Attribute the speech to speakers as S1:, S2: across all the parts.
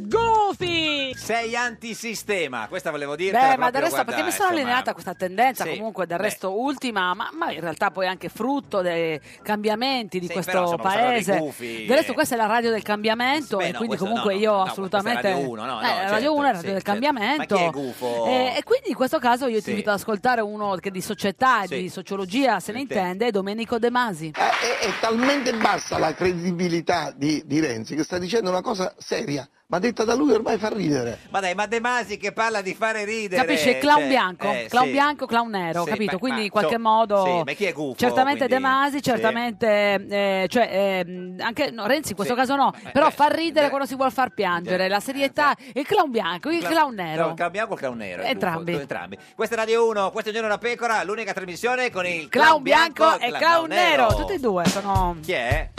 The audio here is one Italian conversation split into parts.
S1: Goofy!
S2: Sei antisistema, questa volevo dirti.
S1: Beh, ma del resto, perché mi sono allenata a questa tendenza,
S2: sì,
S1: comunque del resto ultima, ma, ma in realtà poi anche frutto dei cambiamenti di
S2: Sì,
S1: questo
S2: però, insomma, questa radio
S1: paese.
S2: dei gufi,
S1: del resto
S2: eh.
S1: questa è la radio del cambiamento
S2: Beh,
S1: e
S2: no,
S1: quindi
S2: questa-
S1: comunque
S2: no,
S1: io
S2: no, no,
S1: assolutamente...
S2: questa è Radio Uno, no, no,
S1: Eh, Radio
S2: certo,
S1: 1 è la radio
S2: sì,
S1: del
S2: certo.
S1: cambiamento.
S2: Ma chi è gufo?
S1: Eh, e quindi in questo caso io ti
S2: Sì.
S1: invito ad ascoltare uno che di società, e
S2: Sì.
S1: di sociologia se ne
S2: Intendo.
S1: intende, Domenico De Masi.
S3: È, è talmente bassa la credibilità di, di Renzi che sta dicendo una cosa seria, ma detta da lui ormai fa ridere.
S2: Ma dai, ma De Masi che parla di fare ridere.
S1: Capisci? Clown
S2: cioè,
S1: bianco,
S2: eh,
S1: clown
S2: sì.
S1: bianco, clown nero,
S2: Sì,
S1: capito?
S2: ma-
S1: quindi
S2: ma,
S1: in qualche
S2: so-
S1: modo.
S2: sì, ma chi è gufo,
S1: Certamente
S2: quindi?
S1: De Masi,
S2: Sì.
S1: certamente. eh, cioè, ehm, anche no, Renzi in questo
S2: Sì.
S1: caso no,
S2: Ma-
S1: però
S2: eh,
S1: fa ridere
S2: eh,
S1: quando si vuol far piangere.
S2: eh,
S1: La serietà, il clown bianco, il clown nero.
S2: Il clown bianco e il clown nero. è
S1: Entrambi.
S2: gufo, entrambi. Questa è Radio 1, questo è Un Giorno da Pecora, l'unica trasmissione con il
S1: Clown bianco e
S2: il
S1: clown nero. Tutti e due sono.
S2: Chi è?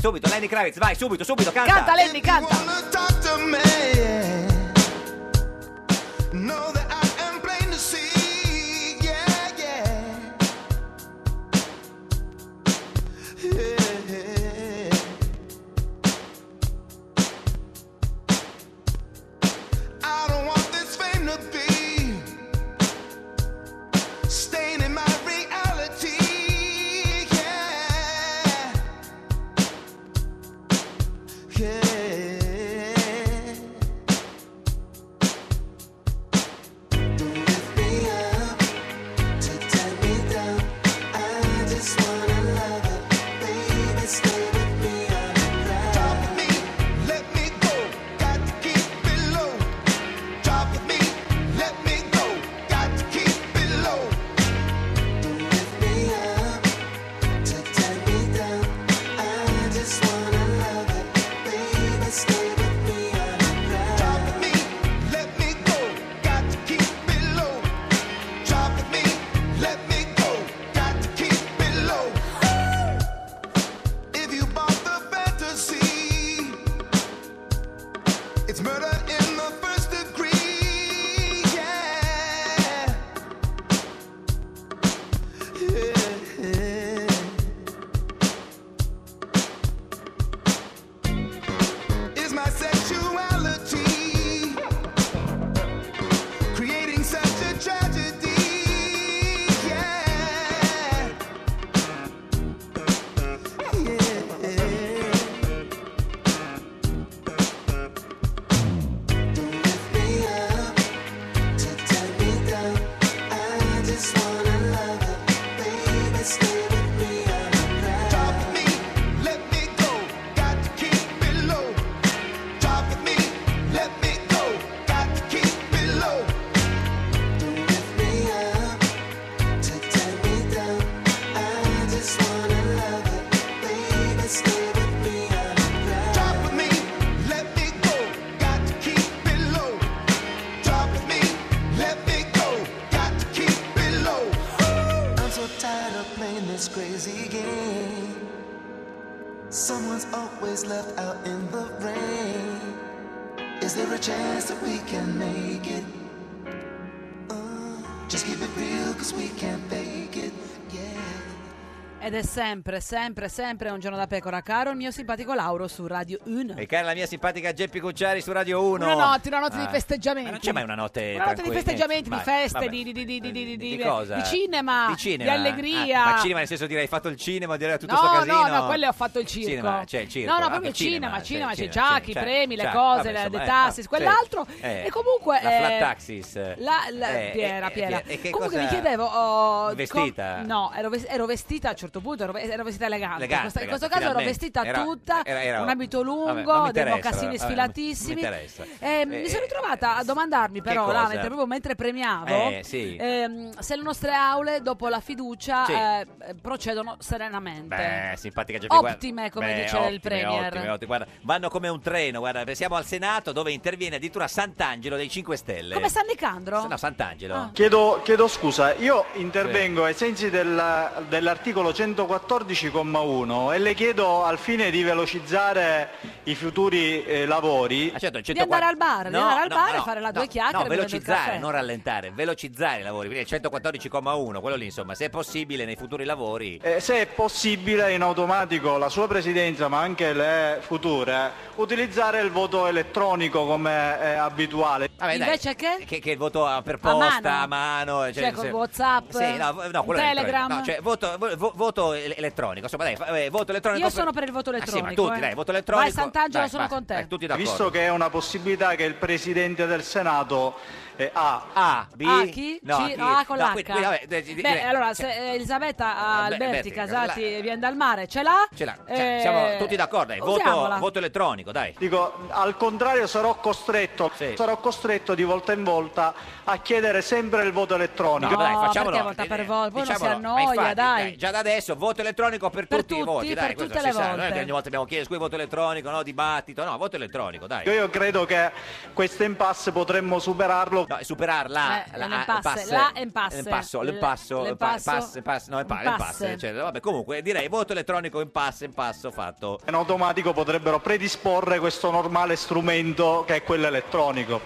S2: Subito, Lenny Kravitz, vai, subito, subito, canta.
S1: Canta Lenny, canta.
S4: I don't want this fame to be staining my reality. Yeah, yeah. Don't lift me up to tie me down. I just wanna love it, baby. Stay with me, I'm alive.
S5: Drop me, let me go. Got to keep it low. Drop me, let me go. Got to keep it low.
S4: Lift me up to tie me down. I just wanna love it, baby. Stay with me, I'm alive.
S5: Drop me, let me go. Got to keep it low. Drop me, let me go. Got to keep it low.
S4: If you bought the fantasy, it's murder in the first degree. Yeah. Yeah. Is my sexuality creating such a tragedy? Yeah.
S5: Drop me, let me go. Got to keep it low. Drop me, let me go. Got to keep it low.
S4: Stay with me, I'm alive.
S5: Drop me, let me go. Got to keep it low. Drop me, let me go. Got to keep it low.
S4: I'm so tired of playing this crazy game. Someone's always left out in the rain. Is there a chance that we can make it? Uh, just keep it real, cause we can't fake it. Yeah.
S1: Ed è sempre, sempre, sempre un giorno da pecora, caro il mio simpatico Lauro su Radio 1.
S2: E cara la mia simpatica Geppi Cucciari su Radio 1.
S6: Una notte, una notte di
S2: Ah.
S6: festeggiamenti.
S2: Ma non c'è mai una notte
S6: Una notte di
S2: tranquilli-
S6: festeggiamenti, di
S2: Vai,
S6: feste,
S2: vabbè.
S6: di, di, di, di, di, di,
S2: Di cosa?
S6: di cinema,
S2: Di cinema.
S6: allegria.
S2: Ah, ma cinema nel senso direi hai fatto il cinema, direi tutto
S6: No,
S2: sto
S6: no,
S2: casino.
S6: no, quello ho fatto il circo.
S2: Cinema, c'è il circo.
S6: No, no,
S2: ah,
S6: proprio
S2: il cinema,
S6: cinema,
S2: sì,
S6: c'è
S2: il
S6: Ciacchi, i
S2: c'è-
S6: premi, le cose,
S2: c'è- vabbè,
S6: le-
S2: insomma,
S6: le
S2: eh,
S6: taxi,
S2: sì.
S6: quell'altro.
S2: Eh,
S1: E comunque,
S2: La flat
S1: eh,
S2: taxis.
S1: La, la-
S2: Eh,
S1: Piera,
S2: eh,
S1: Piera.
S2: eh, che
S1: Comunque
S2: cosa-
S1: mi chiedevo... oh,
S2: Vestita?
S1: com- no, ero, ves- ero vestita certo punto ero, ero vestita elegante.
S2: Elegante,
S1: Questa-
S2: elegante,
S1: in questo caso
S2: finalmente.
S1: ero vestita
S2: Era-
S1: tutta,
S2: era- era-
S1: un abito
S2: vabbè,
S1: lungo,
S2: non mi
S1: dei
S2: interessa,
S1: mocassini
S2: vabbè,
S1: sfilatissimi.
S2: non mi interessa.
S1: Eh, mi
S2: Eh,
S1: sono ritrovata a domandarmi però, là,
S2: cosa?
S1: mentre, proprio mentre premiavo,
S2: Eh, sì.
S1: ehm, se le nostre aule dopo la fiducia
S2: Sì.
S1: eh, procedono serenamente.
S2: Beh, simpatica Geppi, guarda-
S1: Ottime, come
S2: Beh,
S1: dice il
S2: ottime,
S1: Premier.
S2: ottime, ottime. Guarda, vanno come un treno. Guarda, pensiamo al Senato dove interviene addirittura Sant'Angelo dei 5 Stelle.
S1: Come San Nicandro?
S2: No, Sant'Angelo.
S6: Ah.
S7: Chiedo, chiedo scusa, io intervengo ai sensi del- dell'articolo 114,1 e le chiedo al fine di velocizzare i futuri eh,
S2: Ah,
S7: lavori.
S2: certo,
S1: Di andare al bar, di andare al bar e fare la due chiacchiere
S2: No,
S1: e bevere il
S2: velocizzare,
S1: caffè.
S2: non rallentare, velocizzare i lavori. Quindi il 114,1, quello lì, insomma, se è possibile nei futuri lavori.
S7: Eh, se è possibile in automatico la sua presidenza ma anche le future utilizzare il voto elettronico come è abituale.
S2: Vabbè, dai,
S1: Invece che?
S2: Che, che voto a- per posta, a mano,
S1: Cioè,
S2: eccetera,
S1: con
S2: eccetera.
S1: WhatsApp,
S2: Sì, no, v- no, quello è
S1: Telegram.
S2: elettronico. No, cioè, voto, vo- vo- voto el- elettronico, insomma, dai, fa- eh, voto elettronico.
S1: Io sono per il voto
S2: Ah, sì,
S1: elettronico.
S2: ma tutti,
S1: eh.
S2: dai, voto elettronico.
S1: Vai Sant'Angelo,
S2: Dai,
S1: sono
S2: basta,
S1: con te.
S2: dai, tutti d'accordo.
S7: Visto che è una possibilità che il Presidente del Senato eh, ha.
S2: A, B,
S1: A Ah, chi?
S2: no,
S1: C-
S2: chi?
S1: no, A con
S2: No,
S1: l'H.
S2: quindi- quindi, vabbè, de- cioè, di-
S1: Beh,
S2: direi-
S1: allora, se eh, Elisabetta
S2: Beh, eh,
S1: Alberti
S2: Berti,
S1: Casati
S2: Casati.
S1: viene dal mare, ce l'ha?
S2: Ce l'ha,
S1: Eh,
S2: cioè, siamo tutti d'accordo, dai, voto,
S1: usiamola.
S2: voto elettronico, dai.
S7: Dico, al contrario sarò costretto, sarò costretto di volta in volta a chiedere sempre il voto elettronico.
S1: No, dai, facciamolo. perché volta per volta? Poi non si
S2: Diciamolo, ma
S1: annoia, dai.
S2: Già da adesso voto elettronico per, tutti, i voti,
S1: tutti,
S2: dai,
S1: per
S2: questo
S1: tutte
S2: si
S1: le
S2: sa,
S1: volte.
S2: Noi ogni volta abbiamo chiesto qui voto elettronico, no, dibattito, no, voto elettronico, dai.
S1: Eh,
S7: Io, io credo che questo impasse potremmo superarlo.
S2: No, superarla.
S1: Eh, l'impasse, la impasse.
S2: L'impasso,
S1: L-
S2: ah, l'impasso, pa-
S1: l'impasso.
S2: pass- pass- no, impa-
S1: Impasse.
S2: impasse, cioè, vabbè, comunque direi voto elettronico impasse, impasso fatto.
S7: In automatico potrebbero predisporre questo normale strumento che è quello elettronico.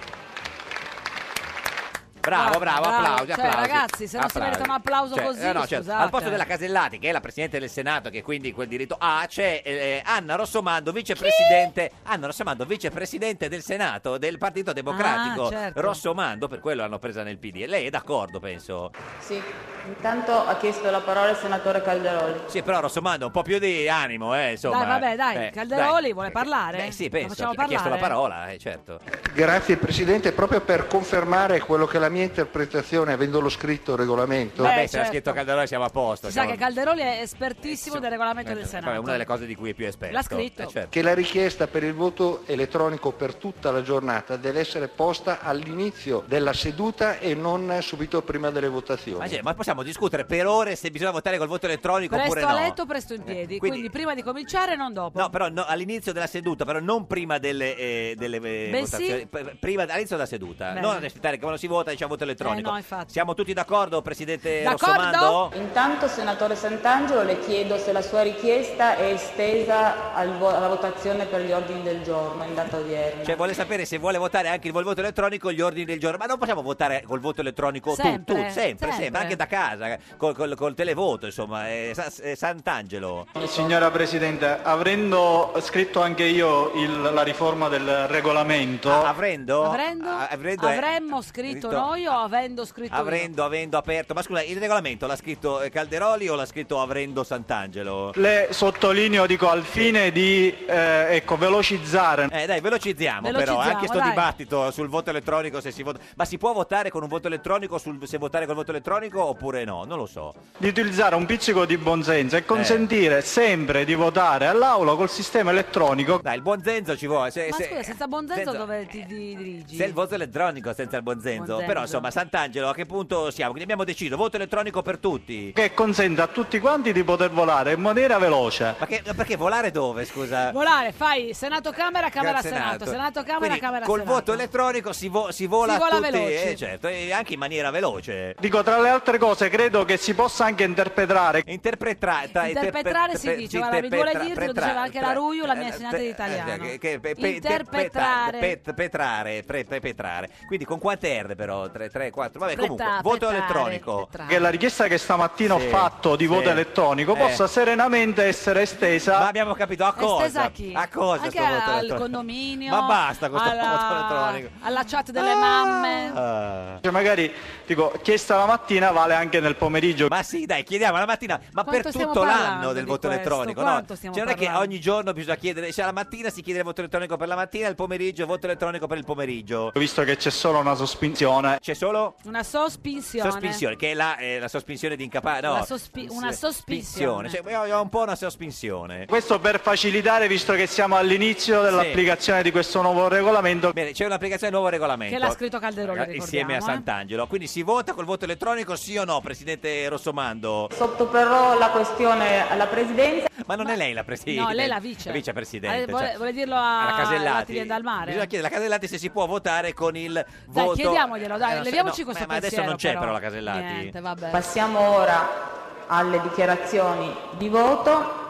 S2: Bravo, bravo,
S1: bravo,
S2: applausi,
S1: cioè,
S2: applausi.
S1: ragazzi, se non si merita un applauso così,
S2: eh, no, certo.
S1: scusate.
S2: Al posto della Casellati, che è la Presidente del Senato, che quindi quel diritto ha, c'è eh, Anna Rossomando, Vicepresidente Anna Rossomando, Vicepresidente del Senato, del Partito Democratico.
S8: Ah, certo.
S2: Rossomando, per quello l'hanno presa nel PD. E lei è d'accordo, penso?
S8: Sì, intanto ha chiesto la parola il senatore Calderoli.
S2: Sì, però Rossomando, un po' più di animo, eh, insomma.
S1: dai, vabbè, dai,
S2: Eh,
S1: Calderoli vuole parlare?
S2: Beh, sì,
S1: La
S2: penso,
S1: facciamo
S2: ha ha chiesto la
S1: parlare?
S2: parola, eh, certo.
S3: Grazie Presidente, proprio per confermare quello che è la mia interpretazione, avendolo scritto il regolamento.
S2: Vabbè,
S1: Beh,
S2: se l'ha
S1: certo.
S2: scritto Calderoli siamo a posto.
S1: Si sa
S2: siamo-
S1: che Calderoli è espertissimo del regolamento del
S2: eh, Vabbè,
S1: Senato.
S2: una delle cose di cui è più esperto.
S1: L'ha scritto.
S2: eh, certo.
S3: che la richiesta per il voto elettronico per tutta la giornata deve essere posta all'inizio della seduta e non subito prima delle votazioni.
S2: Ma, cioè, ma possiamo discutere per ore se bisogna votare col voto elettronico
S1: Presto
S2: oppure
S1: a
S2: no? Eh,
S1: letto, presto in piedi. Quindi,
S2: quindi-
S1: prima di cominciare, non dopo.
S2: No, però no, all'inizio della seduta, però non prima delle, eh, delle, eh,
S1: Beh,
S2: votazioni,
S1: sì.
S2: p- prima all'inizio della seduta,
S1: Bene.
S2: non ad aspettare che quando si vota c'è voto elettronico.
S1: Eh, no, infatti.
S2: Siamo tutti d'accordo, Presidente
S8: D'accordo?
S2: Rossomando?
S8: Intanto, senatore Sant'Angelo, le chiedo se la sua richiesta è estesa al vo- alla votazione per gli ordini del giorno in data odierna.
S2: Cioè, vuole sapere se vuole votare anche il voto elettronico gli ordini del giorno. Ma non possiamo votare col voto elettronico tu-
S8: Sempre,
S2: tu, sempre, sempre,
S8: sempre.
S2: anche da casa, col, col- col televoto, insomma. eh, Sa- eh, Sant'Angelo.
S7: Signora Presidente, avendo scritto anche io il- la riforma del regolamento...
S2: Ah, avrendo?
S1: Avrendo-
S2: avrendo è-
S1: avremmo scritto
S2: scritto-
S1: noi o avendo scritto io?
S2: Avrendo, avendo aperto. Ma scusa, il regolamento l'ha scritto eh, Calderoli o l'ha scritto Avrendo Sant'Angelo?
S7: Le sottolineo, dico, al fine di eh, ecco, velocizzare...
S2: Eh dai, velocizziamo, però
S7: Velocizziamo,
S2: anche sto
S7: dai.
S2: dibattito sul voto elettronico se si vota. Ma si può votare con un voto elettronico sul- se votare col voto elettronico oppure no? Non lo so.
S7: di utilizzare un pizzico di buonsenso
S2: Eh.
S7: e consentire sempre di votare all'aula col sistema elettronico.
S2: Dai, il buonsenso ci vuole. Se,
S1: Ma
S2: se-
S1: scusa, senza buonsenso
S2: Senza- eh,
S1: dove ti di- dirigi?
S2: se il voto elettronico senza il buonsenso.
S1: Buonsenso.
S2: Però insomma, Sant'Angelo, a che punto siamo? Quindi abbiamo deciso, voto elettronico per tutti.
S7: Che consente a tutti quanti di poter volare in maniera veloce.
S2: Ma che- perché volare dove, scusa?
S1: Volare, fai Senato Camera, Camera
S2: Grazie,
S1: Senato,
S2: Senato.
S1: Senato Camera,
S2: Quindi,
S1: Camera
S2: col
S1: Senato.
S2: voto elettronico si, vo- si vola,
S1: Si vola
S2: tutti,
S1: veloci.
S2: eh, certo, e anche in maniera veloce.
S7: Dico, tra le altre cose, credo che si possa anche interpretare.
S2: Interpretare,
S1: Interpretare si dice, guarda, mi duole dirti, lo diceva anche la Ruiu, la mia insegnante di italiano.
S2: Eh, che- che- pe- pe-
S1: Interpretare.
S2: pe- pe- Petrare, pre- pre- petrare. Quindi con quante R però? 3, 3, 4. Vabbè, comunque,
S7: Petra-
S2: voto
S7: petrare,
S2: elettronico.
S7: Che la richiesta che stamattina
S2: Sì,
S7: ho fatto di
S2: sì.
S7: voto elettronico
S2: Eh.
S7: possa serenamente essere estesa.
S2: Ma abbiamo capito a cosa?
S1: Estesa a chi?
S2: cosa
S1: Anche
S2: sto voto
S1: al
S2: elettronico?
S1: condominio.
S2: Ma basta con Ah! sto
S1: alla-
S2: voto elettronico. Eh.
S1: Alla chat delle mamme.
S7: Cioè, magari dico, chiesta la mattina vale anche nel pomeriggio.
S2: Ma sì, dai, chiediamo la mattina, ma
S1: Quanto
S2: per
S1: stiamo
S2: tutto
S1: parlando
S2: l'anno del
S1: di
S2: voto
S1: questo?
S2: elettronico, no?
S1: Quanto
S2: Cioè,
S1: stiamo
S2: non è che
S1: parlando?
S2: ogni giorno bisogna chiedere, cioè la mattina si
S1: Eh.
S2: chiede il voto elettronico per la mattina, il pomeriggio il voto elettronico per il pomeriggio.
S7: Visto che c'è solo una sospensione,
S2: c'è solo
S1: Una sospinsione.
S2: sospensione, che è la, eh, la sospensione di incapacità. No,
S1: La sospi- una sospinsione.
S2: Cioè, io- io ho un po' una sospensione.
S7: Questo per facilitare, visto che siamo all'inizio dell'applicazione di questo nuovo regolamento.
S2: Bene, c'è un'applicazione del nuovo regolamento.
S1: Che l'ha scritto Calderoli,
S2: Raga- Insieme a
S1: ricordiamo, eh.
S2: Sant'Angelo. Quindi si vota col voto elettronico, sì o no, Presidente Rossomando?
S8: Sottoperrò la questione alla Presidenza.
S2: Ma non è lei la Presidente?
S1: No, lei è la vice.
S2: Vicepresidente.
S1: Eh, vuole,
S2: cioè,
S1: vuole dirlo a,
S2: alla
S1: alla
S2: Casellati.
S1: Tirienda al mare.
S2: Bisogna chiedere alla Casellati se si può votare con il
S1: Dai,
S2: voto...
S1: chiediamoglielo,
S2: Eh,
S1: dai,
S2: non so-
S1: leviamoci
S2: no,
S1: questo
S2: ma adesso
S1: pensiero
S2: non c'è però la
S1: Casellati.
S2: Casellati.
S1: Niente, vabbè.
S8: Passiamo ora alle dichiarazioni di voto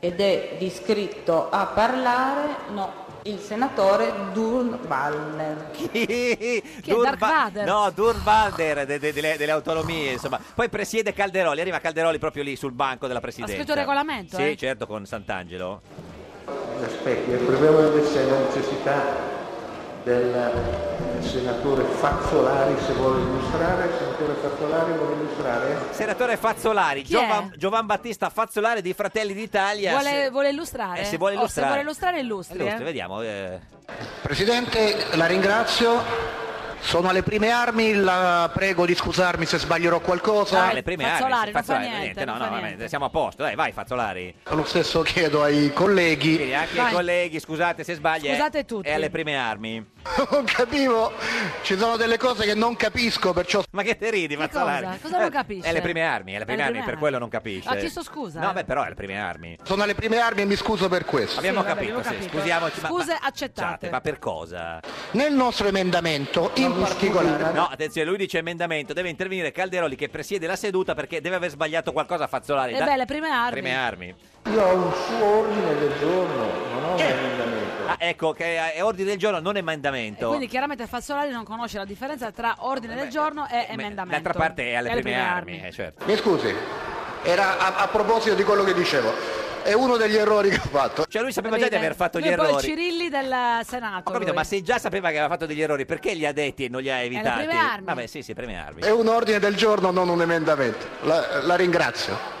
S8: ed è iscritto a parlare no, il senatore Durnwalder.
S2: Chi?
S8: è Darth Vader?
S2: No, Durvalder delle, delle autonomie, insomma. Poi presiede Calderoli, arriva Calderoli proprio lì sul banco della Presidenza.
S1: scritto il regolamento,
S2: Sì,
S1: eh?
S2: certo, con Sant'Angelo.
S3: Aspetti, il problema invece è la necessità del senatore Fazzolari se vuole illustrare, il senatore Fazzolari vuole illustrare.
S2: Senatore Fazzolari,
S1: Chi è?
S2: Giovan, Giovan Battista Fazzolari di Fratelli d'Italia.
S1: Vuole,
S2: Se-
S1: vuole illustrare?
S2: Eh, se vuole
S1: Oh,
S2: illustrare.
S1: vuole illustrare, illustri.
S2: Illustri,
S1: eh.
S2: vediamo. eh.
S9: Presidente, la ringrazio. Sono alle prime armi, la prego di scusarmi se sbaglierò qualcosa.
S2: Ah, le prime armi, sì, Fazzolari, no, no, vabbè, siamo a posto, dai, vai Fazzolari.
S9: Lo stesso chiedo ai colleghi.
S2: Quindi anche
S9: Vai.
S2: i colleghi, scusate se sbaglio. eh,
S9: Scusate tutti.
S2: È alle prime armi.
S9: Non capivo, ci sono delle cose che non capisco, perciò...
S2: Ma che te ridi, Fazzolari?
S1: cosa? Cosa non
S2: Eh,
S1: capisce?
S2: È alle prime armi, è alle prime
S1: Alle
S2: armi,
S1: prime
S2: per quello non capisce.
S1: Ha chiesto scusa.
S2: No, beh, però è alle prime armi.
S9: Sono alle prime armi e mi scuso per questo.
S2: Abbiamo capito, sì, scusiamoci. ma-
S1: Scuse
S2: ma,
S1: accettate.
S2: scusate, ma per cosa?
S9: Nel nostro emendamento, in particolare...
S2: No, attenzione, lui dice emendamento, deve intervenire Calderoli che presiede la seduta perché deve aver sbagliato qualcosa a Fazzolari.
S1: Eh
S2: Da-
S1: beh, le prime armi.
S2: Prime armi.
S3: Io ho un suo ordine del giorno, non ho un emendamento.
S2: Ah, ecco, che è è ordine del giorno, non emendamento.
S1: Eh, Quindi chiaramente Fazzolari non conosce la differenza tra ordine del giorno e emendamento.
S2: D'altra parte è alle
S1: E
S2: prime, armi, eh, certo.
S9: Mi scusi, era a, a proposito di quello che dicevo, è uno degli errori che ho fatto.
S2: Cioè lui sapeva già di
S1: Capite?
S2: aver fatto gli
S1: Lui è
S2: errori.
S1: poi il Cirilli del Senato.
S2: Ho capito,
S1: lui.
S2: ma se già sapeva che aveva fatto degli errori, perché li ha detti e non li ha
S1: prime
S2: evitati?
S1: armi.
S2: Vabbè, sì, sì, prime armi.
S9: È un ordine del giorno, non un emendamento. La, la ringrazio.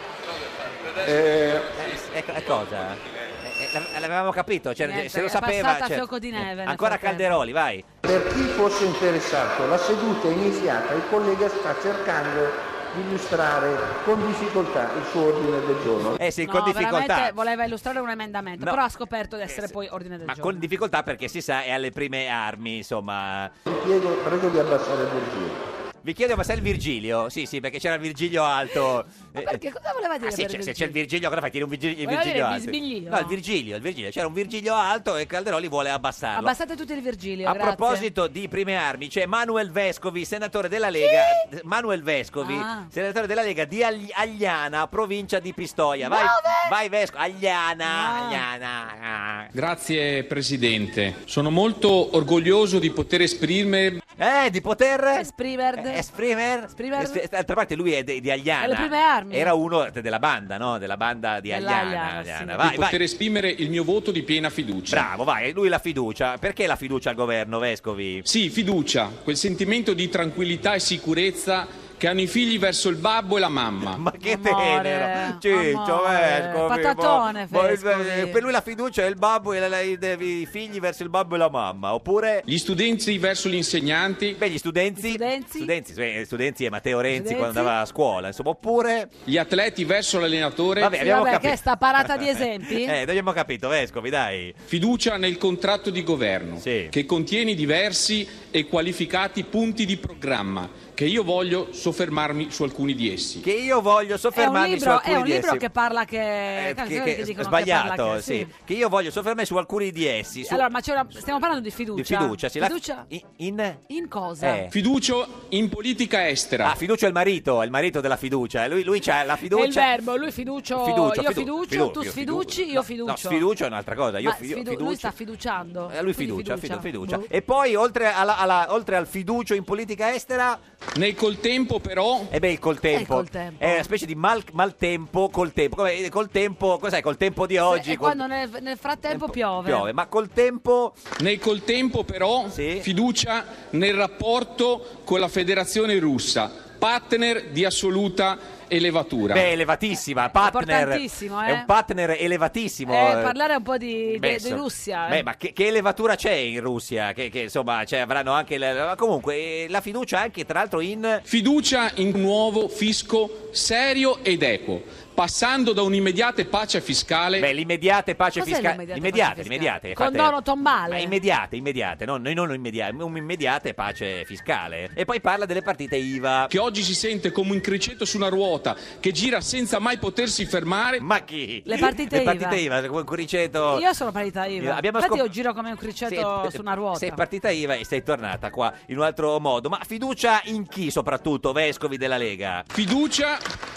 S3: Eh,
S2: Ecco, è cosa? Eh, eh, l'av- L'avevamo capito, cioè,
S1: Niente,
S2: se lo
S1: è
S2: sapeva.
S1: passata a
S2: cioè-
S1: fiocco di neve, nel
S2: Ancora
S1: frattempo.
S2: Calderoli, vai.
S3: Per chi fosse interessato, la seduta è iniziata, il collega sta cercando di illustrare con difficoltà il suo ordine del giorno.
S2: Eh sì,
S1: No,
S2: con difficoltà.
S1: veramente voleva illustrare un emendamento,
S2: No. Eh,
S1: però ha scoperto di essere poi ordine del
S2: Ma
S1: giorno.
S2: con difficoltà perché si sa è alle prime armi, insomma.
S3: Vi chiedo, prego di abbassare il Virgilio.
S2: Vi chiedo ma sei il Virgilio? Sì, sì, perché c'era il Virgilio alto. Eh,
S1: Perché cosa voleva
S2: Ah,
S1: dire
S2: sì,
S1: per
S2: c'è-
S1: il
S2: se c'è il Virgilio, cosa fai? Tieni un Virgilio, il
S1: Voleva
S2: Virgilio
S1: dire
S2: alto.
S1: bisbiglio.
S2: No, il Virgilio, il Virgilio. C'era un Virgilio alto e Calderoli vuole abbassarlo.
S1: Abbassate tutti il Virgilio,
S2: A
S1: grazie.
S2: proposito di prime armi, c'è Manuel Vescovi, senatore della Lega. Manuel Vescovi,
S1: Ah.
S2: senatore della Lega di Agli- Agliana, provincia di Pistoia. Vai, vai Vescovi, Agliana, Agliana. ah.
S10: Grazie Presidente, sono molto orgoglioso di poter esprimermi.
S2: Eh, di poter
S1: Esprimer.
S2: Eh, Esprimer.
S1: Esprimer.
S2: Eh, D'altra parte lui è de- di Agliana.
S1: Alle prime armi.
S2: Era uno della banda, no? Della banda di Agliana.
S1: Dell'Agliana,
S2: Agliana.
S1: sì.
S2: Vai,
S10: di
S2: vai.
S10: poter esprimere il mio voto di piena fiducia.
S2: Bravo, vai. Lui la fiducia. Perché la fiducia al governo, Vescovi?
S10: Sì, fiducia, quel sentimento di tranquillità e sicurezza che hanno i figli verso il babbo e la mamma. Ma
S2: Che tenero. Ciccio, Vescovi.
S10: Patatone,
S2: ma- ma-
S10: Vescovi.
S2: Per lui la fiducia è il babbo e la- la- i, i figli verso il babbo e la mamma. Oppure...
S10: Gli studenti verso gli insegnanti.
S2: Beh, gli studenti. Studenti. Studenti, eh, studenti e Matteo Renzi
S1: Studenti.
S2: quando andava a scuola. Insomma, oppure...
S10: Gli atleti verso l'allenatore.
S2: Vabbè,
S1: Sì,
S2: abbiamo
S1: vabbè,
S2: capito.
S1: che è sta parata di esempi?
S2: Eh, abbiamo capito, Vescovi, dai.
S10: Fiducia nel contratto di governo che contiene diversi e qualificati punti di programma che io voglio soffermarmi su alcuni di essi.
S2: Che io voglio
S1: è un
S2: soffermarmi
S1: libro,
S2: su alcuni
S1: è un
S2: di
S1: libro
S2: essi.
S1: che parla che...
S2: Eh,
S1: canzoni
S2: che-
S1: che
S2: che-
S1: dicono che
S2: sbagliato,
S1: parla che-
S2: sì. Che io voglio soffermarmi su alcuni di essi. Su,
S1: Allora, ma c'è una... stiamo parlando di fiducia.
S2: di fiducia, sì, la-
S1: Fiducia
S2: in, in...
S1: cosa?
S2: Eh.
S10: Fiducia in politica estera.
S2: Ah, fiducia è il marito, è il marito della fiducia. Eh, Lui, lui c'ha la
S1: È il
S2: fiducia.
S1: verbo, lui fiducio,
S2: Fiducia,
S1: io
S2: fidu-
S1: fiducio,
S2: fidu-
S1: tu
S2: io
S1: sfiduci, io fiducio.
S2: No, sfiducia è un'altra cosa. Io
S1: Ma
S2: fi- io
S1: sfidu-
S2: fiducia.
S1: lui sta fiduciando.
S2: Eh, lui
S1: quindi
S2: fiducia, fidu- fiducia.
S1: Boh.
S2: E poi, oltre, alla- alla- oltre al fiducio in politica estera.
S10: Nel col tempo, però.
S2: E beh, il col tempo.
S1: Eh, col tempo.
S2: È una specie di mal, maltempo col tempo. Come, eh, col tempo, cos'è? Col tempo di oggi.
S1: e
S2: col-
S1: Eh, quando nel, nel frattempo piove.
S2: piove. Ma col tempo.
S10: Nel col tempo però fiducia nel rapporto con la federazione russa partner di assoluta elevatura.
S2: Beh, elevatissima, partner.
S1: Importantissimo, eh.
S2: È un partner elevatissimo.
S1: Eh,
S2: eh,
S1: parlare un po' di, de-
S2: Messo.
S1: di Russia. eh.
S2: Beh, ma che, che elevatura c'è in Russia? Che, che, insomma, cioè, avranno anche. la- la- ma comunque, eh, la fiducia anche, tra l'altro, in.
S10: Fiducia in un nuovo fisco serio ed equo, passando da un'immediata pace fiscale. Beh,
S2: l'immediata pace
S1: Cos'è
S2: Cioè, fisca-
S1: l'immediata
S2: l'immediata,
S1: pace
S2: l'immediata,
S1: fiscale?
S2: fate-
S1: Condono tombale.
S2: Ma immediate, immediate, no, noi non immediate, un'immediata è pace fiscale. E poi parla delle partite IVA.
S10: Che oggi si sente come un criceto su una ruota che gira senza mai potersi fermare.
S2: Ma chi?
S1: Le partite
S2: Le partite
S1: IVA.
S2: IVA, come un criceto.
S1: Io sono partita IVA.
S2: Abbiamo
S1: Infatti
S2: scop-
S1: io giro come un criceto
S2: Sì,
S1: su una ruota.
S2: Sei partita IVA e sei tornata qua in un altro modo. Ma fiducia in chi soprattutto, vescovi della Lega?
S10: Fiducia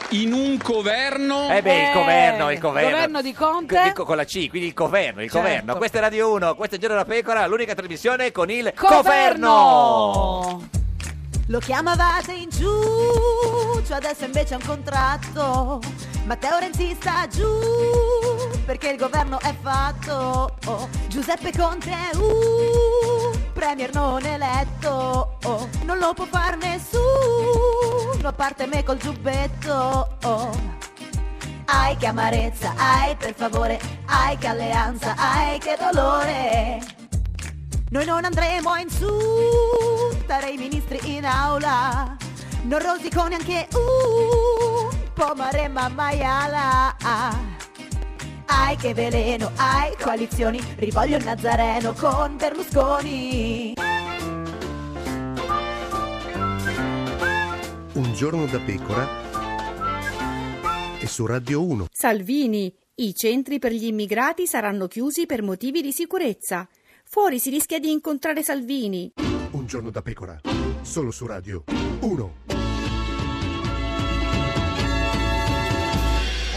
S10: in un governo.
S2: Eh beh, il governo, il governo.
S1: Governo di Conte.
S2: Dico con la C, quindi il governo, il
S1: Certo.
S2: governo. Questa è Radio 1, questa è Giro della Pecora, l'unica trasmissione con il
S11: Governo! Lo chiamavate in giù, cioè adesso invece è un contratto. Matteo Renzi sta giù, perché il governo è fatto. Oh, Giuseppe Conte, uh, premier non eletto. Oh, non lo può far nessuno, a parte me col giubbetto. Oh. Ai che amarezza, ai per favore, ai che alleanza, ai che dolore. Noi non andremo a insultare i ministri in aula, non rosico neanche un po' maremma maiala. Ai che veleno, ai coalizioni, rivoglio il Nazareno con Berlusconi.
S12: Un giorno da pecora e su Radio 1.
S13: Salvini, i centri per gli immigrati saranno chiusi per motivi di sicurezza. Fuori si rischia di incontrare Salvini.
S12: Un giorno da pecora, solo su Radio 1.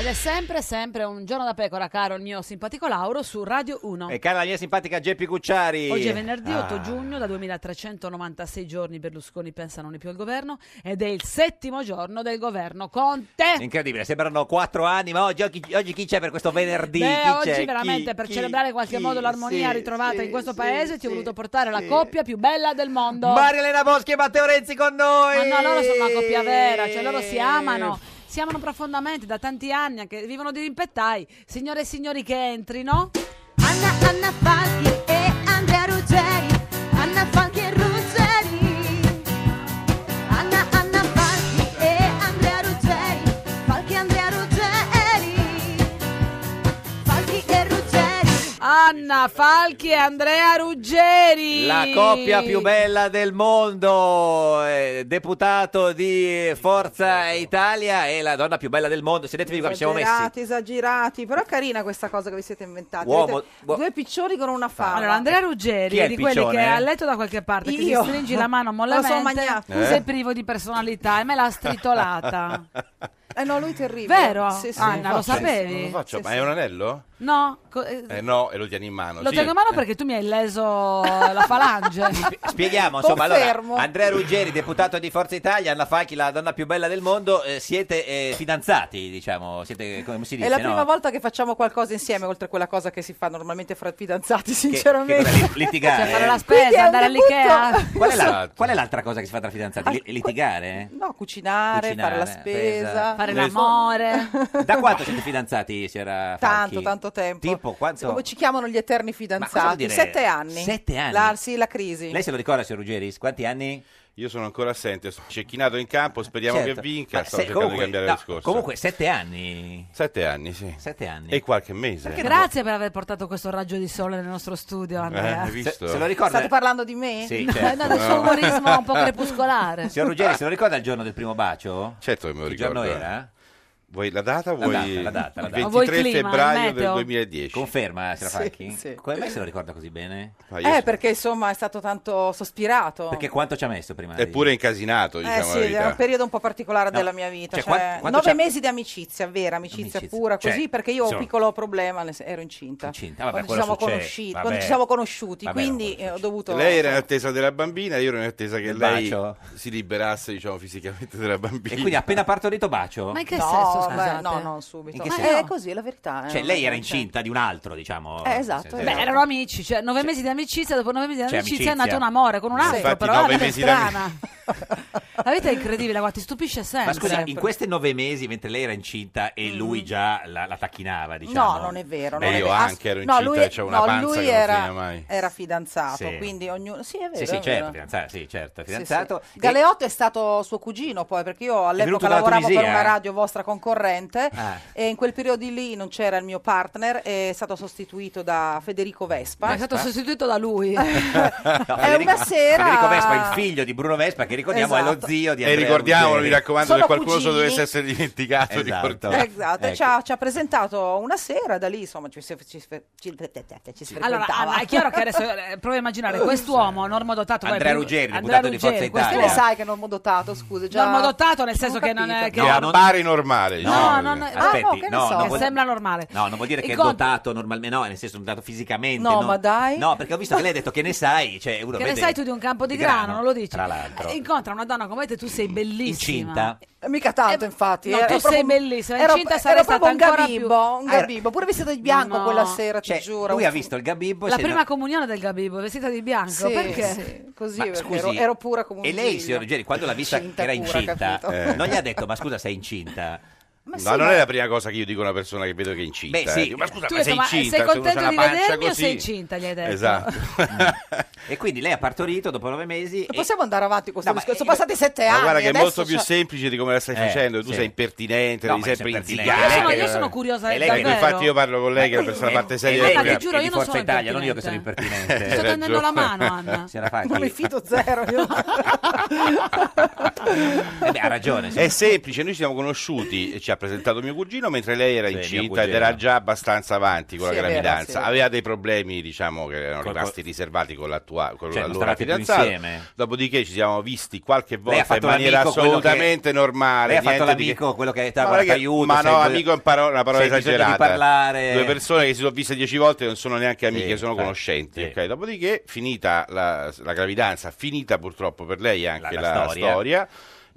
S1: Ed è sempre, sempre un giorno da pecora, caro il mio simpatico Lauro, su Radio 1.
S2: E cara la mia simpatica Geppi Cucciari.
S1: Oggi è venerdì 8
S2: Ah.
S1: giugno, da 2396 giorni Berlusconi pensa non è più il governo ed è il settimo giorno del governo Conte.
S2: Incredibile, sembrano quattro anni, ma oggi, oggi- oggi chi c'è per questo venerdì?
S1: Beh,
S2: Chi
S1: oggi
S2: c'è? Chi-
S1: veramente per
S2: chi-
S1: celebrare in qualche
S2: chi?
S1: modo l'armonia
S2: Sì,
S1: ritrovata
S2: sì,
S1: in questo
S2: sì,
S1: paese ti ho
S2: sì.
S1: voluto portare la coppia più bella del mondo.
S2: Maria Elena Boschi e Matteo Renzi con noi.
S1: Ma no, loro sono una coppia vera, cioè loro si amano, si amano profondamente da tanti anni, anche vivono di rimpettai. Signore e signori che entrino.
S11: Anna, Anna Falchi e Andrea Ruggeri, Anna Falchi e Ruggeri. Anna, Anna Falchi e Andrea Ruggeri, Falchi e Andrea Ruggeri. Falchi e Ruggeri.
S1: Anna Falchi e Andrea Ruggeri.
S2: La coppia più bella del mondo, eh, deputato di
S14: Esatto.
S2: Forza Italia e la donna più bella del mondo. Sedetevi qua, ci siamo messi.
S15: Esagerati, esagerati, però è carina questa cosa che vi siete inventati.
S2: Uomo-
S15: Avete
S2: uo-
S15: Due piccioni con una fava.
S1: Allora, Andrea
S2: Chi è
S1: Ruggeri
S2: il
S1: di quelli
S2: piccione?
S1: che ha letto da qualche parte che
S15: Io.
S1: ti stringi la mano
S15: Me la sono
S1: mollamente
S15: magnata.
S1: tu
S2: Eh?
S1: sei privo di personalità e me l'ha stritolata.
S15: Eh no, lui è terribile.
S1: Vero?
S15: Sì, sì.
S1: Anna, lo
S14: Sì,
S1: sapevi?
S14: Non lo faccio,
S1: Sì,
S14: ma
S1: sì.
S14: è un anello?
S1: No, co- eh,
S14: Eh no, e lo tieni in mano.
S1: lo
S14: sì.
S1: tengo in mano perché tu mi hai leso la falange. Oh,
S2: Spieghiamo, insomma, allora,
S1: Confermo.
S2: Andrea Ruggeri, deputato di Forza Italia, Anna Falchi, la donna più bella del mondo, eh, siete eh, fidanzati, diciamo, siete, come si dice,
S15: è la
S2: no?
S15: prima volta che facciamo qualcosa insieme, oltre a quella cosa che si fa normalmente fra fidanzati,
S2: Che
S15: sinceramente.
S2: dovete litigare.
S1: Cioè, fare la
S15: Quindi è
S1: spesa,
S15: un
S1: andare all'Ikea.
S2: Qual è, la- qual è l'altra cosa che si fa tra fidanzati?
S15: Ah.
S2: Li- litigare?
S15: No, cucinare,
S2: Cucinare,
S15: fare la spesa,
S1: fare
S2: Nel-
S1: l'amore.
S2: Da quanto siete fidanzati, signora Falchi?
S15: Tanto, tanto tempo.
S2: Tipo, quanto?
S15: Come ci chiamano gli eterni
S2: cosa vuol
S15: fidanzati?
S2: dire?
S15: Sette anni.
S2: Sette anni?
S15: La, sì, la crisi.
S2: Lei se lo ricorda, signor Ruggeri? Quanti anni?
S14: Io sono ancora assente, sono cecchinato in campo, speriamo
S2: Certo.
S14: che vinca.
S2: Ma
S14: Stavo
S2: se-
S14: cercando
S2: comunque,
S14: di cambiare
S2: no,
S14: discorso.
S2: Comunque, sette anni.
S14: Sette anni, sì.
S2: Sette anni.
S14: E qualche mese.
S1: Grazie per aver portato questo raggio di sole nel nostro studio, Andrea.
S14: hai visto?
S2: Se, se lo ricorda...
S15: State parlando di me?
S2: Eh, Sì,
S1: No,
S2: certo.
S1: no, del suo
S2: No.
S1: umorismo un po' crepuscolare.
S2: Signor Ruggeri, se lo ricorda il giorno del primo bacio?
S14: Certo che me lo
S2: Che
S14: ricordo.
S2: giorno era?
S14: Vuoi la data? o
S2: eh. La
S14: Vuoi...
S2: data, la data, la data.
S14: Il
S2: O vuoi
S14: 23
S2: clima, il
S14: febbraio del
S2: meteo?
S14: 2010.
S2: Conferma, eh, signora
S14: Sì,
S2: Facchi?
S14: sì.
S2: Come mai se lo ricorda così bene?
S14: Ma io
S15: Eh,
S14: so-
S15: perché insomma è stato tanto sospirato.
S2: Perché quanto ci ha messo prima? di-
S14: Eppure incasinato, diciamo
S15: Eh sì,
S14: la
S15: era
S14: verità.
S15: un periodo un po' particolare
S2: No,
S15: della mia vita.
S2: cioè,
S15: Cioè,
S2: quan- quanto
S15: nove
S2: c'ha-
S15: mesi di amicizia, vera amicizia,
S2: Amicizia,
S15: pura,
S2: cioè,
S15: così, perché io ho un
S2: insomma-
S15: piccolo problema, nel sen- ero incinta.
S2: Incinta, vabbè,
S15: quando ci
S14: quello
S15: siamo
S14: succede,
S15: conosciuti,
S14: vabbè.
S15: quando ci siamo conosciuti
S14: Vabbè,
S15: quindi eh, ho dovuto...
S14: Lei era in attesa della bambina, io ero in attesa che
S2: Del
S14: lei
S2: bacio?
S14: si liberasse, diciamo, fisicamente dalla bambina.
S2: E quindi appena partorito bacio?
S1: Ma in che
S15: No,
S1: senso,
S15: beh,
S1: scusate?
S15: no, no, subito.
S2: In che
S15: Ma
S2: senso?
S15: è così, è la verità. eh,
S2: Cioè,
S15: non
S2: lei
S15: è-
S2: era
S15: non c'è.
S2: incinta di un altro, diciamo.
S15: Eh, esatto,
S2: Sì,
S1: Beh, erano amici, cioè nove mesi di amicizia, dopo nove mesi di
S2: Cioè,
S1: amicizia è
S2: amicizia.
S1: nato un amore con un altro,
S14: Infatti
S1: però
S14: nove
S1: è
S14: mesi
S1: strana. La vita è incredibile, guarda, ti stupisce sempre.
S2: Ma scusa, in questi nove mesi, mentre lei era incinta e lui già la, la tacchinava, diciamo.
S15: Mm. No, non è vero.
S2: Beh,
S15: non è
S2: io
S15: vero.
S2: anche ero
S15: Ass-
S2: incinta
S15: no, lui,
S2: e c'ho una
S15: no,
S2: panza
S15: lui
S2: che non
S15: era,
S2: finiva mai.
S15: era fidanzato,
S2: Sì.
S15: quindi ognuno... Sì, è vero.
S2: sì, sì,
S15: è
S2: certo,
S15: vero.
S2: fidanzato, sì, certo,
S15: Sì, sì.
S2: fidanzato. E-
S15: Galeotto è stato suo cugino poi perché io
S2: venuto
S15: all'epoca
S2: dalla
S15: lavoravo per
S2: Tunisia,
S15: una
S2: eh?
S15: radio vostra concorrente
S2: Ah.
S15: e in quel periodo lì non c'era il mio partner è stato sostituito da Federico Vespa
S1: È stato sostituito da lui.
S2: No,
S15: è una sera-
S2: Federico Vespa, il figlio di Bruno Vespa, che ricordiamo è lo
S15: Esatto.
S2: zio di
S14: E
S2: Andrea
S14: ricordiamolo,
S2: Ruggeri.
S14: mi raccomando,
S15: Sono
S14: se qualcuno
S15: cugini.
S14: dovesse essere dimenticato,
S2: Esatto.
S14: ricordiamolo.
S15: Esatto,
S1: cioè
S15: e ci ha, ci ha presentato una sera, da lì insomma ci, si- ci, sfe- ci, ci si
S1: Allora,
S15: frequentava.
S1: Anna, è chiaro che adesso eh, prova a immaginare quest'uomo normodotato. vai,
S2: Andrea
S1: prima-
S2: Ruggeri,
S1: Andrea
S2: deputato di
S1: Ruggeri,
S2: Forza
S15: Che
S2: Italia.
S15: ne sai che normodotato, scusi? Già...
S1: Normodotato nel senso che non è. Che
S14: No, appare normale.
S2: No,
S14: diciamo.
S1: non è-
S2: Aspetti,
S15: boh,
S1: ah, no, che ne
S2: no,
S1: so,
S2: non
S1: che
S2: vuol-
S1: sembra normale.
S2: No, non vuol dire che è
S1: Incontri-
S2: dotato normalmente, no, nel senso dotato fisicamente.
S1: No, ma dai.
S2: No, perché ho visto che lei ha detto che ne sai, cioè uno
S1: Che ne
S2: vede-
S1: sai tu di un campo di,
S2: di
S1: grano,
S2: grano,
S1: non lo dici?
S2: tra l'altro.
S1: Eh, Incontra una donna come te, tu sei bellissima.
S2: Incinta.
S15: Eh, Mica tanto, infatti.
S1: no,
S15: era
S1: tu sei
S15: proprio-
S1: bellissima,
S15: Era,
S1: incinta
S15: era
S1: sarei
S15: proprio un
S1: stata ancora
S15: gabibbo, un
S1: più-
S15: gabibbo. Pure vestito di bianco
S1: No.
S15: quella sera, ti
S2: Cioè,
S15: giuro.
S2: lui ha visto il gabibbo e
S1: La
S2: si è
S1: prima
S2: andato-
S1: comunione del Gabibbo, vestita di bianco,
S15: Sì,
S1: perché?
S15: sì, così,
S2: Ma
S15: perché
S2: scusi,
S15: ero, ero pura come un
S2: E lei,
S15: giglio.
S2: signor Ruggeri, quando l'ha vista
S15: Incinta
S2: che era
S15: pura,
S2: incinta,
S15: capito?
S14: Eh.
S2: non gli ha detto, ma scusa, sei incinta?
S15: Ma
S14: No, non è la prima cosa che io dico a una persona che vedo che è incinta.
S2: Beh, sì.
S14: eh. Dico, Ma scusa,
S1: tu
S14: ma
S1: hai
S14: sei
S1: detto, ma
S14: incinta?
S1: sei
S14: Se uno c'ha
S1: contento
S14: una
S1: di
S14: pancia
S1: vedermi o
S14: così?"
S1: sei incinta? Gli hai detto.
S14: Esatto.
S2: e quindi lei ha partorito dopo nove mesi. e-
S15: Possiamo andare avanti con questo
S2: No, ma-
S15: discorso? Sono passati sette
S14: Ma
S15: anni. eh.
S14: guarda che è
S15: adesso
S14: molto più
S15: c'è-
S14: semplice di come la stai
S2: Eh,
S14: facendo. Tu
S2: sì.
S14: sei impertinente,
S2: No,
S14: devi
S2: ma io
S14: sempre
S2: sono
S14: inzigare.
S2: impertinente.
S1: Ma io sono- io sono curiosa,
S2: Eh,
S14: E Eh, lei che-
S1: davvero.
S14: Infatti io parlo con lei che è la persona parte seria del
S2: Guarda,
S14: programma.
S2: che giuro, io non Forza sono Italia, non io che sono impertinente. Eh,
S14: Ti sto tendendo la mano, Anna.
S2: Signora Facchi,
S15: Non mi fido zero. io.
S2: eh beh, ha ragione. sì.
S14: È semplice, noi ci siamo conosciuti e ci ha presentato mio cugino mentre lei era
S2: Sì, mio
S14: incinta ed
S2: cugino.
S14: era già abbastanza avanti con
S2: Sì,
S14: la
S2: è vero,
S14: gravidanza.
S2: sì, è vero.
S14: Aveva dei problemi, diciamo, che erano
S2: Col-
S14: rimasti riservati con, l'attua- con
S2: Cioè, non
S14: l'allora
S2: stavate più
S14: fidanzata.
S2: insieme.
S14: Dopodiché ci siamo visti qualche
S2: Lei ha
S14: volta in
S2: fatto
S14: maniera
S2: l'amico, quello che-
S14: assolutamente normale.
S2: Lei ha fatto
S14: niente di-
S2: l'amico, quello che
S14: Ma
S2: ha guardato
S14: che-
S2: aiuto.
S14: ma
S2: sei-
S14: no, amico è un paro- una parola
S2: sei bisogno
S14: esagerata.
S2: Di parlare. eh,
S14: Due persone che si sono viste dieci volte non sono neanche amiche, sono
S2: infatti,
S14: conoscenti. ok? Dopodiché, finita la, la gravidanza, finita purtroppo per lei anche
S2: La-
S14: la,
S2: la storia.
S14: storia.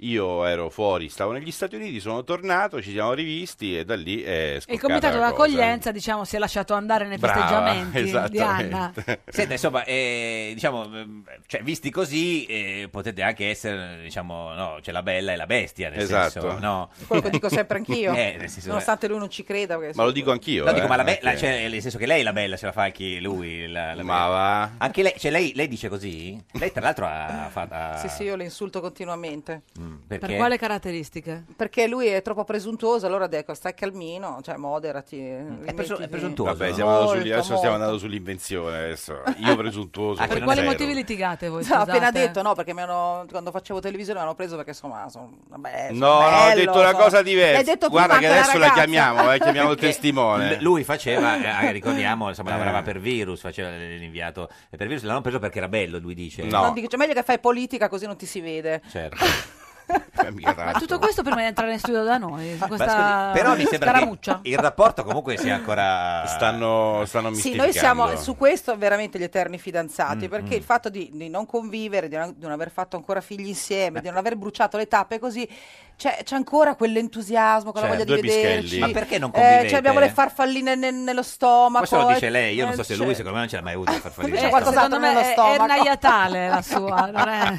S14: Io ero fuori, stavo negli Stati Uniti, sono tornato, ci siamo rivisti e da lì è
S1: E il
S14: scoccata
S1: comitato
S14: la cosa.
S1: d'accoglienza, diciamo, si è lasciato andare nei
S14: Brava,
S1: festeggiamenti di
S14: esattamente.
S1: Anna.
S2: Senta, insomma, eh, diciamo, ehm, cioè, visti così, eh, potete anche essere, diciamo, no, c'è la bella e la bestia, nel
S14: Esatto.
S2: senso, no?
S15: Quello che dico sempre anch'io.
S2: Eh, nel senso-
S15: Nonostante lui non ci creda. perché-
S14: Ma lo dico anch'io.
S2: No, dico,
S14: eh,
S2: ma la bella,
S14: perché-
S2: cioè, nel senso che lei è la bella, ce la fa anche lui. La, la bella. Anche lei, cioè, lei, lei dice così? Lei, tra l'altro, ha fatto. ha-
S15: Sì, sì, io le insulto continuamente.
S2: Mm, perché?
S1: Per quale caratteristiche?
S15: Perché lui è troppo presuntuoso, allora dico, stai calmino, cioè moderati. rimettiti-
S14: Vabbè, siamo andati sugli-
S15: Molto,
S14: adesso
S15: molto.
S14: stiamo andando sull'invenzione. Adesso. Io presuntuoso.
S1: per
S14: poi
S1: quali
S14: zero.
S1: motivi litigate voi?
S15: No, appena
S1: Scusate.
S15: detto no, perché mi hanno- quando facevo televisione mi hanno preso perché insomma sono vabbè, sono
S14: No, no, ho
S15: bello,
S14: detto una
S15: sono-
S14: cosa
S15: L'hai
S14: diversa.
S15: detto prima
S14: Guarda che
S15: anche
S14: adesso la,
S15: ragazza.
S14: chiamiamo, eh, chiamiamo il
S2: Perché
S14: testimone.
S2: l- Lui faceva, eh, ricordiamo, insomma, lavorava per Virus, faceva l'inviato per Virus, l'hanno preso perché era bello, lui dice.
S15: No, dico, cioè, meglio che fai politica così non ti si vede.
S2: certo.
S1: Ma tutto questo prima di entrare in studio da noi,
S2: Ma
S1: questa
S2: scusi, però mi sembra
S1: scaramuccia.
S2: che il rapporto comunque sia ancora
S14: stanno stanno
S15: Sì, noi siamo su questo veramente gli eterni
S2: Mm,
S15: fidanzati, perché il fatto di, di non convivere, di non, di non aver fatto ancora figli insieme, di non aver bruciato le tappe così, c'è, c'è ancora quell'entusiasmo, quella
S2: Cioè,
S15: voglia
S2: due
S15: di vederci.
S2: pischelli. Ma perché non
S15: Eh,
S2: convivete?
S15: cioè, abbiamo le farfalline ne- nello stomaco.
S2: Questo lo dice
S15: eh,
S2: lei, io non so
S15: eh,
S2: se
S15: cioè-
S2: lui, secondo me non ce l'ha mai avuto a far fallire.
S15: Lui c'ha
S2: Eh,
S15: qualcos'altro
S1: Secondo me
S15: nello
S1: è, è
S15: stomaco.
S1: naiatale la sua, non è...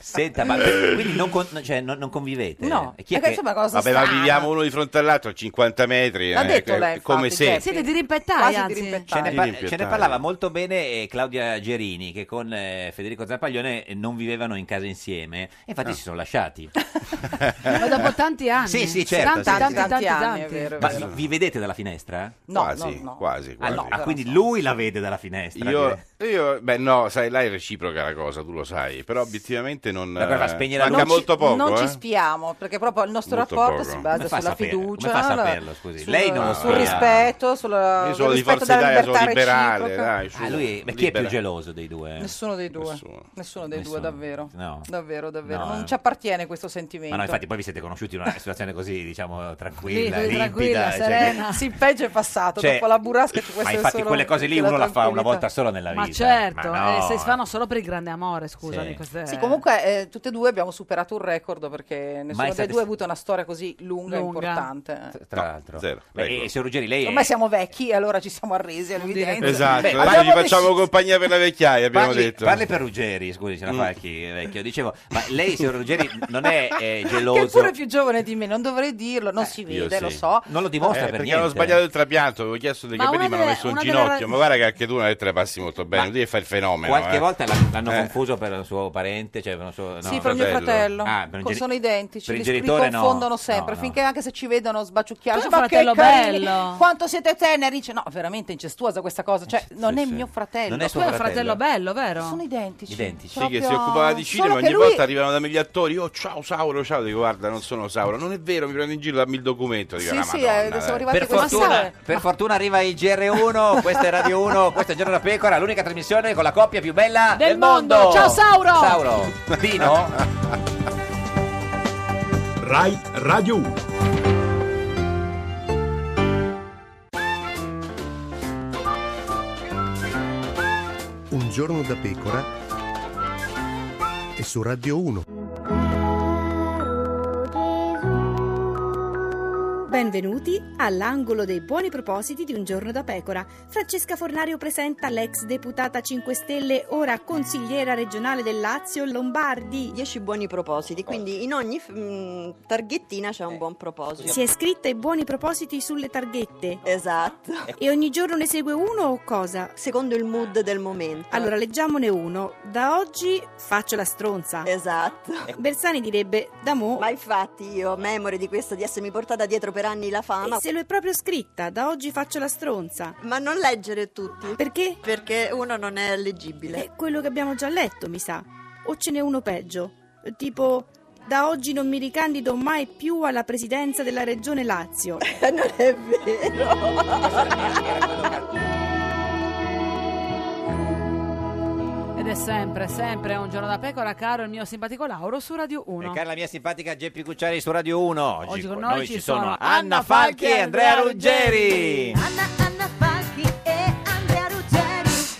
S2: Senta, ma quindi non, con- cioè, non- non convivete?
S1: No,
S2: E chi è
S15: eh,
S1: perché
S2: che-
S1: insomma, cosa
S14: Vabbè, ma viviamo uno di fronte all'altro a 50 metri.
S2: L'ha
S14: eh,
S2: detto
S14: che-
S2: lei,
S14: come
S2: infatti,
S14: se.
S1: Siete dirimpettai,
S15: cioè, Quasi
S1: anzi.
S2: Ce
S15: Ah,
S2: ne,
S14: Di
S2: par-
S14: rimpiattare.
S2: ce ne parlava molto bene eh, Claudia Gerini che con eh, Federico Zampaglione eh, non vivevano in casa insieme e infatti
S1: Ah.
S2: si sono lasciati.
S1: Ma dopo tanti anni.
S2: Sì, sì, certo,
S1: Tanti,
S2: sì, sì.
S1: tanti, tanti,
S15: Tanti anni,
S1: tanti.
S15: è vero, è
S2: Ma
S15: vero.
S2: vi, vi vedete dalla finestra?
S15: No,
S14: Quasi,
S15: no, no.
S14: quasi,
S2: Ah,
S14: quasi.
S2: no, ah, quindi lui la vede dalla finestra.
S14: Io,
S2: direi.
S14: io- beh, no, sai, là è reciproca la cosa, tu lo sai, però obiettivamente non.
S2: Ma guarda, spegnere la
S14: manca
S2: luce.
S14: molto poco.
S15: non
S14: eh.
S15: ci spiamo, perché proprio il nostro
S14: Molto
S15: rapporto
S14: poco.
S15: si
S14: Come
S15: basa
S14: fa a
S15: sulla
S14: sapere-
S15: fiducia,
S14: come fa a
S15: la-
S14: saperlo, scusi?
S15: sul,
S2: Lei non lo
S15: sul
S2: sa.
S15: rispetto, sulla,
S14: Io
S15: sul
S14: sono di
S15: rispetto
S14: Forza
S15: della
S14: Italia, sono
S15: libertà
S14: liberale.
S15: reciproca.
S14: Dai, su,
S2: Ah, lui- ma chi è più
S14: libera.
S2: geloso dei due?
S15: Nessuno dei due, nessuno,
S14: Nessuno.
S15: dei
S2: Nessuno.
S15: due, davvero.
S2: No.
S15: Davvero, davvero.
S2: No,
S15: non
S2: eh.
S15: ci appartiene questo sentimento.
S2: Ma no, infatti poi vi siete conosciuti in una situazione così, diciamo, tranquilla,
S15: Sì,
S2: limpida.
S15: tranquilla,
S2: cioè,
S15: serena. Sì, peggio è passato.
S2: Cioè,
S15: dopo la burrasca ci può
S2: ma
S15: essere
S2: infatti
S15: solo
S2: quelle cose lì
S15: la
S2: uno la fa una
S15: tranquillità.
S2: volta sola nella
S1: Ma
S2: vita.
S1: certo,
S2: Ma no, eh.
S1: eh, se si fanno solo per il grande amore, scusami.
S2: Sì.
S1: queste-
S15: Sì, comunque eh, tutte e due abbiamo superato un record perché nessuno
S2: Mai
S15: dei
S2: state-
S15: due ha avuto una storia così lunga e
S2: Lunga.
S15: importante. eh.
S2: Tra l'altro. Beh,
S14: ecco.
S2: e signor Ruggeri, lei è...
S15: Ormai siamo vecchi e allora ci siamo arresi all'evidenza.
S14: Esatto,
S2: Beh,
S14: adesso
S2: abbiamo
S14: gli facciamo
S2: deciso-
S14: compagnia per la vecchiaia, abbiamo
S2: parli,
S14: detto.
S2: parli per Ruggeri, scusi, signor
S14: Mm.
S2: Falchi, eh, vecchio. Dicevo, ma lei, signor Ruggeri, non è eh,
S15: Che è
S2: geloso. Eh,
S15: pure più giovane di me, non dovrei dirlo, non si
S14: io
S15: vede, lo
S14: sì.
S15: so.
S2: Non lo dimostra per
S14: Eh, perché
S2: niente.
S14: hanno sbagliato il trapianto, avevo chiesto dei
S15: Ma
S14: capelli,
S15: una
S14: ma hanno
S15: delle-
S14: messo un
S15: una delle
S14: ginocchio.
S15: ra-
S14: Ma guarda che anche tu non è che te la passi molto bene, non devi fare il fenomeno.
S2: Qualche
S14: eh.
S2: volta l'ha- l'hanno confuso per un suo parente, cioè per un suo... no.
S15: Sì, per mio fratello.
S2: Ah, per un
S15: Co-
S2: geni-
S15: sono identici,
S2: per il
S15: li, li
S2: genitore no.
S15: confondono
S2: No,
S15: sempre,
S2: no.
S15: finché anche se ci vedono sbaciucchiare.
S1: Però
S15: "Ma che
S1: fratello
S15: carini,
S1: bello."
S15: Quanto siete teneri? Cioè, no, veramente incestuosa questa cosa. Cioè, non è mio fratello.
S14: Non è suo Tu hai un fratello
S15: bello, vero? Sono identici.
S14: Sì, che si
S15: Proprio-
S14: occupava di cinema,
S15: Solo che
S14: ogni
S15: lui-
S14: volta arrivano da me gli attori, oh ciao Sauro, ciao, dico guarda non sono Sauro, non è vero, mi prendo in giro, dammi il documento, dico,
S15: Sì,
S14: "La
S15: sì,
S14: Madonna,
S15: eh, siamo
S14: dai."
S15: arrivati
S2: Per
S1: Eh.
S2: fortuna, per fortuna arriva il GR1, questa è Radio 1, questo è Giorno da Pecora, l'unica trasmissione con la coppia più bella del,
S1: Del mondo. Ciao, Sauro.
S2: Sauro, Pino,
S16: Rai Radio 1.
S14: Eh,
S12: Un giorno da pecora e su Radio 1.
S13: Benvenuti all'angolo dei buoni propositi di un giorno da pecora. Francesca Fornario presenta l'ex deputata 5 Stelle, ora consigliera regionale del Lazio Lombardi.
S17: 10 buoni propositi, quindi in ogni mm, targhettina c'è un buon proposito.
S13: Si è scritta i buoni propositi sulle targhette.
S17: Esatto.
S13: E ogni giorno ne segue uno o cosa?
S17: Secondo il mood del momento.
S13: Allora leggiamone uno. Da oggi faccio la stronza.
S17: Esatto.
S13: Ecco. Bersani direbbe da mo.
S17: Ma infatti io, memore di questo, di essermi portata dietro per anni la fama,
S13: E se lo è proprio scritta, da oggi faccio la stronza.
S17: ma non leggere tutti.
S13: Perché?
S17: Perché uno non è leggibile.
S13: È quello che abbiamo già letto, mi sa. O ce n'è uno peggio. Tipo, da oggi non mi ricandido mai più alla presidenza della regione Lazio. non è vero.
S1: Ed è sempre, sempre un giorno da pecora, caro il mio simpatico Lauro su Radio 1.
S2: e cara la mia simpatica Geppi Cucciari su Radio 1. Oggi,
S1: Oggi
S2: con noi ci sono Anna Falchi e Andrea Ruggeri.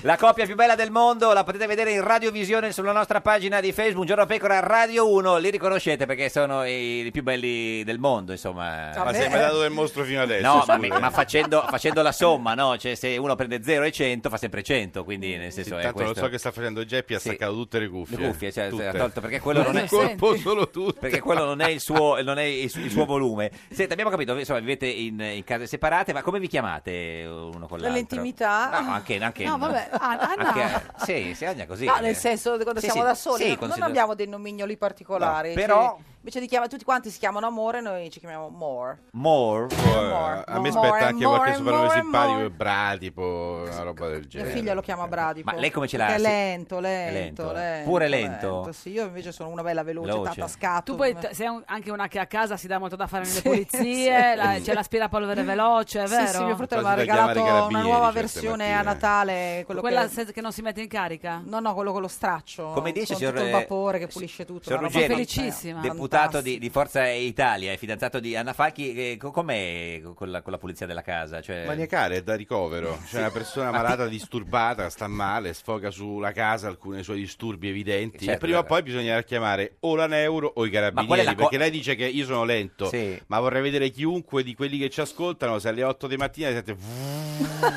S2: La coppia più bella del mondo la potete vedere in radiovisione sulla nostra pagina di Facebook Giorno Pecora Radio 1. Li riconoscete perché sono i, i più belli del mondo, insomma.
S14: Ma sei mai dato del mostro fino adesso?
S2: No, ma,
S14: scusa.
S2: mi- ma facendo, facendo la somma, no? Cioè, se uno prende 0 e 100 fa sempre 100, quindi nel senso è
S14: Tanto lo
S2: questo.
S14: so che sta facendo Geppi, ha
S2: Sì.
S14: staccato tutte le cuffie.
S2: Le cuffie, cioè,
S14: Tutte.
S2: ha tolto perché quello non è
S14: colpo solo tu.
S2: Perché quello non è il suo, non è il, su- il suo volume. Senta, abbiamo capito, insomma, vivete in, in case separate, ma come vi chiamate uno con l'altro?
S15: Nell'intimità.
S2: No, ah, anche, anche
S15: No, vabbè, Anna, Anna.
S2: anche- sì, si agna così.
S15: No, nel senso, quando
S2: Sì,
S15: siamo
S2: sì,
S15: da soli,
S2: sì,
S15: no-
S2: quando
S15: non
S2: siete-
S15: abbiamo dei nomignoli particolari.
S2: No, però-
S15: cioè, invece di chiamare tutti quanti si chiamano amore, noi ci chiamiamo more.
S2: More.
S15: More.
S14: Eh, A
S15: More
S14: me spetta
S15: and
S14: anche
S15: more
S14: qualche
S15: and
S14: supernome
S15: more and
S14: simpatico,
S15: more.
S14: Bradipo, una roba del
S15: Mia
S14: genere.
S15: figlia lo chiama Bradipo.
S14: eh. Ma lei come ce l'ha?
S15: Perché È
S14: Sì.
S15: lento,
S14: È
S15: lento,
S14: lento.
S15: lento.
S2: eh.
S15: eh,
S2: Pure lento?
S15: Sì, io invece sono una bella veloce,
S2: Veloce.
S15: tatascato.
S1: Tu poi t- sei un- anche una che a casa si dà molto da fare nelle pulizie,
S15: sì. Mm.
S1: la- c'è l'aspirapolvere veloce, è
S15: Sì,
S1: vero?
S15: sì, mio fratello mi ha
S14: Quasi da chiamare i
S15: regalato una
S14: carabinieri
S15: nuova
S14: certe
S15: versione
S14: mattine.
S15: a Natale. Quello
S1: Quella
S15: che...
S1: senza- che non si mette in carica?
S15: No, no, quello con lo straccio.
S2: Come dice,
S15: con tutto
S2: signor- eh,
S15: il vapore che pulisce tutto.
S2: Signor
S15: una roba
S2: Ruggeri,
S15: felicissima.
S2: deputato di, di Forza Italia e fidanzato di Anna Falchi, eh, co- com'è con la, con la pulizia della casa? Cioè...
S14: Maniacare è da ricovero, c'è una
S2: Ah,
S14: persona malata disturbata, sta male, sfoga sulla casa alcuni suoi disturbi evidenti e
S2: Certo.
S14: prima o poi bisognerà chiamare o la Neuro o
S2: qual è
S14: i carabinieri
S2: la co-
S14: perché lei dice che io sono lento,
S2: Sì.
S14: ma vorrei vedere chiunque di quelli che ci ascoltano se alle 8 di mattina sente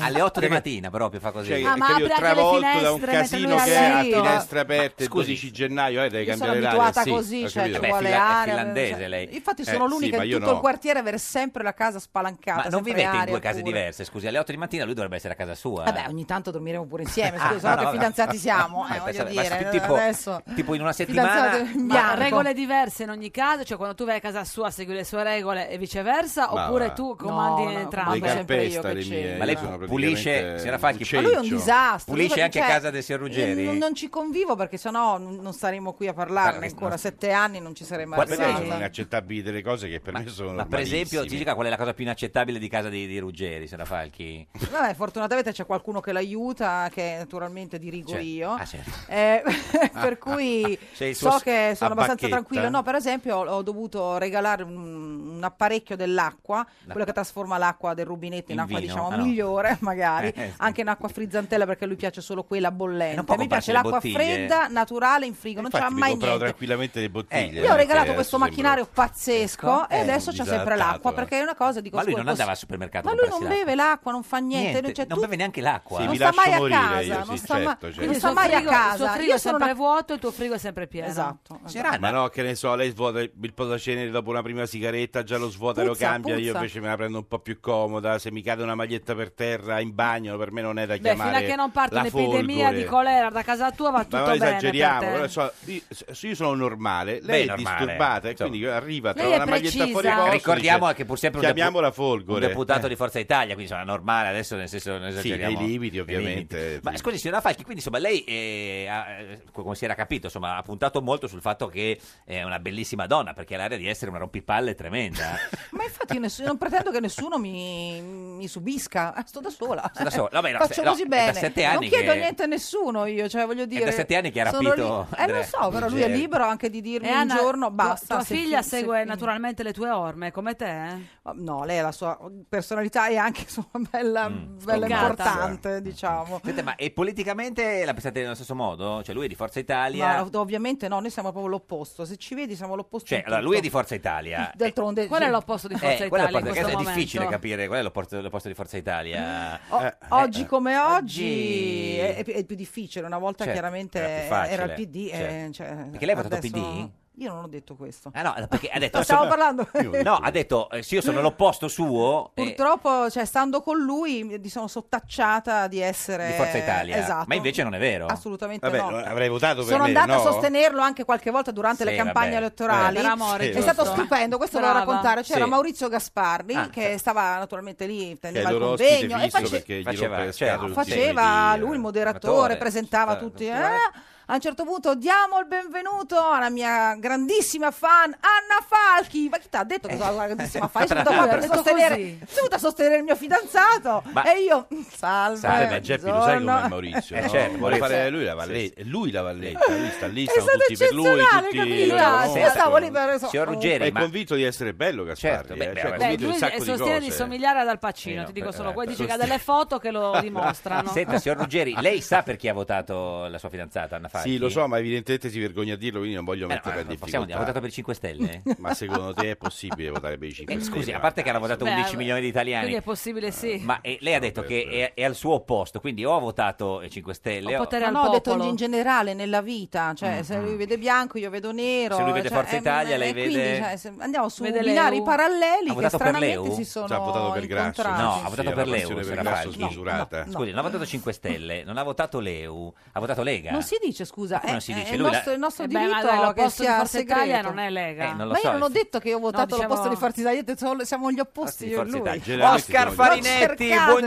S2: Alle 8 di mattina proprio fa così.
S14: cioè,
S1: Ah, ma
S14: capito,
S1: apre anche le
S14: travolto da un
S1: finestre mentre
S14: casino
S1: lui
S14: che ha
S1: arriva.
S14: finestre aperte il
S2: scusi.
S14: 12 gennaio eh, devi
S15: Io sono
S14: cambiare l'aria
S15: abituata
S14: sì,
S15: così,
S14: ho
S15: cioè
S14: capito.
S15: tu vuole aria. cioè- Infatti sono
S14: Eh, sì,
S15: l'unica
S14: ma
S15: in
S14: io
S15: tutto
S14: no.
S15: il quartiere a avere sempre la casa spalancata.
S2: Ma non
S15: sempre
S2: vivete in
S15: aria Eh
S2: due case
S15: pure.
S2: diverse, scusi, alle 8 di mattina lui dovrebbe essere a casa sua.
S15: Vabbè, ogni tanto dormiremo pure insieme,
S2: Ah,
S15: scusa,
S2: no, Ah,
S15: no,
S2: no,
S15: che
S2: no.
S15: fidanzati siamo, eh,
S2: Ma
S15: voglio
S2: pensavo-
S15: dire,
S2: ma tipo-
S15: adesso...
S2: Tipo in una
S15: Fidanzate
S2: settimana...
S15: in
S1: Ma
S15: bianco.
S1: regole diverse in ogni caso, cioè quando tu vai a casa sua segui le sue regole e viceversa,
S14: Ma
S1: oppure
S14: va.
S1: tu comandi
S15: No, no,
S1: entrambe?
S14: Le carpesta le mie,
S2: Ma lei
S14: io sono
S2: pulisce,
S14: praticamente
S2: signora Falchi,
S14: un
S15: Ma lui è un
S14: cencio.
S15: disastro.
S2: Pulisce
S15: lui-
S2: anche
S15: cioè,
S2: casa del signor Ruggeri?
S15: io Non, non ci convivo perché sennò n- non staremo qui a parlarne
S2: Parla-
S15: ancora. Sette anni non ci saremmo
S14: Guarda, perché sono
S15: arrivati.
S14: inaccettabili delle cose che per me sono
S2: Ma per esempio, ti
S14: normalissime.
S2: dica qual è la cosa più inaccettabile di casa di, di Ruggeri, signora Falchi?
S15: Vabbè, fortunatamente c'è qualcuno che l'aiuta, che naturalmente dirigo
S2: Cioè-
S15: io.
S2: ah, certo.
S15: Eh, per cui
S2: C'è il suo
S15: so
S2: s-
S15: che
S2: a
S15: sono abbastanza
S2: bacchetta.
S15: tranquilla. No, per esempio, ho ho dovuto regalare un, un apparecchio dell'acqua, quello che trasforma l'acqua del rubinetto in,
S2: In
S15: acqua,
S2: vino?
S15: diciamo,
S2: Ah, no,
S15: migliore, magari,
S2: Eh, sì. Eh,
S15: anche in acqua frizzantella perché a lui piace solo quella bollente.
S2: può
S15: A me
S2: comprarsi
S15: piace
S2: le
S15: l'acqua
S2: bottiglie. Eh,
S15: fredda, naturale, in frigo, non c'ha
S14: Infatti mi
S15: mai
S14: compravo
S15: niente.
S14: tranquillamente le bottiglie.
S15: Io ho regalato
S14: perché
S15: questo
S14: adesso sembro-
S15: macchinario pazzesco e
S14: Eh,
S15: adesso
S14: un
S15: c'è sempre
S14: disadattato,
S15: l'acqua
S14: eh.
S15: perché è una cosa
S2: Ecco,
S15: dico
S2: Ma lui
S15: scusa,
S2: non andava
S15: posso-
S2: al supermercato. a
S15: ma lui non
S2: comprarsi l'acqua.
S15: beve l'acqua, non fa niente,
S2: Niente,
S15: cioè,
S2: non beve neanche l'acqua.
S14: Sì,
S15: non
S14: mi
S15: sta mai
S14: lascio
S15: a
S14: morire
S15: casa,
S14: io,
S15: non
S14: sì,
S15: sta, ma-
S14: certo, certo.
S15: non
S1: il
S15: sta
S1: suo
S15: mai
S1: frigo,
S15: a
S1: Il suo
S15: casa.
S1: frigo
S15: Io
S1: è
S15: sono
S1: sempre
S15: una
S1: vuoto e il tuo frigo è sempre pieno. Esatto.
S14: Ma no, che ne so, lei svuota il il posacenere dopo una prima sigaretta, già lo svuota e lo
S1: Puzza,
S14: cambia, io
S1: puzza.
S14: invece me la prendo un po' più comoda, se mi cade una maglietta per terra in bagno, per me non è da
S1: Beh,
S14: chiamare
S1: fino a che non parte
S14: la
S1: un'epidemia
S14: folgore.
S1: di colera da casa tua va tutto
S14: Ma noi
S1: bene. per
S14: esageriamo,
S1: te.
S14: però so- io, so- io sono normale, lei
S2: Beh,
S14: è
S2: normale,
S14: disturbata e quindi arriva,
S1: Lei
S14: trova
S1: è
S14: una maglietta
S1: precisa.
S14: fuori posto,
S2: Ricordiamo
S14: dice,
S2: che pur sempre un, depu-
S14: chiamiamola
S2: un
S14: folgore. Eh.
S2: deputato di Forza Italia, quindi insomma normale adesso nel senso non esageriamo.
S14: nei limiti, ovviamente.
S2: Ma scusi signora Falchi, quindi insomma lei eh, ha, eh, come si era capito, insomma ha puntato molto sul fatto che è una bellissima donna perché ha l'aria di essere una rompipalle tremenda.
S15: Ma infatti io ness- non pretendo che nessuno mi, mi subisca, Ah, sto da sola.
S2: Da sola. Vabbè, no,
S15: Faccio
S2: se- no,
S15: così
S2: è da
S15: bene.
S2: sette
S15: non
S2: anni
S15: chiedo
S2: che-
S15: niente a nessuno io, cioè voglio dire...
S14: eh,
S2: da sette anni che ha
S15: sono
S2: rapito
S15: Eh, lo
S2: Andrea
S15: so, però lui è
S2: Ruggeri.
S15: libero anche di dirmi
S1: E
S15: un
S1: Eh, Anna,
S15: giorno,
S1: tua-
S15: basta.
S1: Tua
S15: se
S1: figlia
S15: fi- se
S1: segue
S15: fi- Oh,
S1: naturalmente le tue orme, come te?
S15: No, lei ha la sua personalità è anche insomma bella,
S2: Mm,
S15: bella
S2: Spiegata.
S15: importante, diciamo.
S2: Senta, ma e politicamente la pensate nello stesso modo? Cioè lui è di Forza
S15: Ma
S2: Italia,
S15: ov- ovviamente no, noi siamo proprio l'opposto. Se ci vedi siamo l'opposto.
S2: eh. cioè
S15: in
S2: allora lui è
S15: tutto.
S2: di Forza Italia.
S15: D'altronde
S1: Qual è
S15: sì.
S1: l'opposto di
S2: Eh, quello è, il posto- è difficile capire qual è l'opposto l'opposto di Forza Italia.
S15: O-
S2: Eh,
S15: oggi
S2: eh.
S15: come
S2: Oggi-
S15: oggi è, è pi- è più difficile, una volta
S2: Certo,
S15: chiaramente
S2: era più
S15: era,
S2: facile,
S15: il PD. eh,
S2: certo.
S15: cioè,
S2: Perché lei ha votato
S15: adesso-
S2: PD?
S15: Io non ho detto questo.
S2: Ah no, perché ha detto...
S15: Stavo
S2: sono-
S15: parlando.
S2: No, ha detto, eh, sì, io sono l'opposto suo. eh,
S15: Purtroppo, cioè, stando con lui, mi mi sono sottacciata di essere
S2: di Forza Italia.
S15: Esatto.
S2: Ma invece non è vero.
S15: Assolutamente no.
S14: avrei votato per
S15: Sono
S14: me,
S15: andata
S14: no?
S15: a sostenerlo anche qualche volta durante
S14: Sì,
S15: le campagne
S14: vabbè.
S15: elettorali.
S14: Eh, per amore,
S15: è
S14: giusto.
S15: stato stupendo, questo
S1: Brava.
S15: devo raccontare. C'era
S14: Sì.
S15: Maurizio Gasparri
S14: Ah,
S15: che
S14: certo.
S15: stava naturalmente lì,
S14: che è
S15: teneva
S14: il
S15: il
S14: loro ospite
S15: convegno e
S14: fisso
S15: face-
S14: perché gli
S2: faceva-
S14: rompe le
S2: certo.
S14: scatole tutti i
S15: Ah, faceva
S14: lunedì,
S15: lui il
S14: moderatore,
S15: moderatore, presentava
S14: certo,
S15: tutti. eh. A un certo punto diamo il benvenuto alla mia grandissima fan Anna Falchi. Ma chi ti ha detto che sono una grandissima fan? Io sono venuta qua per
S1: Detto
S15: sostenere,
S1: così.
S15: sono venuta a sostenere il mio fidanzato.
S14: Ma-
S15: E io, "Mm, salve.
S14: Salve, ma Geppi lo sai com'è
S15: buongiorno.
S14: Maurizio?
S2: Eh,
S14: no?
S2: certo,
S14: Vuole
S2: Maurizio.
S14: fare lui la valletta, lui la valletta, lui sta lì, stanno
S15: stato
S14: tutti per lui,
S15: eccezionale,
S14: tutti
S15: capito?
S14: lo conoscono.
S15: Io stavo lì per-
S2: Signor Ruggeri,
S14: è
S2: ma-
S14: convinto di essere bello Gasparri,
S2: Certo, beh,
S14: eh,
S2: beh,
S14: cioè,
S2: beh,
S14: è
S1: Beh,
S14: convinto di
S1: lui
S14: un sacco di
S1: sostiene
S14: cose.
S1: di somigliare ad Al
S2: Eh,
S1: Pacino,
S2: no,
S1: ti dico
S2: per-
S1: solo
S2: eh,
S1: questo. Dice che ha
S2: sostiene-
S1: delle foto che lo dimostrano.
S2: Senta, signor Ruggeri, lei sa per chi ha votato la sua fidanzata Anna Falchi?
S14: Sì, lo so, ma evidentemente si vergogna a dirlo, quindi non voglio
S2: Eh, no,
S14: metterla in
S2: ma possiamo
S14: difficoltà.
S2: dire, ha votato per i 5 Stelle?
S14: Ma secondo te è possibile votare per i 5
S2: Eh,
S14: Stelle?
S2: scusi, a parte che hanno votato
S1: Beh,
S2: 11 milioni di
S1: Quindi
S2: italiani,
S1: è possibile sì.
S2: ma eh, lei ha detto che è, è al suo opposto, quindi o ha votato i 5 Stelle,
S1: O potere
S15: Ma
S1: al
S15: no, ho detto
S1: popolo.
S15: in generale nella vita, cioè se lui vede bianco io vedo nero.
S2: Se lui vede
S15: cioè,
S2: Forza
S15: eh,
S2: Italia,
S15: eh,
S2: lei
S15: quindi,
S2: vede-
S15: cioè, se andiamo su
S1: Vede
S15: binari
S1: l'EU.
S15: paralleli
S2: ha
S15: che
S2: votato per
S15: stranamente
S2: l'Leu?
S15: si sono
S14: Cioè,
S15: incontrati.
S2: No, ha votato
S14: sì,
S2: per
S14: la
S2: l'EU,
S14: passione per
S2: signora
S14: Grasso
S2: Falchi.
S14: smisurata. No, no,
S2: Scusi, non ha votato 5 Stelle, non ha votato l'EU, ha votato Lega.
S15: Non si dice, scusa,
S2: Come
S15: eh,
S2: non si
S15: eh,
S2: dice?
S15: è il
S2: Lui la-
S15: nostro, il nostro
S1: Eh beh, ma
S15: diritto
S1: dai,
S15: che
S1: l'opposto di
S15: sia
S1: Forza Italia
S15: segreto.
S1: non è Lega.
S2: Eh, non lo
S15: Ma
S2: so,
S15: io non ho
S2: il-
S15: detto che io ho votato
S1: diciamo-
S15: l'opposto di Forza Italia, io ho detto solo- siamo gli opposti io e
S2: Forza
S15: lui.
S2: Italia.
S14: Generalmente
S2: Oscar
S14: si vuole-
S2: Farinetti,
S15: Non cercate.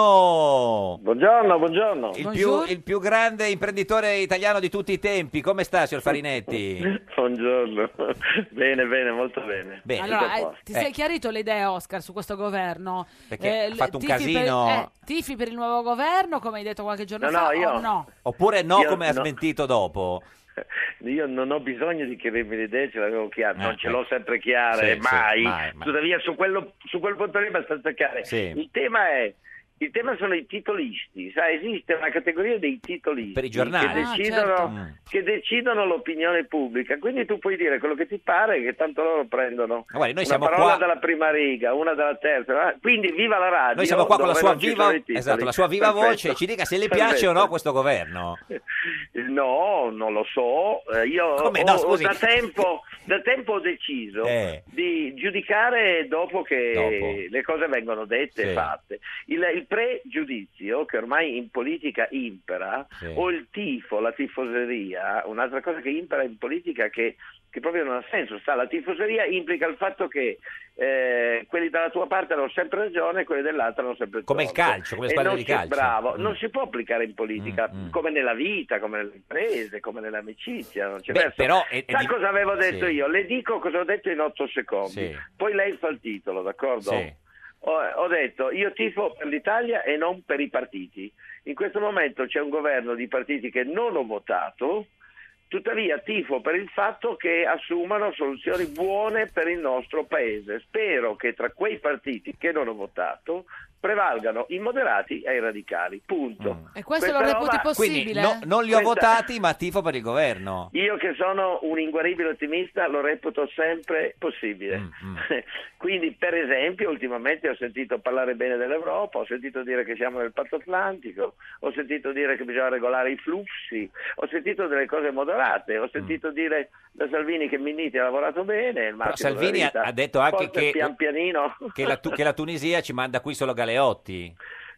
S2: buongiorno.
S18: Buongiorno, buongiorno.
S2: Il più, il più grande imprenditore italiano di tutti i tempi. Come sta, signor Farinetti?
S18: Buongiorno. bene, bene, molto bene.
S2: Bene.
S1: Allora,
S18: Tutto a
S1: eh,
S18: posto.
S1: ti sei chiarito le idee, Oscar, su questo governo?
S2: Perché ha
S1: l-
S2: fatto un
S1: tifi
S2: casino.
S1: Per, eh, tifi per il nuovo governo, come hai detto qualche giorno
S18: No,
S1: fa,
S18: no, io-
S1: o no?
S2: Oppure no,
S18: Io
S2: come ha
S18: no.
S2: smentito dopo?
S18: Io non ho bisogno di chiarirmi le idee, ce l'avevo chiara,
S2: Eh,
S18: non ce
S2: eh.
S18: l'ho sempre chiare,
S2: Sì, sì,
S18: mai.
S2: mai, mai.
S18: Tuttavia su, quello- su quel punto lì abbastanza chiare.
S2: Sì.
S18: Il tema è il tema sono i titolisti, sai, esiste una categoria dei titolisti
S2: Per i giornali.
S18: che
S2: Ah,
S18: decidono,
S2: certo. Mm.
S18: che decidono l'opinione pubblica, quindi tu puoi dire quello che ti pare, che tanto loro prendono
S2: Ma guardi, noi
S18: una
S2: siamo
S18: parola
S2: qua-
S18: dalla prima riga, una dalla terza, ah, quindi viva la radio.
S2: Noi siamo qua con la
S18: dove
S2: sua
S18: non ci
S2: viva,
S18: sono i titoli.
S2: esatto, la sua viva
S18: Perfetto.
S2: voce. Ci dica se le piace o
S18: Perfetto.
S2: no questo governo.
S18: Eh, No, non lo so. Eh, Io
S2: Come
S18: ho-
S2: no,
S18: ho
S2: scusi?
S18: da, tempo, da tempo ho deciso
S2: Eh.
S18: di giudicare dopo che
S2: Dopo.
S18: le cose vengono dette
S2: Sì.
S18: e fatte. Il, il pregiudizio, che ormai in politica impera,
S2: Sì.
S18: o il tifo, la tifoseria, un'altra cosa che impera in politica che, che proprio non ha senso. Sa, la tifoseria implica il fatto che eh, quelli dalla tua parte hanno sempre ragione e quelli dell'altra hanno sempre
S2: Come il
S18: torto.
S2: calcio, come le
S18: E
S2: squadre
S18: non
S2: di
S18: si-
S2: calcio.
S18: Bravo,
S2: Mm.
S18: non si può applicare in politica
S2: Mm, mm.
S18: come nella vita, come nelle imprese, come nell'amicizia. Non c'è
S2: Beh,
S18: verso.
S2: però è- è
S18: Sa
S2: di-
S18: cosa avevo detto
S2: Sì.
S18: io? Le dico cosa ho detto in otto secondi.
S2: Sì.
S18: Poi lei fa il titolo, d'accordo?
S2: Sì.
S18: Ho, ho detto io tifo per l'Italia e non per i partiti. In questo momento c'è un governo di partiti che non ho votato Tuttavia tifo per il fatto che assumano soluzioni buone per il nostro paese. Spero che tra quei partiti che non ho votato prevalgano i moderati e i radicali. Punto.
S1: E questo lo
S18: Questa
S1: reputi
S18: roba-
S1: possibile?
S2: No, non li ho
S18: Questa-
S2: votati, ma tifo per il governo.
S18: Io che sono un inguaribile ottimista lo reputo sempre possibile.
S2: Mm,
S18: Quindi, per esempio, ultimamente ho sentito parlare bene dell'Europa, ho sentito dire che siamo nel patto atlantico, ho sentito dire che bisogna regolare i flussi, ho sentito delle cose moderate, ho
S2: Mm.
S18: sentito dire da Salvini che Minniti ha lavorato bene. il marchio della
S2: Salvini ha-
S18: vita.
S2: ha detto anche
S18: Forse
S2: che-
S18: pian pianino
S2: Che la, Tu- che la Tunisia ci manda qui solo Galeotti.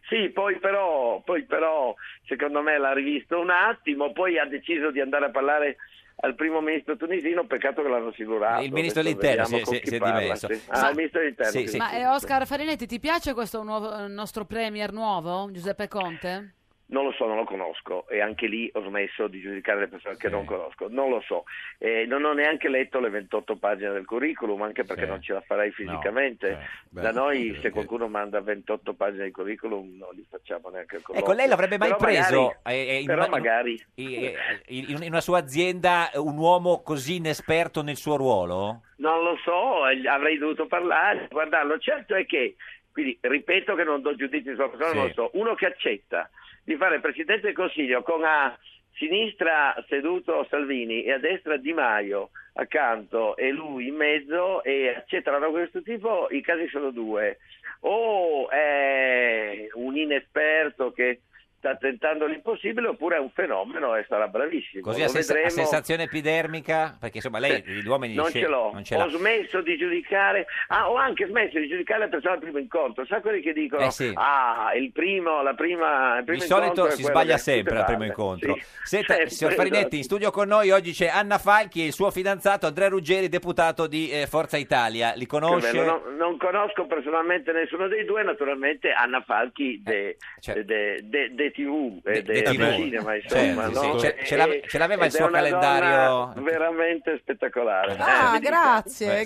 S18: Sì, poi però, poi però, secondo me l'ha rivisto un attimo, poi ha deciso di andare a parlare al primo ministro tunisino, peccato che l'hanno silurato.
S2: Il ministro
S18: Adesso
S2: dell'interno si-
S18: vediamo con
S2: si-
S18: chi
S2: si è
S18: parla,
S2: dimesso.
S18: sì.
S2: Ma-
S18: Ah, il ministro dell'interno.
S2: Sì, sì.
S1: Ma eh, Oscar Farinetti, ti piace questo nuovo- eh, nostro premier nuovo, Giuseppe Conte?
S18: Non lo so, non lo conosco e anche lì ho smesso di giudicare le persone che non conosco, non lo so. Eh, non ho neanche letto le 28 pagine del curriculum, anche perché non ce la farei fisicamente.
S2: cioè, Beh,
S18: da noi
S2: credo
S18: se qualcuno manda 28 pagine di curriculum non li facciamo neanche il colloquio.
S2: Ecco, lei l'avrebbe mai
S18: Però
S2: preso
S18: magari-
S2: eh, eh, in,
S18: però
S2: una-
S18: magari...
S2: eh, in- in una sua azienda eh, un uomo così inesperto nel suo ruolo?
S18: Non lo so, eh, avrei dovuto parlare, guardarlo. Certo è che, quindi ripeto che non do giudizi sulla persona,
S2: Sì.
S18: non lo so. Uno che accetta di fare Presidente del Consiglio con a sinistra seduto Salvini e a destra Di Maio accanto e lui in mezzo e accetta una roba di questo tipo, i casi sono due. O è un inesperto che sta tentando l'impossibile oppure è un fenomeno e sarà bravissimo.
S2: Così
S18: Lo
S2: a, sens- a
S18: vedremo.
S2: sensazione epidermica? Perché insomma lei gli uomini
S18: Non
S2: sce-
S18: ce l'ho,
S2: non ce l'ha.
S18: ho smesso di giudicare, ah, ho anche smesso di giudicare le persone al primo incontro. Sa quelli che dicono:
S2: Eh sì.
S18: Ah, il primo, la prima. Il primo
S2: Di solito
S18: incontro è
S2: si
S18: quello
S2: sbaglia
S18: che
S2: sempre al
S18: tutte
S2: primo
S18: parla.
S2: incontro.
S18: Sì. esatto.
S2: Senta,
S18: Sempre,
S2: signor Farinetti, in studio con noi oggi c'è Anna Falchi e il suo fidanzato Andrea Ruggeri, deputato di eh, Forza Italia. Li
S18: esatto.
S2: conosce?
S18: Che bello, no- non conosco personalmente nessuno dei due, naturalmente Anna Falchi de, de- de- de TV e de,
S2: Eh, cioè- de TV.
S18: de cinema, insomma.
S2: Certo, sì,
S18: no?
S2: sì. Ce-
S18: E-
S2: ce l'ave-
S18: e-
S2: ce l'aveva il
S18: ed è
S2: suo
S18: una
S2: calendario?
S18: donna veramente spettacolare.
S15: Ah,
S18: Eh, mi
S15: grazie,
S18: dispiace.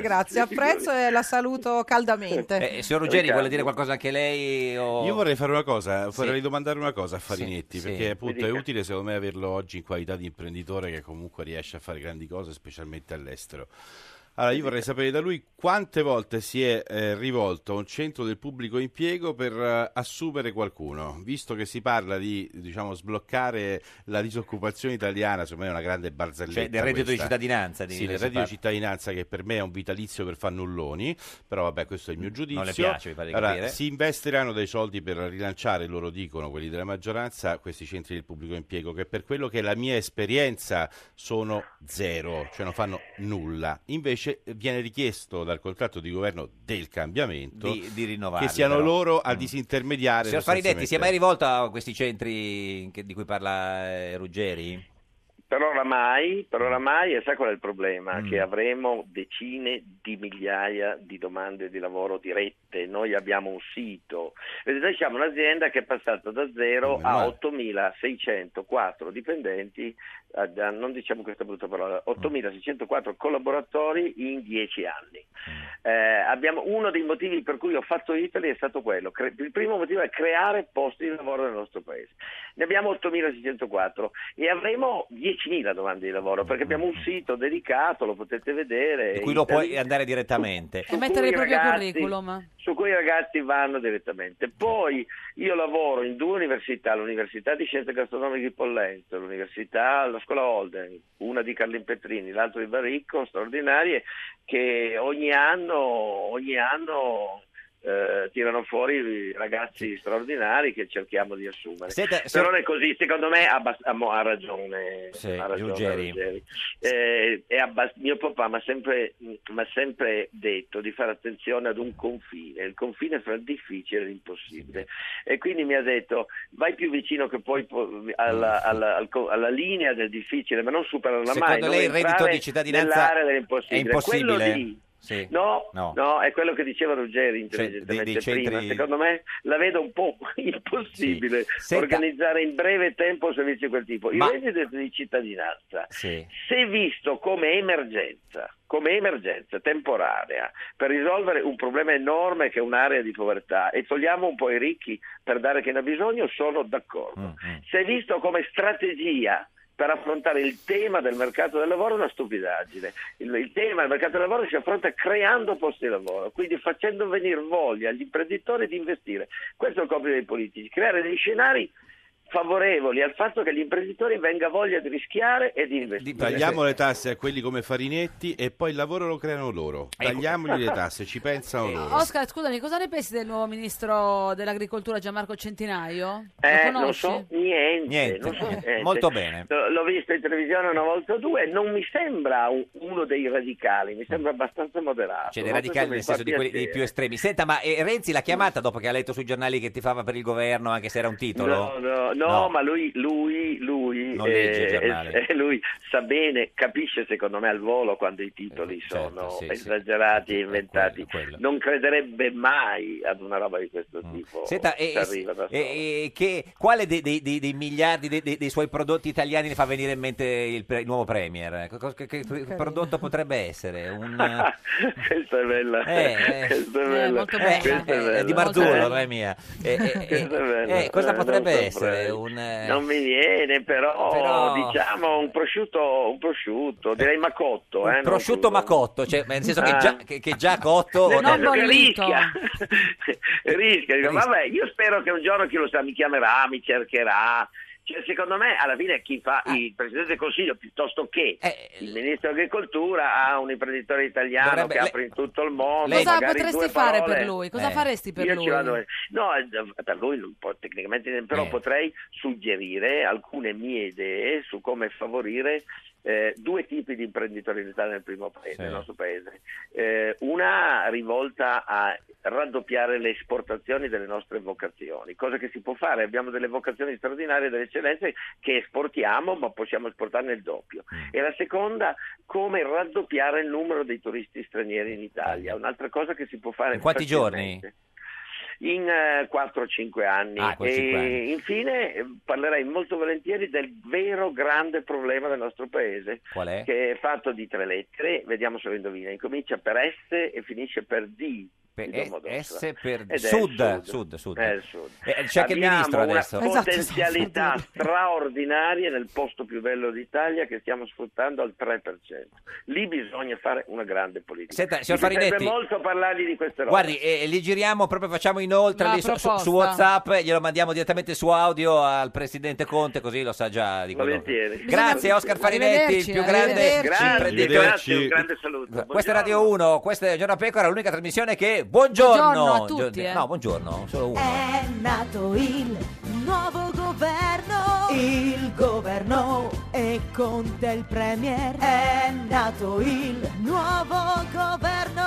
S15: grazie. Apprezzo e la saluto caldamente.
S2: Eh, signor Ruggeri, vuole dire qualcosa anche lei? o-
S14: Io vorrei fare una cosa, vorrei
S2: Sì.
S14: domandare una cosa a Farinetti,
S2: sì.
S14: perché
S2: Mi
S14: appunto è
S2: dica.
S14: utile secondo me averlo oggi in qualità di imprenditore che comunque riesce a fare grandi cose, specialmente all'estero. Allora, io vorrei sapere da lui quante volte si è eh, rivolto a un centro del pubblico impiego per eh, assumere qualcuno, visto che si parla di diciamo, sbloccare la disoccupazione italiana, secondo me è una grande barzelletta.
S2: Cioè, del reddito di
S14: questa.
S2: cittadinanza, di-
S14: Sì, del
S2: si
S14: reddito di
S2: parla.
S14: cittadinanza che per me è un vitalizio per fannulloni, però vabbè questo è il mio giudizio.
S2: le piace, mi pare di
S14: Allora,
S2: capire.
S14: si investiranno dei soldi per rilanciare, loro dicono, quelli della maggioranza, questi centri del pubblico impiego che per quello che è la mia esperienza sono zero, cioè non fanno nulla. Invece viene richiesto dal contratto di governo del cambiamento
S2: Di- di rinnovarli,
S14: che siano
S2: però. Mm.
S14: loro a disintermediare.
S2: Signor Farinetti, si è
S14: sostanzialmente.
S2: mai rivolto a questi centri che- di cui parla eh, Ruggeri?
S18: Per ora mai, per ora mai, e sai qual è il problema? Che avremo decine di migliaia di domande di lavoro dirette, noi abbiamo un sito, Vedete, noi siamo un'azienda che è passata da 0 a 8.604 dipendenti, eh, da- non diciamo questa brutta parola, 8.604 collaboratori in 10 anni. Eh, abbiamo, uno dei motivi per cui ho fatto Italy è stato quello, Cre- il primo motivo è creare posti di lavoro nel nostro paese. Ne abbiamo 8.604 e avremo 10.000 domande di lavoro perché abbiamo un sito dedicato, lo potete vedere.
S2: Di cui lo puoi
S18: Italy-
S2: andare direttamente.
S1: E mettere il
S18: cui,
S1: proprio
S18: ragazzi,
S1: curriculum?
S18: su cui i ragazzi vanno direttamente. Poi io lavoro in due università, l'Università di Scienze Gastronomiche di Pollenzo, l'Università, la Scuola Holden, una di Carlin Petrini, l'altra di Baricco, straordinarie, che ogni anno, ogni anno eh, tirano fuori ragazzi straordinari che cerchiamo di assumere.
S2: Senta,
S18: Per
S2: signor-
S18: ora è così, secondo me ha, abbas- ha mo- ha ragione,
S2: Sì,
S18: ha ragione
S2: Ruggeri.
S18: Eh, è abbas- mio papà mi ha sempre, mi ha sempre detto di fare attenzione ad un confine, il confine fra il difficile e l'impossibile. E quindi mi ha detto vai più vicino che puoi po- alla, alla- al co- alla linea del difficile, ma non superarla mai.
S2: Mm. Secondo
S18: non
S2: lei il reddito
S18: entrare
S2: di cittadinanza
S18: nell'area
S2: è
S18: dell'impossibile. Quello
S2: impossibile?
S18: lì-
S2: Sì.
S18: No,
S2: No.
S18: no. è quello che diceva Ruggeri
S2: Cioè,
S18: intelligentemente
S2: dei- dei centri-
S18: prima. Secondo me la vedo un po' impossibile
S2: Senta-
S18: organizzare in breve tempo servizi di quel tipo. Il
S2: Ma-
S18: reddito di cittadinanza,
S2: Sì.
S18: se visto come emergenza, come emergenza temporanea, per risolvere un problema enorme che è un'area di povertà e togliamo un po' i ricchi per dare a chi ne ha bisogno, sono d'accordo. Se visto come strategia per affrontare il tema del mercato del lavoro è una stupidaggine. Il, il tema del mercato del lavoro si affronta creando posti di lavoro, quindi facendo venire voglia agli imprenditori di investire. Questo è il compito dei politici, creare degli scenari favorevoli al fatto che agli imprenditori venga voglia di rischiare e di investire.
S14: Tagliamo le tasse a quelli come Farinetti e poi il lavoro lo creano loro.
S2: Ecco.
S14: Tagliamogli le tasse, ci pensano
S2: Eh.
S14: loro.
S1: Oscar, scusami, cosa ne pensi del nuovo ministro dell'agricoltura Gianmarco Centinaio? Lo
S18: Eh,
S1: conosci?
S18: non so niente,
S2: Niente.
S18: non so niente.
S2: Molto bene.
S18: L- L'ho visto in televisione una volta o due, non mi sembra un- uno dei radicali, mi sembra abbastanza moderato.
S2: Cioè, dei
S18: ma
S2: radicali nel
S18: questo mi
S2: senso di
S18: fa
S2: quelli dei
S18: piacere. Mm.
S2: più estremi. Senta, ma eh, Renzi l'ha chiamata dopo che ha letto sui giornali che ti fava per il governo, anche se era un titolo?
S18: No, no, no,
S2: No.
S18: ma lui, lui, lui,
S2: Non legge il giornale.
S18: eh, lui sa bene, capisce secondo me al volo quando i titoli sono
S2: Eh, certo, sì, sì.
S18: esagerati e inventati. Non crederebbe mai ad una roba di questo tipo.
S2: Mm. Senta, e,
S18: che arriva da
S2: e- eh, e- che- quale dei, dei- dei- dei miliardi dei, dei- dei suoi prodotti italiani le fa venire in mente il, pre- il nuovo Premier? Co- co- Che, che prodotto potrebbe essere? Un...
S18: Questa è bella.
S2: Eh, eh.
S18: Questa è
S2: Eh,
S18: bella.
S2: molto bella.
S18: Questa
S2: Eh, eh, è di
S18: bella.
S2: Marzullo, non è mia. Eh, eh, eh,
S18: Questa è bella.
S2: eh, cosa
S18: Eh,
S2: potrebbe
S18: non
S2: essere?
S18: saprei.
S2: Un, eh,
S18: Non mi viene, però,
S2: però-
S18: diciamo un prosciutto, un prosciutto, direi macotto. eh,
S2: un
S18: non-
S2: prosciutto ma cotto, cioè, nel senso che
S18: Ah.
S2: già, che, che già cotto...
S18: Nel
S2: non
S18: senso che rischia, rischia. dico, vabbè, io spero che un giorno chi lo sa mi chiamerà, mi cercherà. Cioè, secondo me, alla fine, chi fa
S1: Ah.
S18: il presidente del consiglio piuttosto che
S1: Eh,
S18: il ministro dell'agricoltura ha un imprenditore italiano
S1: Dovrebbe-
S18: che
S1: le-
S18: apre in tutto il mondo.
S1: Cosa
S18: magari
S1: potresti
S18: due
S1: fare
S18: parole.
S1: per lui? Cosa Eh. faresti per
S18: Io
S1: lui?
S18: ci vado- no, eh, per lui non può- tecnicamente,
S1: Eh.
S18: però potrei suggerire alcune mie idee su come favorire. eh, due tipi di imprenditorialità nel primo paese,
S19: Sì.
S18: nel nostro paese. Eh, una rivolta a raddoppiare le esportazioni delle nostre vocazioni, cosa che si può fare, abbiamo delle vocazioni straordinarie, delle eccellenze che esportiamo ma possiamo esportarne il doppio.
S2: Mm.
S18: E la seconda, come raddoppiare il numero dei turisti stranieri in Italia, un'altra cosa che si può fare.
S2: Mm. In quanti
S18: facilmente. In eh, 4-5 anni.
S2: Ah, 4-5
S18: e
S2: anni.
S18: infine eh, parlerei molto volentieri del vero grande problema del nostro paese,
S2: Qual è?
S18: che è fatto di tre lettere, vediamo se lo indovina, incomincia per S e finisce per D.
S2: Per-
S18: di Domodossola.
S2: eh, S per-
S18: Ed è il
S2: sud, sud, sud.
S18: È il sud.
S2: Eh, c'è anche il
S18: Abbiamo
S2: ministro
S18: una
S2: adesso. Esatto,
S18: potenzialità straordinaria nel posto più bello d'Italia che stiamo sfruttando al 3%. Lì bisogna fare una grande politica.
S2: Senta, signor
S18: Mi piacerebbe
S2: Farinetti,
S18: molto parlargli di queste robe.
S2: Guardi, eh, li giriamo, proprio facciamo inoltre
S18: Una
S2: lì su, su- su
S18: proposta.
S2: WhatsApp, glielo mandiamo direttamente su audio al presidente Conte, così lo sa già di quello.
S18: Volentieri.
S2: Grazie Oscar Farinetti, il più grande
S18: Arrivederci. Grazie,
S2: imprenditore.
S18: grazie, un grande saluto.
S2: Questa è Radio 1, questa è Giorno a Pecora, l'unica trasmissione che
S11: Buongiorno
S2: buongiorno.
S11: a tutti,
S2: Gio-
S11: eh.
S2: No, buongiorno, solo uno.
S11: È nato il nuovo governo. Il governo e con del premier. È nato il nuovo governo.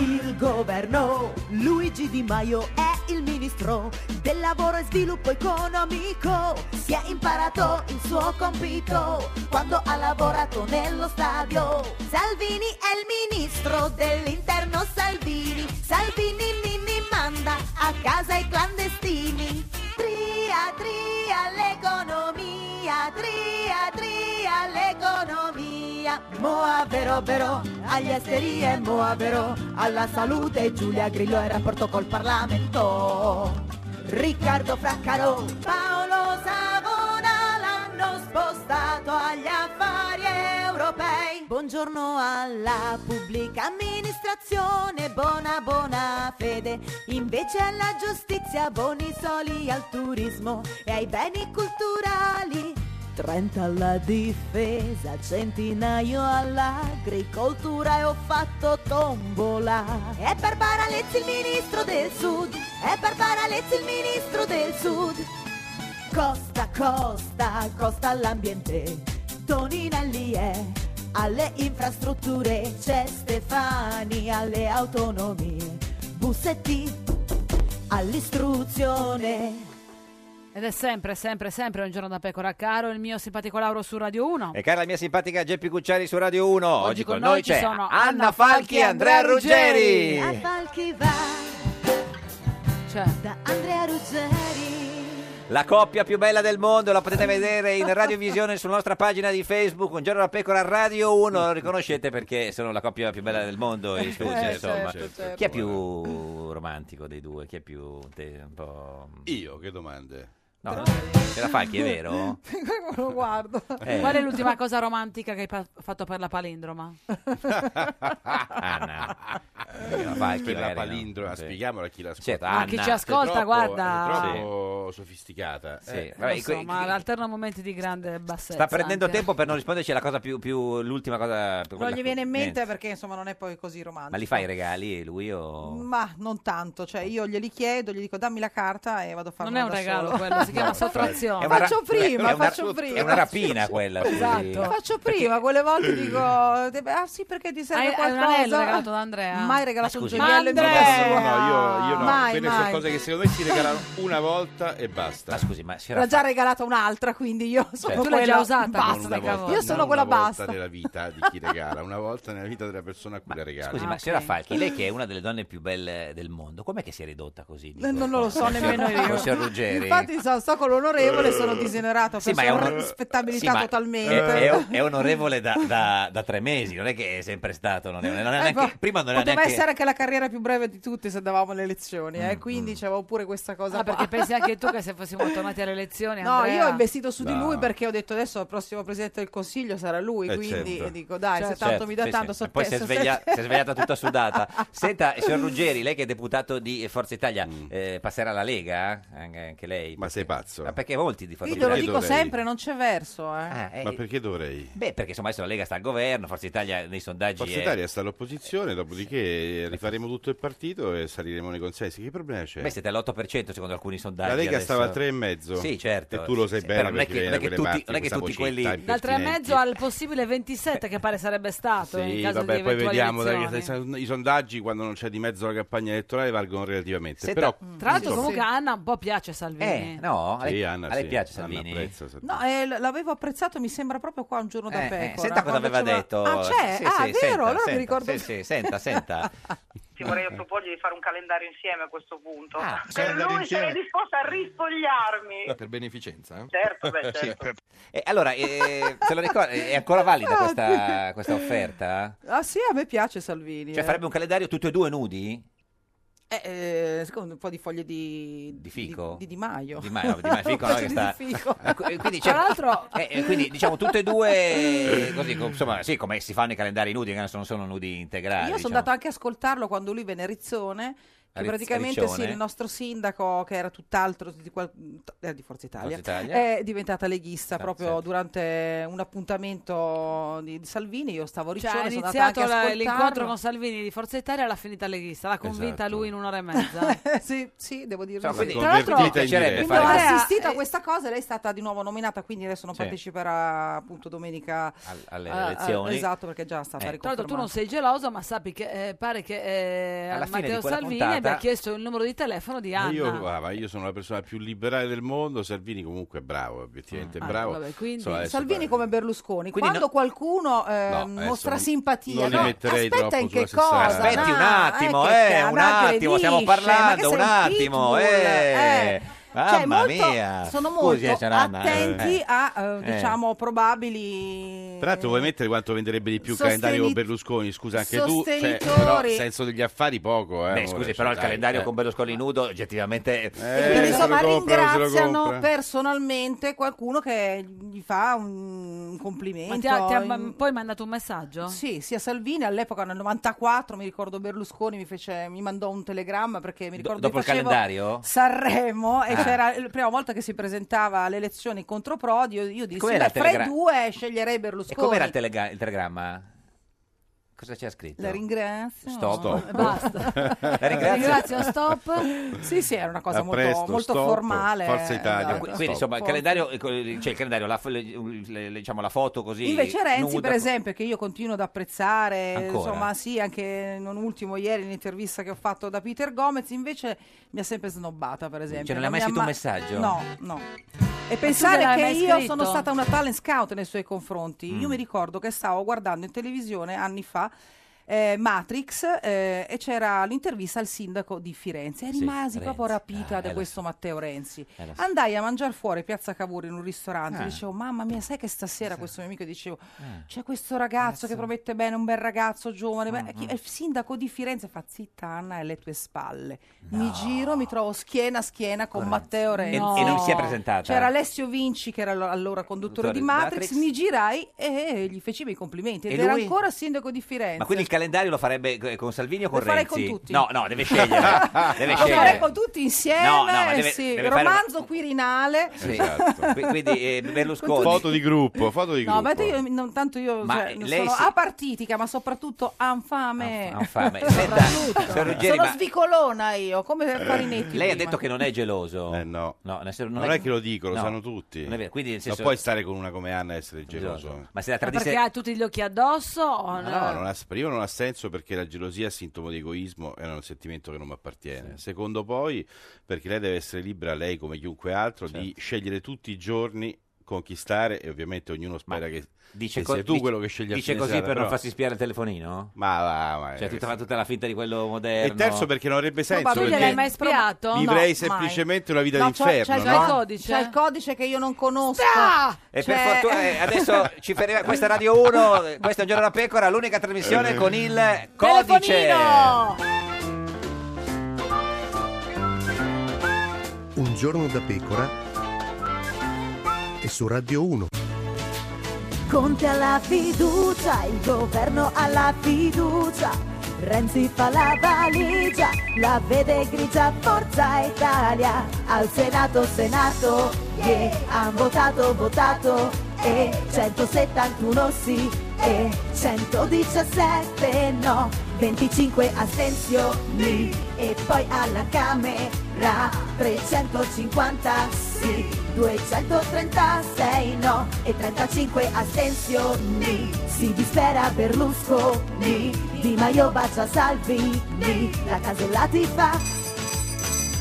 S11: Il governo. Luigi Di Maio è il ministro del lavoro e sviluppo economico. Si è imparato il suo compito quando ha lavorato nello stadio. Salvini è il ministro dell'interno Salvini. Salvini Nini manda a casa i clandestini. Tria, tria l'economia, tria, tria l'economia. Moa vero vero, agli esteri e Moa vero, alla salute Giulia Grillo e rapporto col Parlamento. Riccardo Fraccaro, Paolo Savona l'hanno spostato agli affari europei. Buongiorno alla pubblica amministrazione, buona buona fede. Invece alla giustizia, buoni soli al turismo e ai beni culturali. Trenta alla difesa, centinaio all'agricoltura e ho fatto tombola. È Barbara Lezzi il ministro del sud, è Barbara Lezzi il ministro del sud. Costa, costa, costa all'ambiente, Toninelli è alle infrastrutture, c'è Stefani alle autonomie, Bussetti all'istruzione.
S1: Ed è sempre, sempre, sempre un giorno da pecora, caro il mio simpatico Lauro su Radio 1.
S2: E cara la mia simpatica Geppi Cucciari su Radio 1, oggi,
S1: con
S2: Eh, con
S1: noi
S2: noi
S1: ci
S2: c'è
S1: sono
S2: Anna Falchi e Andrea Ruggeri.
S11: A Falchi va
S1: Cioè.
S11: da Andrea Ruggeri.
S2: La coppia più bella del mondo, la potete vedere in radiovisione sulla nostra pagina di Facebook, Un giorno la pecora Radio 1, lo riconoscete perché sono la coppia più bella del mondo e scusi,
S15: Eh,
S14: certo,
S2: insomma.
S14: certo.
S2: Chi è più romantico dei due? Chi è più te- un po'
S14: Io, che domande?
S2: No, ce la Falchi, è vero?
S1: Lo guardo.
S2: Eh.
S1: Qual è l'ultima cosa romantica che hai pa- fatto per la palindroma?
S2: Anna. Eh, Ah, la Falchi,
S14: per la
S2: magari no.
S14: palindroma,
S2: Sì.
S14: spieghiamola a chi l'ascolta.
S2: Certo,
S1: Ma chi Anna. ci ascolta,
S14: È troppo-
S1: guarda.
S14: È troppo sofisticata. eh.
S2: Sì, vabbè,
S1: Lo so,
S2: que-
S1: ma alterno momenti di grande bassezza.
S2: Sta prendendo
S1: anche.
S2: tempo per non risponderci alla cosa più, più l'ultima cosa. per
S15: Non
S2: quella-
S15: gli viene in mente
S2: niente.
S15: perché insomma non è poi così romantico.
S2: Ma li fai i regali lui o.
S15: Ma non tanto, cioè io glieli chiedo, gli dico dammi la carta e vado a farlo.
S1: Non è un regalo quello, si chiama
S2: No,
S1: sottrazione.
S2: è una ra-
S15: Faccio prima,
S2: è una-
S15: faccio prima.
S2: È una rapina quella. scusi.
S15: Esatto. Faccio prima, quelle volte dico ah sì perché ti serve
S1: Hai- hai un
S15: qualcosa.
S1: anello regalato da Andrea?
S15: Mai regalato
S1: Ma
S15: un
S1: scusi,
S15: gioiello in
S1: ma
S15: vita
S1: Andrea!
S15: mia.
S14: No, io, io no,
S15: Mai,
S14: quelle
S15: mai.
S14: sono cose che secondo me si regalano una volta e basta. Ma
S2: scusi, ma si Cioè,
S15: L'ho già regalata un'altra, quindi io sono
S14: Certo. Tu
S15: quella
S14: l'hai già usata?
S15: basta.
S14: Non una volta,
S15: io sono
S14: non
S15: quella Eh,
S14: una volta
S15: basta.
S14: nella vita di chi regala, una volta nella vita della persona a cui la regala.
S2: Scusi, ma signora Falchi, lei che è una delle donne più belle del mondo, com'è che si è ridotta così?
S15: Eh, Non lo so nemmeno io.
S2: Signor Ruggeri.
S15: Infatti so, sto con l'onorevole, sono disonorato
S2: Sì,
S15: per
S2: ma
S15: sua
S2: è un- Sì,
S15: rispettabilità
S2: ma
S15: totalmente.
S2: È, è- è onorevole da, da- da tre mesi, non è che è sempre stato. Non è, non è
S15: Eh,
S2: neanche-
S15: boh,
S2: prima non era
S15: Poteva
S2: neanche.
S15: essere anche la carriera più breve di tutti se davamo le elezioni, eh, quindi c'avevo pure questa cosa.
S1: Ah,
S15: qua.
S1: perché pensi anche tu che se fossimo tornati alle elezioni,
S15: No,
S1: Andrea-
S15: io ho investito su di
S14: No.
S15: lui perché ho detto adesso il prossimo presidente del consiglio sarà lui,
S2: Eh,
S15: quindi
S2: certo.
S15: dico dai, se tanto mi dà
S2: sì,
S15: tanto
S2: sì. E Poi si è,
S15: sorpresa.
S2: sveglia- si è svegliata tutta sudata. Senta, signor Ruggeri, lei che è deputato di Forza Italia, eh, passerà alla Lega? Anche, anche lei? Ma sei
S14: Mm. pazzo?
S2: Ma perché molti di Forza
S15: Io te lo
S2: Italia-
S15: dico sempre, non c'è verso, eh.
S2: Ah, eh,
S14: Perché dovrei?
S2: Beh, perché insomma adesso la Lega sta al governo, Forza Italia nei sondaggi
S14: Forza
S2: è-
S14: Italia sta all'opposizione, dopodiché rifaremo tutto il partito e saliremo nei consensi. Che problema c'è?
S2: Beh, siete all'8% secondo alcuni sondaggi.
S14: Cioè. La Lega
S2: adesso.
S14: stava a tre e mezzo.
S2: Sì, certo.
S14: E tu lo sai
S2: Sì,
S14: bene
S2: però non è
S14: perché
S2: che, non
S14: viene
S2: è che
S14: da
S2: tutti,
S14: quelle
S2: non è che
S14: parti,
S2: tutti
S14: questa
S2: quelli.
S14: vocetta
S1: Dal 3 e mezzo al possibile 27 che pare sarebbe
S15: Esatto,
S1: stato in
S14: Sì,
S1: caso
S14: vabbè,
S1: di
S14: poi
S1: eventuali
S14: vediamo dai,
S1: elezioni.
S14: che se- i sondaggi quando non c'è di mezzo la campagna elettorale valgono relativamente. però,
S15: mm,
S1: Tra l'altro,
S14: insomma-
S1: comunque, a Anna un po' piace
S15: Eh,
S1: Salvini.
S2: no,
S14: Sì,
S2: a lei-
S14: Anna,
S2: a lei
S14: sì.
S2: piace
S14: Anna
S2: Salvini?
S14: apprezza Salvini.
S15: No, eh, l- l'avevo apprezzato, mi sembra proprio qua un giorno da
S2: Eh, eh,
S1: ecco,
S15: pecora.
S2: senta cosa
S15: quando
S2: aveva
S15: c'era-
S2: detto.
S15: Ah, c'è?
S2: Sì,
S15: ah,
S2: sì,
S15: è
S2: senta,
S15: vero, allora mi
S2: senta,
S15: ricordo.
S2: Sì, sì, senta, senta.
S19: Ti vorrei proporgli di fare un calendario insieme a questo punto.
S2: Ah,
S19: per
S2: calendario
S19: lui
S2: insieme.
S19: sarei disposta a rispogliarmi.
S2: Per beneficenza, eh.
S19: Certo, beh, certo.
S2: allora, eh, se lo ricorda, è ancora valida questa, questa offerta?
S15: Ah sì, a me piace Salvini.
S2: Cioè,
S15: eh.
S2: farebbe un calendario tutti e due nudi?
S15: Eh, eh, secondo un po' di foglie di,
S2: Di fico?
S15: di Di Maio.
S2: Di Maio, Di Maio Fico, no,
S15: Foglie
S2: che
S15: di
S2: sta- Eh,
S15: fico.
S2: quindi
S15: Tra l'altro,
S2: Eh, eh, quindi diciamo tutte e due, eh, così, co- insomma, sì, come si fanno i calendari nudi, che non sono, sono nudi integrali.
S15: Io sono
S2: diciamo.
S15: andata anche a ascoltarlo quando lui venne a Rizzone. Che
S2: A Riz-
S15: praticamente sì,
S2: Riccione.
S15: il nostro sindaco, che era tutt'altro di, qual- era di Forza Italia,
S2: Forza Italia.
S15: è diventata leghista
S2: Ah,
S15: proprio
S2: certo.
S15: durante un appuntamento di, di Salvini. Io stavo a
S1: Cioè,
S15: Riccione,
S1: ha
S15: sono andata anche
S1: iniziato
S15: a
S1: la-
S15: ascoltarlo.
S1: l'incontro con Salvini di Forza Italia l'ha finita leghista, l'ha convinta
S15: Esatto.
S1: lui in un'ora e mezza.
S15: sì, sì, devo dire
S1: Insomma,
S15: sì.
S1: quindi- Tra l'altro-
S2: Convertita in diretta.
S15: quindi ho
S2: Fare-
S15: assistito a questa cosa, lei è stata di nuovo nominata, quindi adesso non
S2: Sì.
S15: parteciperà appunto domenica
S2: Al- alle
S15: a- a-
S2: elezioni.
S15: esatto, perché è già stata
S2: Eh.
S1: Tra l'altro tu
S15: riconfermata.
S1: non sei geloso, ma sappi che eh, pare che eh,
S2: Alla fine di
S1: Matteo
S2: quella
S1: Salvini
S2: puntata-
S1: abbia chiesto il numero di telefono di
S14: Ma
S1: Anna.
S14: Io, guarda, ma io sono la persona più liberale del mondo. Salvini, comunque, è bravo, obiettivamente è bravo.
S15: Ah, Vabbè, quindi
S14: Insomma, adesso
S15: Salvini come Berlusconi,
S14: Quindi
S15: quando
S14: no-
S15: qualcuno eh,
S14: No, adesso
S15: mostra
S14: non-
S15: simpatia,
S14: non li
S15: no,
S14: metterei
S15: aspetta
S14: troppo
S15: in che
S14: sulla
S15: cosa,
S14: stessa strada.
S2: Aspetti un
S15: no,
S2: attimo,
S15: eh, che
S2: eh,
S15: sta-
S2: un
S15: non
S2: attimo, stiamo
S15: aggredisce,
S2: parlando,
S15: ma che
S2: un
S15: sei un
S2: attimo,
S15: pitbull,
S2: eh.
S15: eh. Cioè,
S2: Mamma
S15: molto-
S2: mia.
S15: sono molto
S2: Scusi, eh, Ciaranna, eh.
S15: attenti a eh,
S14: Eh.
S15: diciamo probabili
S14: Tra l'altro vuoi mettere quanto venderebbe di più il
S15: Sosteni-
S14: calendario con Berlusconi? Scusa anche tu, cioè,
S15: Sostenitori.
S14: però senso degli affari poco. Eh,
S2: Beh, scusi, però il calendario con Berlusconi nudo, oggettivamente...
S15: Quindi,
S14: se lo
S15: insomma,
S14: compra, se lo
S15: ringraziano
S14: compra.
S15: personalmente qualcuno che gli fa un complimento.
S1: Ma ti ha- ti ha-
S15: In-
S1: poi mandato un messaggio?
S15: Sì, sia Salvini all'epoca nel 94, mi ricordo Berlusconi mi, fece, mi mandò un telegramma perché mi ricordo
S2: dopo
S15: che
S2: il
S15: facevo
S2: calendario?
S15: Sanremo e
S2: Ah.
S15: c'era la prima volta che si presentava alle elezioni contro Prodi, io, io dissi
S2: Com'era
S15: "Beh,
S2: il
S15: fra
S2: telegra-
S15: i due sceglierei
S2: E
S15: Berlusconi.
S2: com'era il, telega- il telegramma? Cosa c'è scritto?
S15: La ringrazio. Eh,
S2: Stop. Stop.
S15: Basta.
S2: La ringrazio.
S15: stop. Sì, sì, era una cosa
S2: A
S15: molto,
S2: presto,
S15: molto
S2: stop.
S15: formale.
S2: Qui-
S15: esatto.
S2: Quindi insomma il
S15: Forza.
S2: calendario, cioè, il calendario la, fo- le- le- diciamo, la foto così.
S15: Invece Renzi,
S2: nuda,
S15: per esempio, che io continuo ad apprezzare,
S2: Ancora?
S15: insomma, sì, anche non ultimo ieri in intervista che ho fatto da Peter Gomez, invece mi ha sempre snobbata, per esempio.
S2: Cioè, non le ha mai
S15: mi
S2: scritto un messaggio?
S15: No, no. E
S1: gliel'hai
S15: pensare che
S1: mai
S15: io
S1: scritto?
S15: sono stata una talent scout nei suoi confronti. Io
S1: Mm.
S15: mi ricordo che stavo guardando in televisione anni fa eh, Matrix eh, e c'era l'intervista al sindaco di Firenze e
S17: Sì,
S15: rimasi proprio
S17: Renzi.
S15: rapita
S17: Ah, eh,
S15: da
S17: lo
S15: questo Matteo Renzi.
S17: Eh, lo so.
S15: Andai a mangiare fuori Piazza Cavour in un ristorante,
S2: Eh.
S17: Ah.
S15: dicevo mamma mia sai che stasera questo mio amico dicevo
S1: Cioè,
S15: c'è questo
S2: Eh,
S15: ragazzo che promette bene, un bel ragazzo giovane,
S2: Mm,
S15: beh, chi- è il sindaco di Firenze fa zitta Anna è alle tue spalle. Mi giro, mi trovo schiena a schiena con Matteo Renzi.
S2: E- e non si è presentata?
S15: C'era Alessio Vinci che era allo- allora conduttore di
S2: Conduttore di
S15: Matrix,
S2: Matrix.
S15: mi girai e gli feci i miei complimenti ed
S2: E
S15: era
S2: lui?
S15: ancora sindaco di Firenze.
S2: Ma quindi il calendario lo farebbe co- con Salvini o con
S15: Lo farei
S2: Renzi?
S15: con tutti.
S2: No, no, deve scegliere. deve
S15: Lo
S2: scegliere.
S15: faremo "Ecco, tutti insieme,
S2: No, no, ma
S15: eh
S2: deve-
S15: sì.
S2: deve fare
S15: romanzo Quirinale.
S2: Sì.
S14: Certo.
S2: Qui- Quindi eh, Berlusconi.
S14: Foto di gruppo, foto di
S15: No,
S14: gruppo.
S15: ma te io, non tanto io
S2: Ma
S15: cioè,
S2: lei
S15: sono
S2: si-
S15: apartitica, ma soprattutto anfame.
S2: Ha fame. Senta, signor Ruggeri,
S15: sono
S2: ma
S15: svicolona io,
S14: Eh,
S15: come Farinetti.
S2: lei ha
S15: prima.
S2: detto che non è geloso. Eh no. nel senso,
S14: Non è che lo dico, lo sanno tutti.
S2: Non è vero, quindi nel senso- Esatto.
S14: Non puoi stare con una come Anna e essere geloso.
S2: Ma se la
S1: Perché ha tutti gli occhi addosso? o
S14: Ma no, non ha, primo non ha senso perché la gelosia è sintomo di egoismo è un sentimento che non mi appartiene. Secondo poi perché lei deve essere libera, lei come chiunque altro, di
S2: Certo.
S14: scegliere tutti i giorni con chi stare e ovviamente ognuno spera che, che
S2: co-
S14: sia tu
S2: dice-
S14: quello che scegli a
S2: Dice
S14: fine
S2: così
S14: serata,
S2: per non
S14: però-
S2: farsi spiare il telefonino?
S14: Ma va, ma
S2: Cioè, tutta, fa tutta la finta di quello moderno.
S14: E terzo perché non avrebbe senso.
S15: tu gliel'hai
S14: perché
S15: mai spiato?
S14: Vivrei
S15: No,
S14: semplicemente una vita
S15: No, cioè, c'ho-
S14: d'inferno.
S15: c'è, c'è
S14: no?
S15: il codice? C'è il codice che io non conosco.
S2: E
S15: Cioè-
S2: per fortuna eh, adesso ci fermiamo. Questa è Radio 1, eh, questo è un giorno da pecora, l'unica
S14: Eh.
S2: trasmissione con il codice.
S15: Telefonino!
S12: Un giorno da pecora e su Radio 1.
S11: Conte alla fiducia, il governo alla fiducia. Renzi fa la valigia, la vede grigia Forza Italia. Al Senato, Senato, yeah, han votato, votato, e 171 sì, e 117 no, 25 astensioni, e poi alla Camera 350 sì, 236 no e 35 astensioni. Si dispera Berlusconi, Di Maio bacia Salvini, la Casellati fa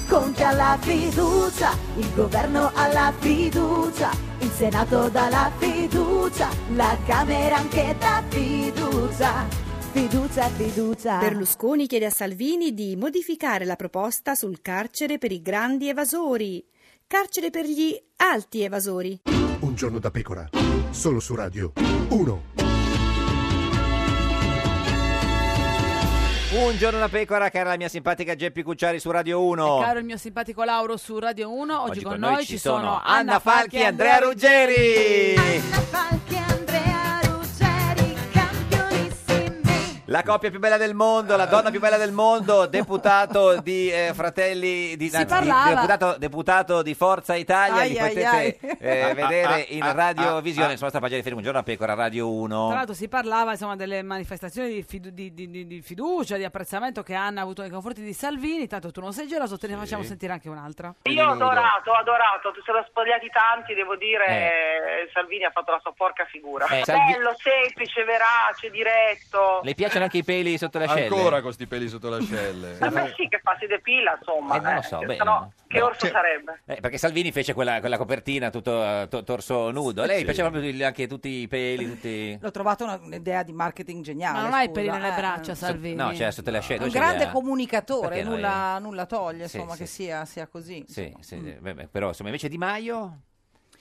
S11: Conte alla fiducia, il governo alla fiducia, il Senato dà la fiducia, la Camera anche dà fiducia. Fiducia, fiducia.
S13: Berlusconi chiede a Salvini di modificare la proposta sul carcere per i grandi evasori. Carcere per gli alti evasori.
S12: Un giorno da pecora, solo su Radio 1.
S2: Un giorno da pecora, cara la mia simpatica Geppi Cucciari su Radio 1.
S1: Caro il mio simpatico Lauro su Radio 1, oggi,
S2: Oggi
S1: con noi ci sono
S2: Anna Falchi e Andrea Ruggeri. La coppia più bella del mondo, la donna più bella del mondo, deputato di eh, Fratelli di, anzi, di-
S1: parlava.
S2: deputato, deputato di Forza Italia,
S1: Ai,
S2: li
S1: ai,
S2: potete
S1: ai.
S2: eh, vedere in
S1: Ah, ah,
S2: Radio Visione, sulla nostra pagina di Facebook, un giorno a pecora, Radio 1.
S1: Tra l'altro si parlava insomma delle manifestazioni di, fidu- di- di- di- di fiducia, di apprezzamento che Anna ha avuto nei confronti di Salvini, tanto tu non sei geloso, te ne facciamo sentire anche un'altra.
S19: Io ho adorato, ho adorato, se l'ho spogliati tanti, devo dire, eh, Salvini ha fatto la sua porca figura.
S2: Eh, Salvi-
S19: Bello, semplice, verace, diretto.
S2: Le piacciono anche i peli sotto l'ascella?
S20: Ancora con sti peli sotto l'ascella.
S19: Ma sì che fa, si depila, insomma.
S2: Eh, non lo
S19: eh,
S2: so,
S19: se
S2: bene,
S19: no,
S2: no.
S19: che
S2: No,
S19: orso
S2: cioè-
S19: sarebbe?
S2: Eh, perché Salvini fece quella, quella copertina tutto eh, to- torso nudo. A Lei
S15: Sì.
S2: piaceva proprio il- anche tutti i peli, tutti...
S15: L'ho trovata una- un'idea di marketing geniale.
S1: Ma non hai
S15: scusa,
S1: peli nelle
S15: eh.
S1: braccia, Salvini.
S2: No, cioè sotto le ascelle.
S15: un
S2: dove ce
S15: grande
S2: l'ha?
S15: comunicatore,
S2: Perché no,
S15: nulla, nulla toglie
S2: Sì,
S15: insomma,
S2: sì.
S15: che sia, sia così.
S2: Sì, sì,
S15: mm.
S2: beh, beh, però insomma invece Di Maio,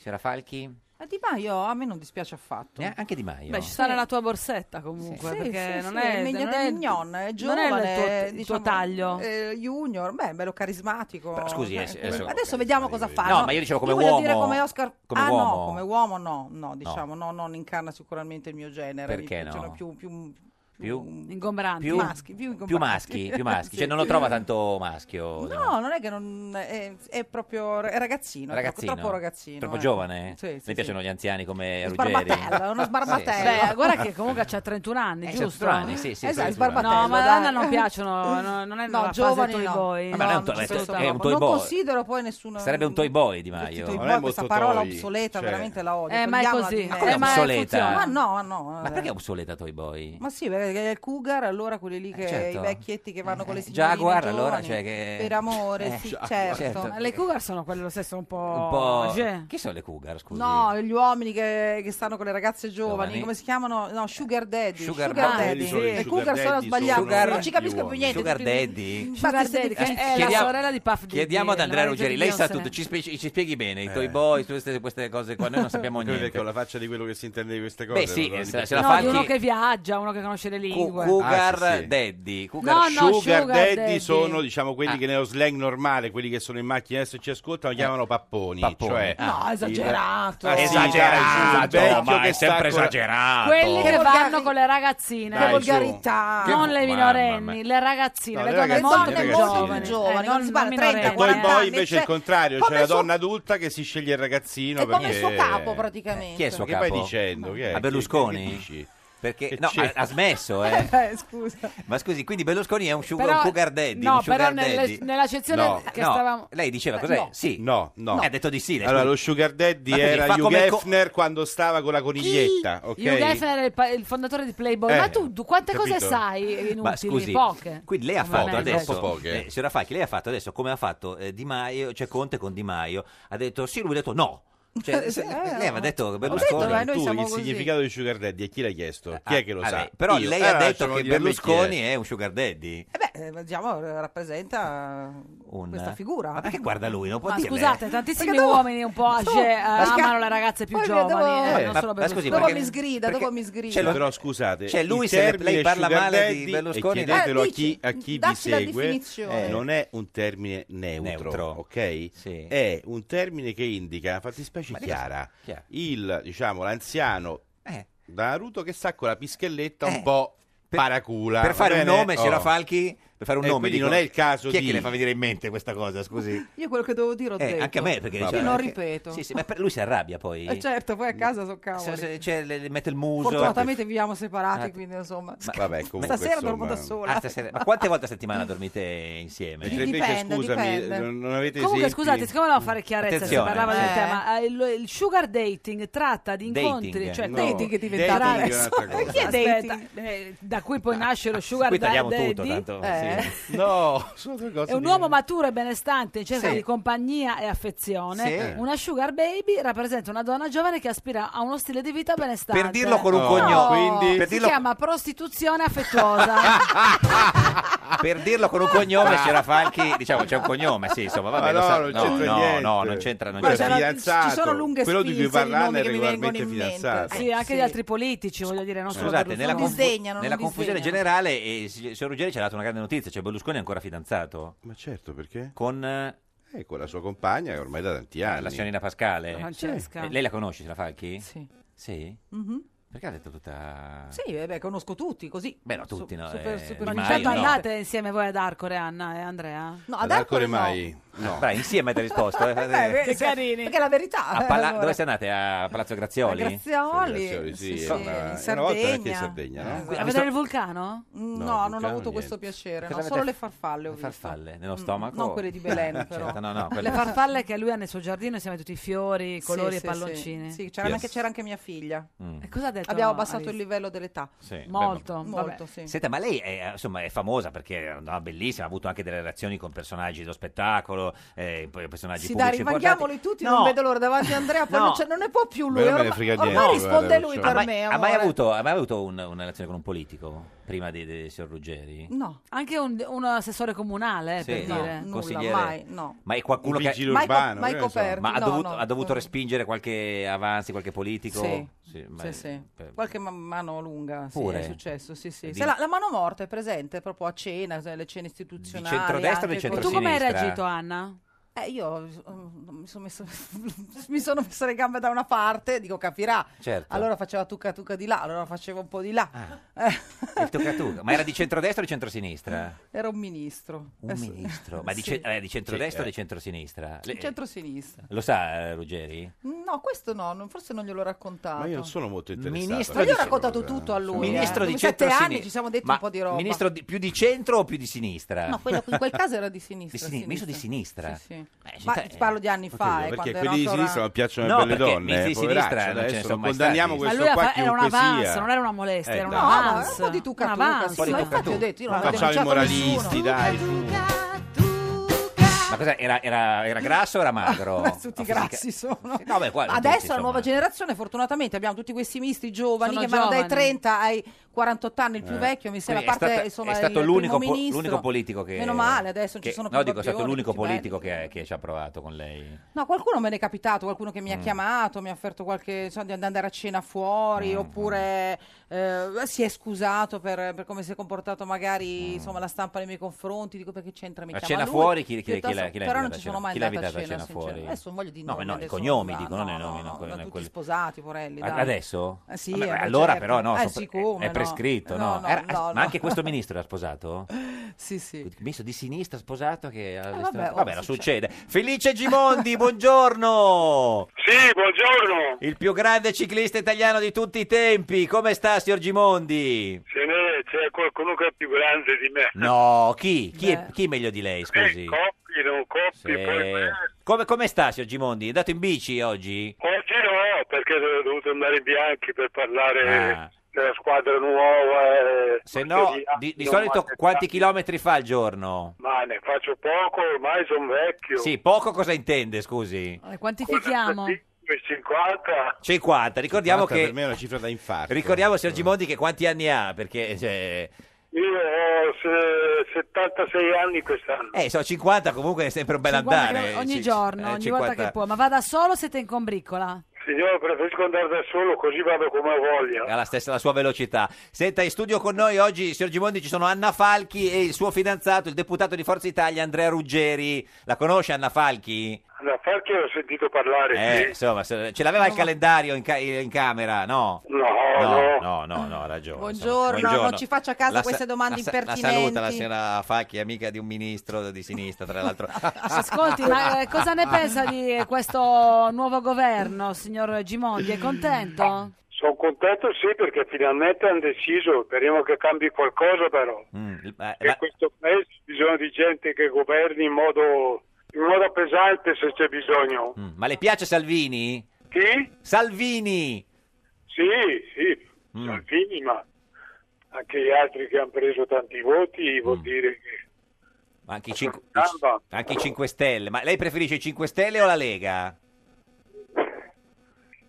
S2: c'era Falchi,
S15: Ma Eh, Di Maio a me non dispiace affatto.
S2: eh, anche Di Maio.
S1: Beh, ci sta nella tua borsetta comunque,
S15: Sì, sì,
S1: perché non
S15: sì,
S1: è
S15: il meglio
S1: non
S15: del
S1: è-
S15: mignon, è
S1: non è
S15: giovane,
S1: il tuo- il tuo,
S15: diciamo,
S1: taglio.
S15: eh, junior, beh, bello carismatico.
S2: Però, scusi,
S15: Eh,
S2: eh, se- adesso-
S15: adesso vediamo cosa fa.
S2: No, ma io dicevo come
S15: voglio
S2: uomo.
S15: dire come Oscar.
S2: Come
S15: ah,
S2: uomo.
S15: no, come uomo no, no, diciamo, no, non incarna sicuramente il mio genere. Mi
S2: Perché no?
S15: piacciono più, più,
S2: Più,
S1: ingombranti.
S2: più,
S15: maschi, più
S2: più,
S15: ingombranti.
S2: maschi, più maschi.
S15: Sì.
S2: Cioè non lo trova tanto maschio.
S15: No, non è che non è, è proprio è ragazzino, è troppo-
S2: Ragazzino.
S15: troppo ragazzino.
S2: Troppo
S15: eh.
S2: giovane?
S15: Sì, sì,
S2: Le piacciono gli anziani come Ruggeri?
S15: Sbarbatello, uno sbarbatello.
S1: Beh, guarda che comunque c'ha 31 anni,
S2: Eh,
S1: giusto?
S2: 31 anni, sì, sì,
S1: Esatto,
S2: sì, sbarbatello,
S1: No, ma
S15: dai.
S1: Anna non piacciono, no, non è
S15: No,
S1: la fase
S15: giovani
S1: toy
S15: no.
S1: boy.
S2: Vabbè, non è un, to-
S15: non
S2: è
S15: penso
S2: to- è un
S15: proprio.
S2: toy
S15: Non
S2: boy.
S15: considero poi nessuno-
S2: Sarebbe un toy boy Di Maio.
S15: Poi questa parola obsoleta
S2: cioè-
S15: veramente la odio.
S1: Eh, ma è
S15: togliamola
S1: così.
S15: di
S2: Ma
S15: me.
S2: come Eh, ma è obsoleta? funziona.
S15: Ma no, ma no.
S2: Ma perché è obsoleta Toy Boy?
S15: Ma sì, perché eh, il cougar, allora quelli lì che
S2: certo. eh,
S15: i vecchietti che vanno con le signorine
S2: Jaguar,
S15: giovani.
S2: allora, cioè che-
S15: per amore,
S2: Eh,
S15: sì,
S2: Jaguar,
S15: certo.
S2: certo.
S1: Le cougar sono quelle lo stesso un
S2: Un
S1: po'...
S2: po'...
S1: Cioè,
S2: Chi sono le cougar, scusi?
S15: No, gli uomini che, che stanno con le ragazze giovani,
S2: Giovani.
S15: come si chiamano? No, sugar daddy.
S2: Sugar
S15: sugar
S2: daddy.
S15: daddy.
S2: Quelli sono i
S15: Le
S2: sugar
S15: cougar sono
S2: daddy,
S15: sbagliate,
S2: sono
S15: non ci capisco più
S2: gli
S15: niente.
S2: Sugar daddy?
S1: Sugar daddy, che è la sorella di Puff Daddy,
S2: Chiediamo ad
S1: la
S2: Andrea
S1: manager
S2: Ruggeri,
S1: di
S2: lei sa
S1: Beyoncé.
S2: tutto, ci spie- ci spieghi, bene, i toy boy, tutte queste- queste cose qua, noi non sappiamo
S14: Quello
S2: niente.
S14: Con Eh. ecco, la faccia di quello che si intende di queste cose.
S2: Beh sì,
S14: allora,
S2: eh, se
S14: dipende-
S2: la, se la
S1: no,
S2: fa
S1: di uno
S2: chi-
S1: che viaggia, uno che conosce le lingue.
S2: Cougar
S14: Ah, sì, sì.
S2: Daddy. Cougar-
S1: No, no,
S14: sugar,
S1: sugar
S14: daddy,
S1: daddy.
S14: sono diciamo quelli
S2: Ah.
S14: che nello slang normale, quelli che sono in macchina adesso e ci ascoltano,
S2: Eh.
S14: chiamano papponi. Cioè,
S15: No, esagerato.
S14: Ah, sì, dai, su, il
S2: Ah. Esagerato,
S14: vecchio
S2: ma è
S14: che sta
S2: sempre
S14: con la-
S2: esagerato.
S1: Quelli che
S15: volgar-
S1: vanno con le ragazzine,
S2: Dai, Che su. volgarità. Che
S1: non
S2: vo-
S1: le
S2: mamma
S1: minorenni,
S2: mia.
S1: le ragazzine,
S14: No,
S1: le
S14: le
S1: donne
S14: ragazzine,
S1: molto
S14: le
S1: più
S14: ragazzine.
S1: giovani,
S15: giovani,
S1: Eh, non
S15: si parla
S1: minorenni.
S15: 30,
S14: E poi
S15: 40
S14: poi
S15: anni,
S14: invece
S15: cioè,
S14: il contrario, c'è
S15: come
S14: la
S15: su-
S14: donna adulta che si sceglie il ragazzino
S2: Eh,
S15: È come
S14: perché...
S15: suo capo, praticamente.
S2: Chi è il suo
S14: che
S2: capo?
S14: vai dicendo? Che è?
S2: A Berlusconi?
S14: Che- che dici?
S2: Perché,
S14: Che
S2: no,
S14: c'è?
S2: ha, ha smesso, eh.
S15: Eh, scusa.
S2: Ma scusi, quindi Berlusconi è un, sugar,
S1: Però-
S2: un sugar daddy?
S1: no,
S2: un sugar
S1: però nelle-
S2: daddy?
S1: nella sezione
S2: No,
S1: che
S2: no.
S1: stavamo-
S2: Lei diceva
S1: Eh,
S2: cos'è?
S1: no.
S2: Sì.
S14: No, no.
S2: Eh, Ha detto di sì. lei,
S14: Allora,
S2: scusi.
S14: lo sugar daddy
S2: Ma così,
S14: era
S2: fa
S14: Hugh
S2: come co-
S14: Hefner quando stava con la coniglietta, ok?
S1: Hugh Hefner è il, pa- il fondatore di Playboy.
S14: Eh,
S1: Ma tu du- quante cose
S2: capito.
S1: sai inutili?
S2: Ma scusi,
S1: Poche.
S2: quindi lei ha
S1: Come
S2: fatto
S1: me.
S2: adesso,
S14: Troppo poche.
S2: eh, signora Facchi, lei ha fatto adesso come ha fatto eh, Di Maio, cioè Conte con Di Maio, ha detto sì, lui ha detto no. Cioè, se-
S14: Eh,
S2: lei aveva detto che
S14: Berlusconi,
S2: Berlusconi
S14: tu il significato di sugar daddy a chi l'ha chiesto? chi è che lo
S2: Ah,
S14: sa?
S2: beh, però
S14: Io.
S2: lei
S14: Allora,
S2: ha detto
S14: lasciamo
S2: che
S14: dirmi chi
S2: Berlusconi
S14: è.
S2: è un sugar daddy.
S15: Eh beh, eh, diciamo, rappresenta
S2: Un-
S15: questa figura. Ah,
S2: Ma perché guarda lui? Non può
S1: Ma
S2: dirle,
S1: scusate,
S2: eh?
S1: tantissimi
S15: Perché devo-
S1: uomini un po'
S15: Sto-
S1: age, eh,
S15: perché-
S1: amano le ragazze più
S15: poi
S1: giovani.
S15: devo-
S1: eh, non
S2: ma- ma
S1: solo Berlusconi.
S2: scusi,
S15: dopo
S2: perché-
S15: mi sgrida, dopo mi sgrida.
S2: c'è lo-
S14: Però scusate,
S2: Cioè, lui
S14: il
S2: se ne-
S14: termine
S2: lei parla
S14: sugar
S2: male di
S14: daddy,
S2: Berlusconi,
S14: E chiedetelo
S15: Eh,
S14: a chi,
S15: dici,
S14: a chi vi
S15: dacci la
S14: segue,
S15: definizione.
S14: eh, non è un termine neutro,
S2: Neutro.
S14: ok?
S2: Sì.
S14: È un termine che indica fattispecie
S2: Ma dica-
S14: chiara.
S2: chiara.
S14: Il, diciamo, l'anziano
S2: Eh.
S14: da Naruto che sta con la pischelletta un po' paracula.
S2: Per
S14: va
S2: fare un
S14: bene?
S2: nome,
S14: Oh.
S2: signora Falchi, per fare un
S14: E
S2: nome,
S14: quindi
S2: dico,
S14: non è il caso
S2: Eh, chi è
S14: di-
S2: che le fa venire in mente questa cosa, scusi?
S15: Io quello che devo dire ho
S2: Eh,
S15: detto.
S2: anche a me, perché
S15: Io
S2: cioè,
S15: non
S2: perché-
S15: ripeto.
S2: Sì, sì, ma per- lui si arrabbia poi.
S15: Eh, certo, poi a casa sono cavoli.
S2: Se- se- cioè, le- le mette il muso.
S15: Fortunatamente viviamo separati,
S2: Ah,
S15: quindi insomma.
S2: Ma-
S14: Vabbè, comunque,
S15: Stasera dormo
S14: insomma-
S15: da sola.
S2: Ah, stasera- Ma quante volte a settimana dormite insieme?
S14: Mentre invece,
S15: Dipende,
S14: scusami,
S15: dipende.
S14: non- non avete
S1: Comunque,
S14: esempi?
S1: scusate, siccome volevamo fare chiarezza,
S14: Attenzione.
S1: si parlava del
S14: Eh.
S1: tema. eh, il, il sugar dating tratta di incontri,
S14: Dating.
S1: cioè
S14: No,
S1: dating che
S14: dating
S1: diventa
S14: è un'altra cosa.
S1: Chi è
S15: Aspetta,
S1: dating? Eh, da cui poi nasce lo sugar
S2: Ah, Qui tagliamo
S1: daddy.
S2: tutto, tanto,
S1: Eh.
S2: sì.
S14: No, sono due cose
S1: È un
S14: diverse.
S1: uomo maturo e benestante in cerca
S2: Sì.
S1: di compagnia e affezione.
S2: Sì.
S1: Una sugar baby rappresenta una donna giovane che aspira a uno stile di vita benestante.
S2: Per dirlo con un
S14: No,
S2: cognome,
S14: quindi-
S1: Si
S2: per, dirlo,
S1: chiama prostituzione affettuosa.
S2: per dirlo con un cognome, signora Falchi, diciamo c'è un cognome, sì, insomma, vabbè,
S14: Ah. Ma
S2: lo
S14: no,
S2: sa-
S14: non
S2: no,
S14: c'entra
S2: no,
S14: niente.
S2: no, non c'entra, non
S14: Quello
S2: c'entra.
S14: è fidanzato.
S15: ci sono lunghe
S14: Quello di cui
S15: spinze di
S14: parlare
S15: nomi
S14: è
S15: che mi vengono
S14: regolarmente
S15: in mente. Eh,
S14: fidanzato.
S1: sì, anche gli altri politici, voglio dire, non solo
S2: Scusate,
S1: Berlusconi.
S2: nella, confu-
S15: disdegnano, non
S2: nella confusione
S15: disdegnano.
S2: generale, eh, sig- signor Ruggeri ci ha dato una grande notizia, cioè Berlusconi è ancora fidanzato.
S14: Ma certo, perché?
S2: Con eh,
S14: Eh, con la sua compagna che ormai da tanti anni.
S2: la signorina Pascale.
S15: Francesca.
S2: Eh, lei la conosce, la Falchi?
S15: Sì.
S2: Sì?
S15: Mhm.
S2: Perché ha detto tutta...
S15: Sì, eh, beh, conosco tutti, così.
S2: Beh, no, tutti, no, eh,
S1: Ma
S2: Di
S1: ogni
S2: Maio,
S1: tanto
S2: no.
S1: andate insieme voi ad Arcore, Anna e Andrea?
S15: No,
S2: Ad
S14: Arcore mai?
S2: No. Beh, insieme ti ha risposto. eh.
S15: Eh,
S1: Che carini.
S15: Perché è la verità. eh,
S2: A Pala-
S15: allora.
S2: Dove siete andate? A Palazzo Grazioli?
S15: Grazioli,
S14: Grazioli, sì,
S15: sì,
S14: era
S15: sì,
S14: una-
S15: in
S14: era una volta
S15: Sardegna. Eh,
S14: anche in Sardegna, no?
S1: A
S2: visto-
S1: vedere il vulcano?
S15: Mm, No, non
S14: Vulcano,
S15: ho avuto
S14: niente.
S15: questo piacere,
S2: Cosa
S15: no,
S2: avete
S15: solo le
S2: f-
S15: farfalle ho
S2: le
S15: visto.
S2: farfalle nello
S15: Mm,
S2: stomaco?
S15: non quelle di Belen,
S2: Certo,
S15: però.
S2: no, no, quelle-
S1: Le farfalle che lui ha nel suo giardino insieme a tutti i fiori, i
S15: Sì,
S1: colori
S15: sì,
S1: e
S15: sì.
S1: palloncini.
S15: Sì, c'era,
S2: Yes.
S15: anche, c'era anche mia figlia.
S2: Mm. E
S1: cosa ha detto
S15: Abbiamo abbassato
S1: Alice?
S15: il livello dell'età.
S2: Sì, beh,
S1: Molto,
S2: ma-
S1: vabbè.
S15: Molto, sì.
S2: Senta, ma lei è, insomma, è famosa perché è una bellissima, ha avuto anche delle relazioni con personaggi dello spettacolo, eh, poi personaggi
S15: Sì, dai,
S2: pubblici importanti.
S15: rimandiamoli tutti, non vedo l'ora davanti a Andrea, poi
S2: No.
S15: non, ce- non ne può più lui.
S2: Però me ne
S15: ormai
S2: frega
S15: ormai
S2: niente,
S15: risponde
S14: guarda,
S15: lui
S14: cioè.
S15: per
S2: ha, mai,
S15: me.
S2: ha mai
S15: amore.
S2: avuto, ha mai avuto un- una relazione con un politico prima di, di signor Ruggeri?
S15: No.
S1: Anche un, un assessore comunale, eh,
S2: Sì,
S1: per
S2: no,
S1: dire.
S2: nulla, Consigliere. mai,
S15: no.
S2: Ma è qualcuno
S14: Un
S2: che
S14: vigile Mai co- urbano, eh, mai che ne so. coperti,
S2: ma ha
S15: no,
S2: dovuto,
S15: no.
S2: ha dovuto respingere qualche avanzi, qualche politico?
S15: Sì,
S2: ma-
S15: sì, sì.
S2: per-
S15: Qualche ma- mano lunga sì,
S2: Pure?
S15: è successo. Sì, sì.
S2: Di-
S15: Se la, la mano morta è presente proprio a cena, sai, le cene istituzionali.
S2: centrodestra o
S15: anche
S2: di
S15: con-
S1: Tu come hai
S2: sinistra.
S1: reagito, Anna?
S15: Eh, io eh, mi sono, messo, mi sono messa le gambe da una parte, dico capirà.
S2: Certo. Ah.
S15: Allora faceva tucca tucca di là, allora facevo un po' di là. Eh,
S2: Il tocatuca. Ma era di centrodestra o di centrosinistra?
S15: era un ministro.
S2: Un
S15: Adesso-
S2: ministro. Ma di,
S15: Eh, Sì.
S2: ce- eh, di centrodestra
S14: Sì,
S2: o
S14: eh.
S2: di centrosinistra?
S15: Il
S2: Lei-
S15: centro-sinistra.
S2: Lo sa, eh, Ruggeri?
S15: No, questo no, non- forse non gliel'ho raccontato.
S14: Ma io non sono molto interessato.
S2: Ministro
S15: Ma io ho
S2: di-
S15: raccontato tutto a lui.
S2: Ministro
S15: eh.
S2: di
S15: Dopo sette
S2: centrosinistra.
S15: anni ci siamo detti
S2: Ma
S15: un po' di roba.
S2: Ministro di- più di centro o più di sinistra?
S15: No, quello in quel caso era di sinistra.
S2: Di sinistra, ministro di sinistra.
S15: Sì, sì. Ma
S2: sì, eh,
S15: parlo di anni fa, eh,
S14: perché
S15: quando
S14: quelli
S15: ero
S14: di
S15: ancora-
S14: sinistra non piacciono
S2: No,
S14: a belle
S2: perché
S14: donne, eh,
S2: miti di
S14: poveraccio,
S2: sinistra non ce ne
S14: adesso
S2: sono mai
S14: condanniamo
S2: stati.
S1: Ma
S14: questo
S1: lui
S14: qua
S1: fa- era un
S14: chiunque
S1: avance,
S14: sia.
S1: non era una molestia,
S14: Eh,
S1: era un
S14: dai.
S15: ma
S1: avance.
S15: un po' di
S1: un
S15: tucca-tucca,
S1: avance.
S15: sì, ma infatti ho detto, io non
S14: Non facciamo
S15: denunciato
S14: i moralisti, dai. su.
S2: Ma cosa era, era, era grasso o era magro?
S15: tutti grassi sono.
S2: No, beh, qua-
S15: Ma adesso
S2: tutti,
S15: la nuova generazione, fortunatamente, abbiamo tutti questi misti giovani
S1: Sono
S15: che vanno dai
S1: giovani.
S15: 30 ai 48 anni, il più
S2: Eh.
S15: vecchio, mi sembra, a
S2: Quindi
S15: parte
S2: stata-
S15: insomma,
S2: è stato
S15: il
S2: l'unico,
S15: primo
S2: po-
S15: ministro.
S2: l'unico politico che
S15: Meno male, adesso non ci
S2: che-
S15: sono più
S2: no dico è stato
S15: babbioni,
S2: l'unico
S15: tutti belli.
S2: politico che, che ci ha provato con lei
S15: No, qualcuno me ne è capitato, qualcuno che mi ha
S2: Mm.
S15: chiamato, mi ha offerto qualche, so, di andare a cena fuori,
S2: Mm,
S15: oppure eh, si è scusato per, per come si è comportato magari insomma, la stampa nei miei confronti, dico perché c'entra, mi
S2: Mm. a
S15: chiama
S2: cena
S15: lui,
S2: fuori chi, chi, chi,
S15: piuttosto-
S2: l'ha- chi l'ha
S15: Però
S2: invitata
S15: non
S2: a
S15: ci
S2: cena?
S15: sono mai
S2: Chi l'ha
S15: andata a
S2: invitata
S15: cena,
S2: fuori?
S15: sinceramente. Adesso non voglio di
S2: no, ma no,
S15: nomi,
S2: i
S15: adesso
S2: cognomi
S15: non va,
S2: dicono, non i
S15: no,
S2: nomi.
S15: no,
S2: no,
S15: no,
S2: quelli-
S15: tutti
S2: quelli-
S15: sposati, porelli,
S2: A-
S15: dai.
S2: Adesso?
S15: Eh sì,
S2: Vabbè,
S15: eh,
S2: ma allora
S15: certo.
S2: però no,
S15: Eh,
S2: so-
S15: sì, come
S2: è
S15: no.
S2: prescritto, no?
S15: No, no,
S2: Era-
S15: no,
S2: ma
S15: no.
S2: anche questo ministro era sposato?
S15: Sì, sì.
S2: Ministro di sinistra sposato che... ha-
S15: vabbè, oh,
S2: vabbè, la succede. Felice Gimondi, buongiorno!
S21: Sì, buongiorno.
S2: Il più grande ciclista italiano di tutti i tempi. Come sta, signor Gimondi?
S21: Se ne c'è qualcuno che è più grande di me.
S2: No, chi? Chi è, chi è meglio di
S21: Eh,
S2: lei, scusi?
S21: Coppi, non coppi,
S2: Sì.
S21: poi me.
S2: Come, come sta, signor Gimondi? È andato in bici oggi?
S21: Oggi no, perché ho dovuto andare in bianchi per parlare
S2: Ah.
S21: della squadra nuova. eh,
S2: Se no,
S21: così, ah,
S2: di, di
S21: non
S2: solito
S21: ho
S2: quanti
S21: aspettato.
S2: chilometri fa al giorno?
S21: Ma ne faccio poco, ormai sono vecchio.
S2: Sì, poco cosa intende, scusi?
S1: Eh, Quantifichiamo.
S21: 50.
S2: 50, ricordiamo
S14: 50
S2: che...
S14: per me è una cifra da infarto.
S2: Ricordiamo, signor Gimondi, che quanti anni ha, perché... Cioè,
S21: Io ho se- 76 anni quest'anno.
S2: eh, so, 50 comunque è sempre un bel
S1: 50
S2: andare.
S1: chilometri ogni
S2: Ci-
S1: giorno,
S2: eh,
S1: ogni volta
S2: 50.
S1: che può. Ma va da solo o siete in combriccola?
S21: Signore, preferisco andare da solo, così vado come voglio.
S2: alla stessa la sua velocità. Senta, in studio con noi oggi, signor Gimondi, ci sono Anna Falchi e il suo fidanzato, il deputato di Forza Italia, Andrea Ruggeri. La conosce Anna Falchi?
S21: La Falchi ho sentito parlare.
S2: Eh,
S21: sì.
S2: insomma, se- ce l'aveva il calendario in, ca- in camera, no?
S21: No,
S2: no, no, no, no, ha ragione.
S15: Buongiorno,
S2: insomma,
S15: non ci faccia a casa
S2: La sa-
S15: queste domande
S2: la sa-
S15: impertinenti.
S2: La saluta la signora Falchi, amica di un ministro di sinistra, tra l'altro.
S1: Ascolti, ma eh, cosa ne pensa di eh, questo nuovo governo, signor Gimondi? È contento?
S21: Sono contento sì perché finalmente hanno deciso, speriamo che cambi qualcosa però.
S2: Mm. Eh,
S21: Che questo paese ha bisogno di gente che governi in modo, in modo pesante se c'è bisogno.
S2: mm, Ma le piace Salvini?
S21: Chi?
S2: Salvini! Mm,
S21: Sì, sì, Salvini, ma anche gli altri che hanno preso tanti voti
S2: Mm.
S21: vuol dire che...
S2: Ma anche i, cinque-
S21: Ah,
S2: anche i 5 Stelle. Ma lei preferisce i 5 Stelle o la Lega?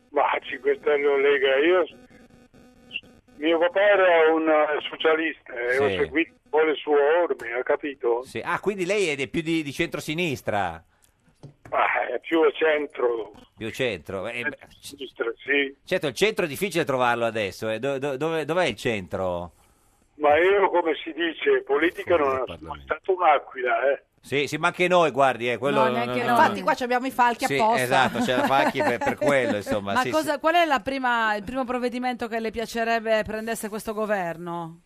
S21: Ma 5 Stelle o Lega, io... Mio papà era un eh, socialista e ho
S2: Sì.
S21: seguito un po' le sue orme, ha capito?
S2: Sì. Ah, quindi lei è di- più di, di centrosinistra,
S21: Ma è più a centro,
S2: più centro. Eh, beh,
S21: sinistra, sì.
S2: certo, il centro è difficile trovarlo adesso. eh. Do- do- dove- dov'è il centro?
S21: Ma io, come si dice, politica non sono stato un'aquila, eh.
S2: Sì, sì, ma anche noi, guardi, eh, quello...
S15: Infatti qua ci abbiamo i falchi
S2: Sì,
S15: apposta.
S2: esatto, c'è la Facchi per, per quello, insomma.
S1: Ma
S2: sì,
S1: cosa- qual è la prima- il primo provvedimento che le piacerebbe prendesse questo governo?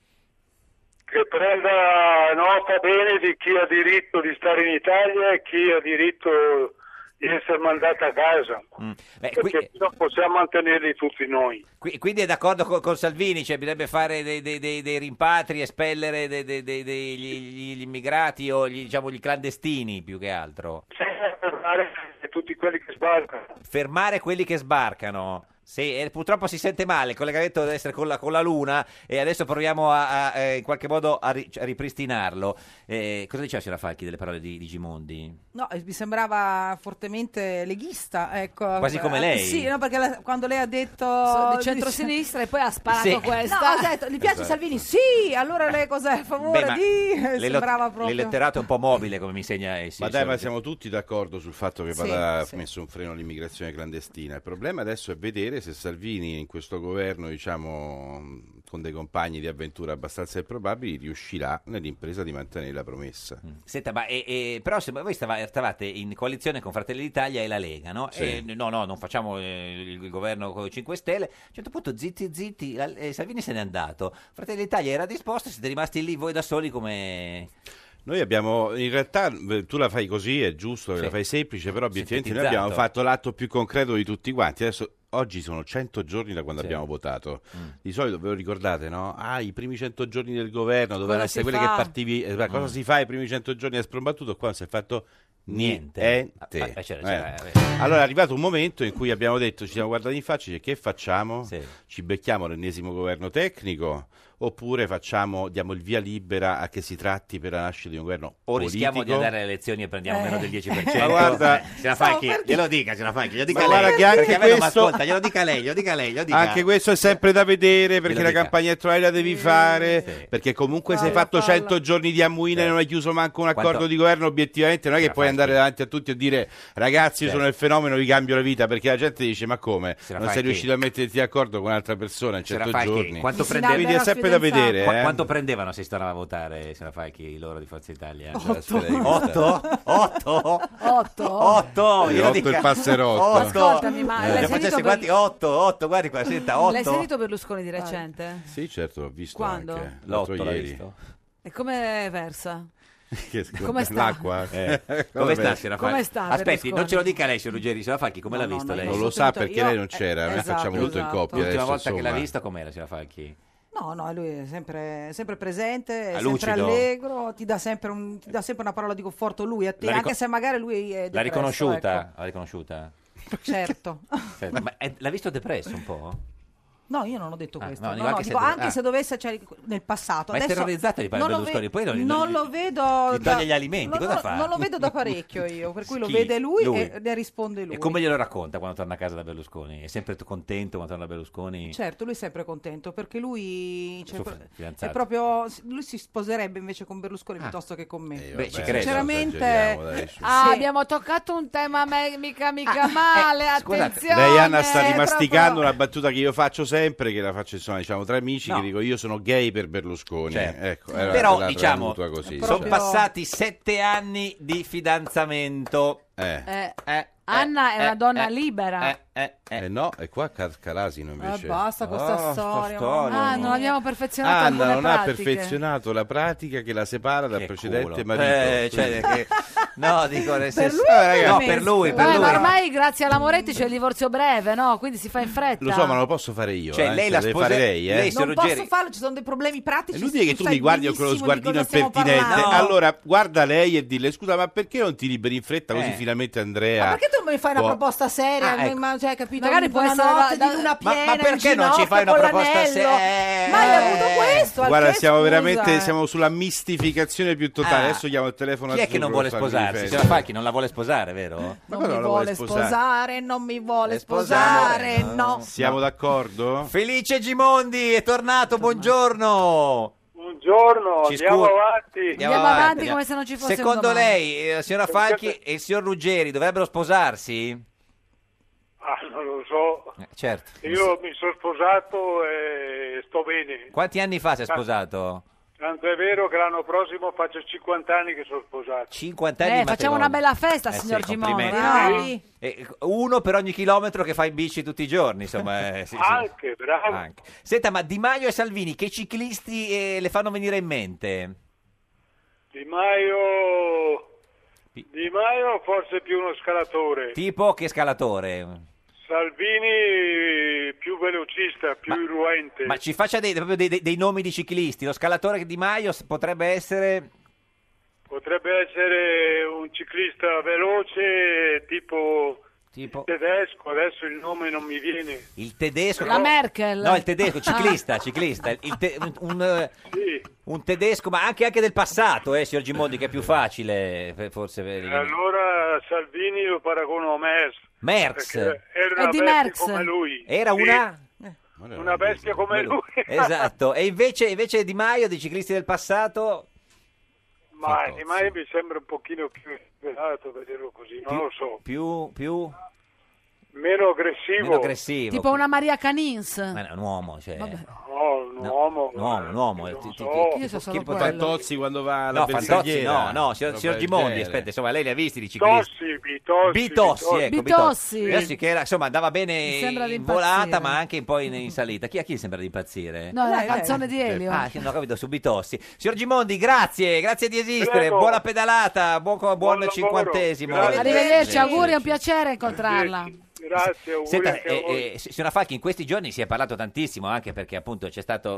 S21: Che prenda nota bene di chi ha diritto di stare in Italia e chi ha diritto di essere mandato a casa.
S2: sì. Mm. Beh, qui-
S21: Perché non possiamo mantenerli tutti noi.
S2: qui- quindi è d'accordo co- con, Salvini, cioè bisognerebbe fare dei, dei- dei- dei rimpatri, espellere dei- dei- dei- dei- gli, gli immigrati o gli, diciamo, gli clandestini più che altro.
S21: Bisogna fermare tutti quelli che sbarcano.
S2: fermare quelli che sbarcano. Sì, e purtroppo si sente male il collegamento deve essere con la, con la Luna e adesso proviamo a, a, eh, in qualche modo a, ri- a ripristinarlo. Eh, cosa diceva Sera Falchi delle parole di, di Gimondi?
S15: No, eh, mi sembrava fortemente leghista, ecco.
S2: Quasi come lei.
S15: Sì, no, perché la- quando lei ha detto
S1: So, di centrosinistra
S15: e poi ha
S1: sparato
S2: Sì.
S1: questa.
S15: No, ho detto, gli piace
S2: Esatto.
S15: Salvini? Sì, allora lei cos'è a favore
S2: Beh, ma
S15: di
S2: l'elot-
S15: sembrava proprio
S2: L'elettorato è un po' mobile, come mi insegna. eh, sì,
S14: ma dai, ma
S2: solito.
S14: siamo tutti d'accordo sul fatto che
S2: Sì,
S14: vada
S2: sì.
S14: messo un freno all'immigrazione clandestina. Il problema adesso è vedere se Salvini in questo governo, diciamo, con dei compagni di avventura abbastanza improbabili, riuscirà nell'impresa di mantenere la promessa.
S2: Senta, ma eh, eh, però se- voi stava- stavate in coalizione con Fratelli d'Italia e la Lega, no?
S14: Sì.
S2: E no, no, non facciamo eh, il, il governo con i 5 Stelle. A un certo punto, zitti, zitti, la- eh, Salvini se n'è andato. Fratelli d'Italia era disposto, siete rimasti lì voi da soli come...
S14: Noi abbiamo, in realtà eh, tu la fai così, è giusto che la fai semplice, però obiettivamente noi
S2: Sintetizzato.
S14: abbiamo fatto l'atto più concreto di tutti quanti. Adesso, oggi sono 100 giorni da quando
S2: Sì.
S14: abbiamo votato.
S2: Mm.
S14: Di solito ve lo ricordate, no? Ah, i primi 100 giorni del governo dovevano
S2: Cosa
S14: essere
S2: si
S14: quelli
S2: fa?
S14: che partivi. eh, ma cosa
S2: Mm.
S14: si fa i primi 100 giorni? È sprombattuto, qua non si è fatto Niente.
S2: Ah, ah, c'era, c'era,
S14: Eh.
S2: eh.
S14: Allora è arrivato un momento in cui abbiamo detto, ci siamo guardati in faccia e dice, che facciamo? Ci becchiamo l'ennesimo governo tecnico oppure facciamo, diamo il via libera a che si tratti per la nascita di un governo
S2: O
S14: politico?
S2: rischiamo di andare alle elezioni e prendiamo
S14: Eh.
S2: meno del 10%.
S14: Ma guarda-
S2: ce la fa chi? Glielo dica, ce la fa chi? Glielo dica
S14: Ma
S2: lei.
S14: guarda che anche
S2: perché a me non
S14: questo-
S2: m'ascolta, glielo dica lei, glielo dica lei, glielo dica.
S14: Anche questo è sempre da vedere perché
S2: Glielo
S14: la
S2: dica.
S14: campagna elettorale la devi fare, perché comunque se hai
S2: Falla,
S14: fatto
S2: falla.
S14: 100 giorni di ammuina e non hai chiuso manco un accordo
S2: Quanto-
S14: di governo, obiettivamente non è che
S2: la
S14: puoi
S2: fai,
S14: andare davanti a tutti e dire ragazzi io
S2: Certo.
S14: sono il fenomeno, vi cambio la vita, perché la gente dice ma come?
S2: la
S14: Non
S2: fai
S14: sei
S2: che?
S14: riuscito a metterti d'accordo con un'altra persona in
S2: Se la
S14: 100
S2: fai chi?
S14: Certo, giorni.
S2: Quanto prendeva-
S14: Quindi è sempre da vedere.
S2: Qua-
S14: eh.
S2: Quanto prendevano se si tornava a votare se la fai chi loro di Forza Italia?
S14: Otto.
S2: Otto? Otto?
S15: Otto?
S2: Otto,
S14: Sì,
S2: glielo
S14: otto
S2: dica. Eh.
S14: il passerotto.
S2: Otto.
S1: Ascoltami, ma l'hai
S2: Lo
S1: sentito
S2: facessi
S1: per-
S2: quanti? Otto, otto, guardi qua, senta, otto.
S1: L'hai sentito Berlusconi di recente?
S14: Sì, certo, l'ho visto
S1: Quando?
S14: anche.
S2: L'otto
S14: L'altro
S2: l'hai
S14: ieri.
S2: visto?
S1: E come versa?
S14: Che scusa,
S1: Come sta?
S14: L'acqua?
S2: Eh, come
S14: Vabbè.
S2: sta signora Falchi?
S1: Come sta
S2: Aspetti,
S1: Berlusconi?
S2: non ce lo dica lei, signor Ruggeri, signora Falchi, come l'ha
S14: no,
S2: visto
S14: no,
S2: lei?
S14: non lo sa Io- perché lei non c'era, noi esatto, facciamo tutto in esatto. coppia
S2: L'ultima
S14: adesso,
S2: volta che l'ha
S14: insomma.
S2: vista com'era signora Falchi?
S15: No, no, lui è sempre, sempre presente,
S2: Ah,
S15: sempre
S2: lucido.
S15: allegro, ti dà sempre, un- ti dà sempre una parola di conforto lui a te,
S2: La rico-
S15: anche se magari lui
S2: L'ha
S15: è depresso,
S2: riconosciuta? L'ha riconosciuta?
S15: ecco. Certo.
S2: Senta, ma è- l'ha visto depresso un po'?
S15: No, io non ho detto
S2: Ah,
S15: questo.
S2: no,
S15: No,
S2: dico
S15: no,
S2: anche se
S15: dico,
S2: dov-
S15: anche
S2: ah.
S15: se dovesse, cioè, nel passato.
S2: Ma è
S15: Adesso
S2: terrorizzato di Pari
S15: non lo
S2: Berlusconi,
S15: ve-
S2: poi non-
S15: non,
S2: non-
S15: lo vedo.
S2: gli
S15: da-
S2: toglie gli alimenti,
S15: non,
S2: cosa
S15: lo-
S2: fa?
S15: Non lo vedo da parecchio io, per cui lo
S2: Chi?
S15: vede lui,
S2: Lui.
S15: e ne risponde lui.
S2: E come glielo racconta quando torna a casa da Berlusconi? È sempre tu- contento quando torna da Berlusconi?
S14: Cioè,
S15: Certo, lui è sempre contento perché lui cioè,
S2: suo
S15: pro-
S2: fi-
S15: è
S2: fidanzato. Ah.
S15: proprio lui si sposerebbe invece con Berlusconi piuttosto che con me.
S2: Eh, vabbè, ci credo.
S15: sinceramente,
S14: esageriamo, eh, dai, su.
S1: Ah,
S15: Sì.
S1: abbiamo toccato un tema me- mica mica male, attenzione.
S14: Lei Anna sta
S1: è proprio-
S14: rimasticando una battuta che io faccio sempre, che la faccio insomma, diciamo, tra amici, che dico io sono gay per Berlusconi.
S2: Certo.
S14: Ecco, era-
S2: Però,
S14: l'ha
S2: diciamo,
S14: tradotta così,
S2: sono
S14: cioè.
S2: passati sette anni di fidanzamento.
S1: Eh, Anna è una donna libera.
S2: eh,
S14: eh. no, e qua car- Calasino invece.
S1: Eh, basta con sta
S14: Oh,
S1: storia,
S14: storia,
S1: Ah,
S14: mamma
S1: non abbiamo perfezionato
S14: Anna
S1: alcune
S14: non ha
S1: pratiche.
S14: perfezionato la pratica che la separa dal
S2: culo.
S14: precedente marito.
S2: Eh, cioè, che- no, dico nel senso-
S14: Eh, ragazzi,
S2: no, per lui, per lui.
S1: Vabbè, Eh, ma ormai grazie alla Moretti c'è il divorzio breve, no? Quindi si fa in fretta.
S14: Lo so, ma non lo posso fare io.
S2: Cioè,
S14: eh,
S2: lei
S14: se
S2: la
S14: deve
S2: sposa-
S14: fare lei, eh.
S2: lei, signor
S15: non posso farlo, ci sono dei problemi pratici.
S14: È inutile che
S15: tu
S14: tu
S15: sai
S14: mi guardi con quello
S15: benissimo di cosa
S14: sguardino
S15: stiamo
S14: impertinente.
S15: parlando.
S14: Allora, guarda lei e dille: scusa, ma perché non ti liberi in fretta così
S2: Eh.
S14: finalmente Andrea?
S15: Perché tu non mi fai una
S14: Può-
S15: proposta seria?
S14: Ah, ecco.
S15: ma, cioè, capito?
S1: Magari può essere
S15: Buonanotte
S1: da-
S15: di
S1: da-
S15: luna
S14: Ma- ma
S15: piena, in
S14: perché non ci fai
S15: ginocchio,
S14: una
S15: con
S14: proposta
S15: l'anello.
S14: seria?
S15: Ma hai avuto questo? al
S14: Guarda,
S15: che
S14: siamo
S15: scusa?
S14: veramente siamo sulla mistificazione più totale.
S2: Ah.
S14: Adesso chiamo il telefono
S2: Chi
S14: a
S2: è che non vuole sposarsi? Se la Falchi non la vuole sposare, vero?
S15: Non mi vuole sposare, non mi vuole sposare, no.
S14: Siamo d'accordo?
S2: Felice Gimondi è tornato, buongiorno.
S21: Buongiorno,
S2: Ci
S21: andiamo
S2: scu-
S21: avanti.
S1: Andiamo avanti come se non ci fosse un
S2: Secondo
S1: domani.
S2: lei, eh, la signora Falchi e il signor Ruggeri dovrebbero sposarsi?
S21: Ah, non lo so.
S2: Eh, certo.
S21: Io mi sono sposato e sto bene.
S2: Quanti anni fa
S1: Ah.
S2: si è sposato?
S21: Tanto è vero che l'anno prossimo faccio 50 anni che sono sposato.
S2: 50 anni
S1: Eh,
S2: di
S1: facciamo una
S2: matrimonio.
S1: bella festa,
S2: Eh sì,
S1: signor Gimondi.
S2: complimenti.
S1: no?
S2: Eh, uno per ogni chilometro che fa in bici tutti i giorni, insomma. eh, sì, sì.
S21: Anche, bravo.
S2: Anche. Senta, ma Di Maio e Salvini, che ciclisti eh, le fanno venire in mente?
S21: Di Maio... Di Maio forse più uno scalatore.
S2: Tipo che scalatore?
S21: Salvini più velocista, più irruente.
S2: Ma ci faccia dei, proprio dei, dei- dei nomi di ciclisti. Lo scalatore Di Maio s- potrebbe essere...
S21: Potrebbe essere un ciclista veloce tipo,
S2: Tipo?
S21: tedesco, adesso il nome non mi viene.
S2: Il tedesco.
S1: La Merkel. Ah.
S2: No, il tedesco, ciclista, ciclista. Il te- un, un, eh, un tedesco, ma anche, anche del passato, eh, signor Gimondi, che è più facile, eh, forse.
S21: E allora Salvini lo paragono a Merz.
S2: Merz.
S21: perché Era
S1: È
S21: una
S1: di
S21: bestia
S1: Merz.
S21: come lui.
S2: Era
S21: Sì,
S2: una...
S21: una bestia come lui.
S2: Esatto. E invece, invece Di Maio, dei ciclisti del passato...
S21: Ma Di Maio mi sembra un pochino più svelato vederlo così, non lo so.
S2: Più, più
S21: Meno aggressivo.
S2: meno aggressivo.
S1: Tipo una Maria Canins.
S2: Ma è un uomo, cioè...
S21: No, un uomo.
S2: Un uomo, un uomo. eh, ti- ti-
S21: so.
S2: chi-
S21: Io so
S2: chi
S21: solo
S2: potrà-
S14: Fantozzi quando va alla
S2: No, Fantozzi no,
S14: bersagliera.
S2: no, signor,
S14: Roba
S2: signor
S14: del
S2: Gimondi,
S14: genere.
S2: aspetta, insomma, lei li ha visti di ciclisti.
S21: Bitossi, Bitossi.
S2: Bitossi, ecco, Bitossi.
S1: Bitossi.
S2: Bitossi che era, insomma, andava
S1: Mi sembra
S2: bene
S1: di
S2: in volata,
S1: impazzire.
S2: ma anche poi in, in salita. Chi a chi sembra di impazzire? Eh,
S1: No, è la canzone di Elio.
S2: Ah, sì, no, capito, su Bitossi. Signor Gimondi, grazie, grazie di esistere.
S1: Prego.
S2: Buona pedalata, buon, buon cinquantesimo.
S1: Arrivederci, auguri, è un piacere incontrarla.
S21: Grazie, auguri
S2: Senta,
S21: anche a
S2: eh,
S21: voi.
S2: eh, s- signora Falchi, in questi giorni si è parlato tantissimo, anche perché appunto c'è stata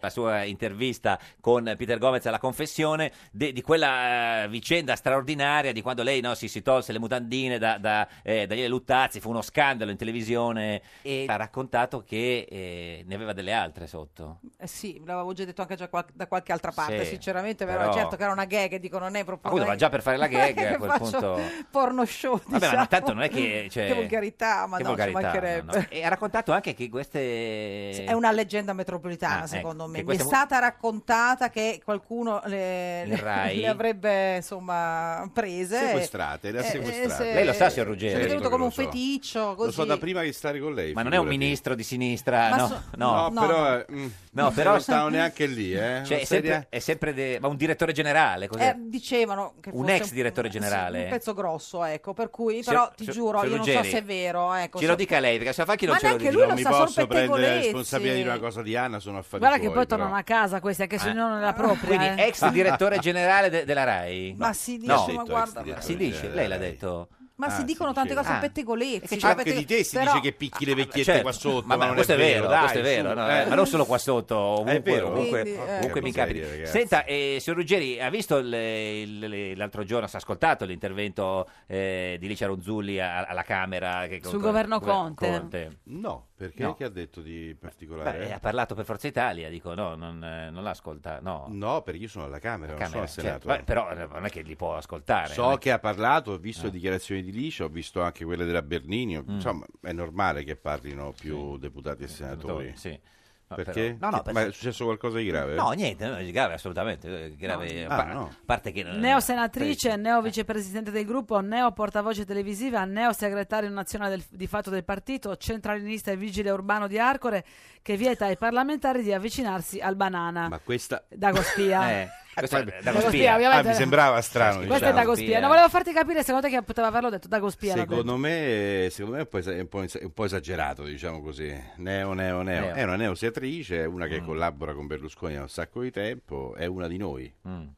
S2: la sua intervista con Peter Gomez alla confessione, de- di quella eh, vicenda straordinaria di quando lei no, si, si tolse le mutandine da, da eh, Daniele Luttazzi, fu uno scandalo in televisione e ha raccontato che eh, ne aveva delle altre sotto.
S15: Eh sì, l'avevo già detto anche già qual- da qualche altra parte,
S2: Sì,
S15: sinceramente, però,
S2: però-
S15: certo che era una gag, dico, non è
S2: Ma
S15: proprio...
S2: lui doveva già per fare la gag
S15: Che
S2: a quel
S15: faccio
S2: punto...
S15: Porno show, diciamo.
S2: Vabbè, ma tanto non è che... Cioè,
S15: Che volgarità, ma
S2: che
S15: no,
S2: volgarità,
S15: ci mancherebbe.
S2: no, no. E ha raccontato anche che queste...
S15: È una leggenda metropolitana,
S2: Ah,
S15: secondo
S2: ecco,
S15: me.
S2: che
S15: Mi è
S2: questa-
S15: stata raccontata che qualcuno le,
S2: Il Rai?
S15: le avrebbe insomma prese.
S14: Sequestrate, le ha
S15: Eh, eh,
S14: sequestrate.
S15: se-
S2: Lei lo sa, signor
S15: È
S2: Ruggeri?
S15: tenuto come
S14: lo
S15: un
S14: so.
S15: feticcio, così.
S14: Lo so da prima che stare con lei.
S2: Ma non è un
S14: figurati.
S2: ministro di sinistra,
S15: Ma
S2: no,
S15: so-
S2: no.
S15: no, No, però,
S14: no. eh, mm, non
S2: però-
S14: stavo neanche lì, eh.
S2: Cioè, è
S14: Non stai
S2: sempre,
S14: neanche-
S2: è sempre de- ma un direttore generale, cos'è?
S15: Eh, dicevano che
S2: un
S15: fosse
S2: ex direttore generale.
S15: un pezzo grosso, ecco, per cui
S2: Signor-
S15: però ti
S2: signor-
S15: giuro, io
S2: signor
S15: non so
S2: Ruggeri,
S15: se è vero, ecco.
S2: Ce
S15: so-
S2: lo dica lei, perché se Facchi non
S15: Ma
S2: ce lo
S15: neanche
S2: dice.
S15: lui lo
S14: non mi
S15: sa,
S14: posso
S15: sono
S14: prendere la
S15: pettegolezzi.
S14: responsabilità di una cosa di Anna, sono affari
S1: Guarda che
S14: suoi,
S1: poi
S14: però.
S1: tornano a casa questi, anche se
S2: Eh.
S1: non è la propria.
S2: Quindi
S1: eh.
S2: ex direttore generale de- della RAI?
S15: Ma si dice,
S2: No.
S15: ma Detto ex guarda, direttore
S2: si dice,
S14: generale.
S2: lei l'ha detto. Ah,
S15: Ma
S14: Ah,
S15: si dicono tante cose, sono pettegolezzi.
S14: Cioè,
S15: sono
S14: anche di
S15: pettegolezzi,
S14: te si
S15: però-
S14: dice che picchi le vecchiette
S2: Certo.
S14: qua sotto,
S2: ma, ma
S14: ma non
S2: questo è vero,
S14: dai,
S2: questo è
S14: su,
S2: vero, no,
S14: eh.
S2: eh, ma non solo qua sotto, ovunque,
S14: vero.
S2: ovunque,
S14: Quindi, eh.
S2: ovunque
S14: Porca
S2: mi
S14: miseria,
S2: capita.
S14: ragazzi.
S2: Senta, eh, signor Ruggeri, ha visto il- il- l'altro giorno, si è ascoltato l'intervento eh, di Licia Ronzulli a- alla Camera che-
S1: Sul governo Conte.
S14: No, perché
S2: No.
S14: che ha detto di particolare?
S2: Beh, ha parlato per Forza Italia, dico no, non, eh, non l'ha ascoltato. No.
S14: no, perché io sono alla Camera, non sono al Senato.
S2: però eh, non è che li può ascoltare. non
S14: So
S2: è
S14: che ha parlato, ho
S2: Eh.
S14: visto le dichiarazioni di Licia, ho visto anche quelle della Bernini, ho- insomma è normale che parlino più deputati e senatori.
S2: Mm. Sì. No,
S14: perché?
S2: però- no, no,
S14: Che-
S2: per-
S14: Ma è successo qualcosa di grave?
S2: No, niente, no, grave assolutamente, eh, grave.
S14: No.
S2: pa-
S14: Ah, no.
S2: A parte che
S1: Neo senatrice, neo
S14: Eh.
S1: vicepresidente del gruppo, neo portavoce televisiva, neo segretario nazionale del- di fatto del partito, centralinista e vigile urbano di Arcore che vieta ai parlamentari di avvicinarsi al banana.
S14: Ma questa
S1: Dagospia.
S14: Eh,
S2: questa
S14: poi-
S2: Dagospia,
S1: Dagospia,
S14: Ah,
S1: ovviamente.
S14: mi sembrava strano.
S1: Questo è
S14: diciamo.
S1: Dagospia. Non volevo farti capire secondo te che poteva averlo detto Dagospia. l'ho detto.
S14: Secondo me, secondo me è un po' es- è un po' es- è un po' esagerato, diciamo così. Neo, neo, neo.
S2: Neo.
S14: È una neoseatrice, è una che collabora con Berlusconi da un sacco di tempo, è una di noi.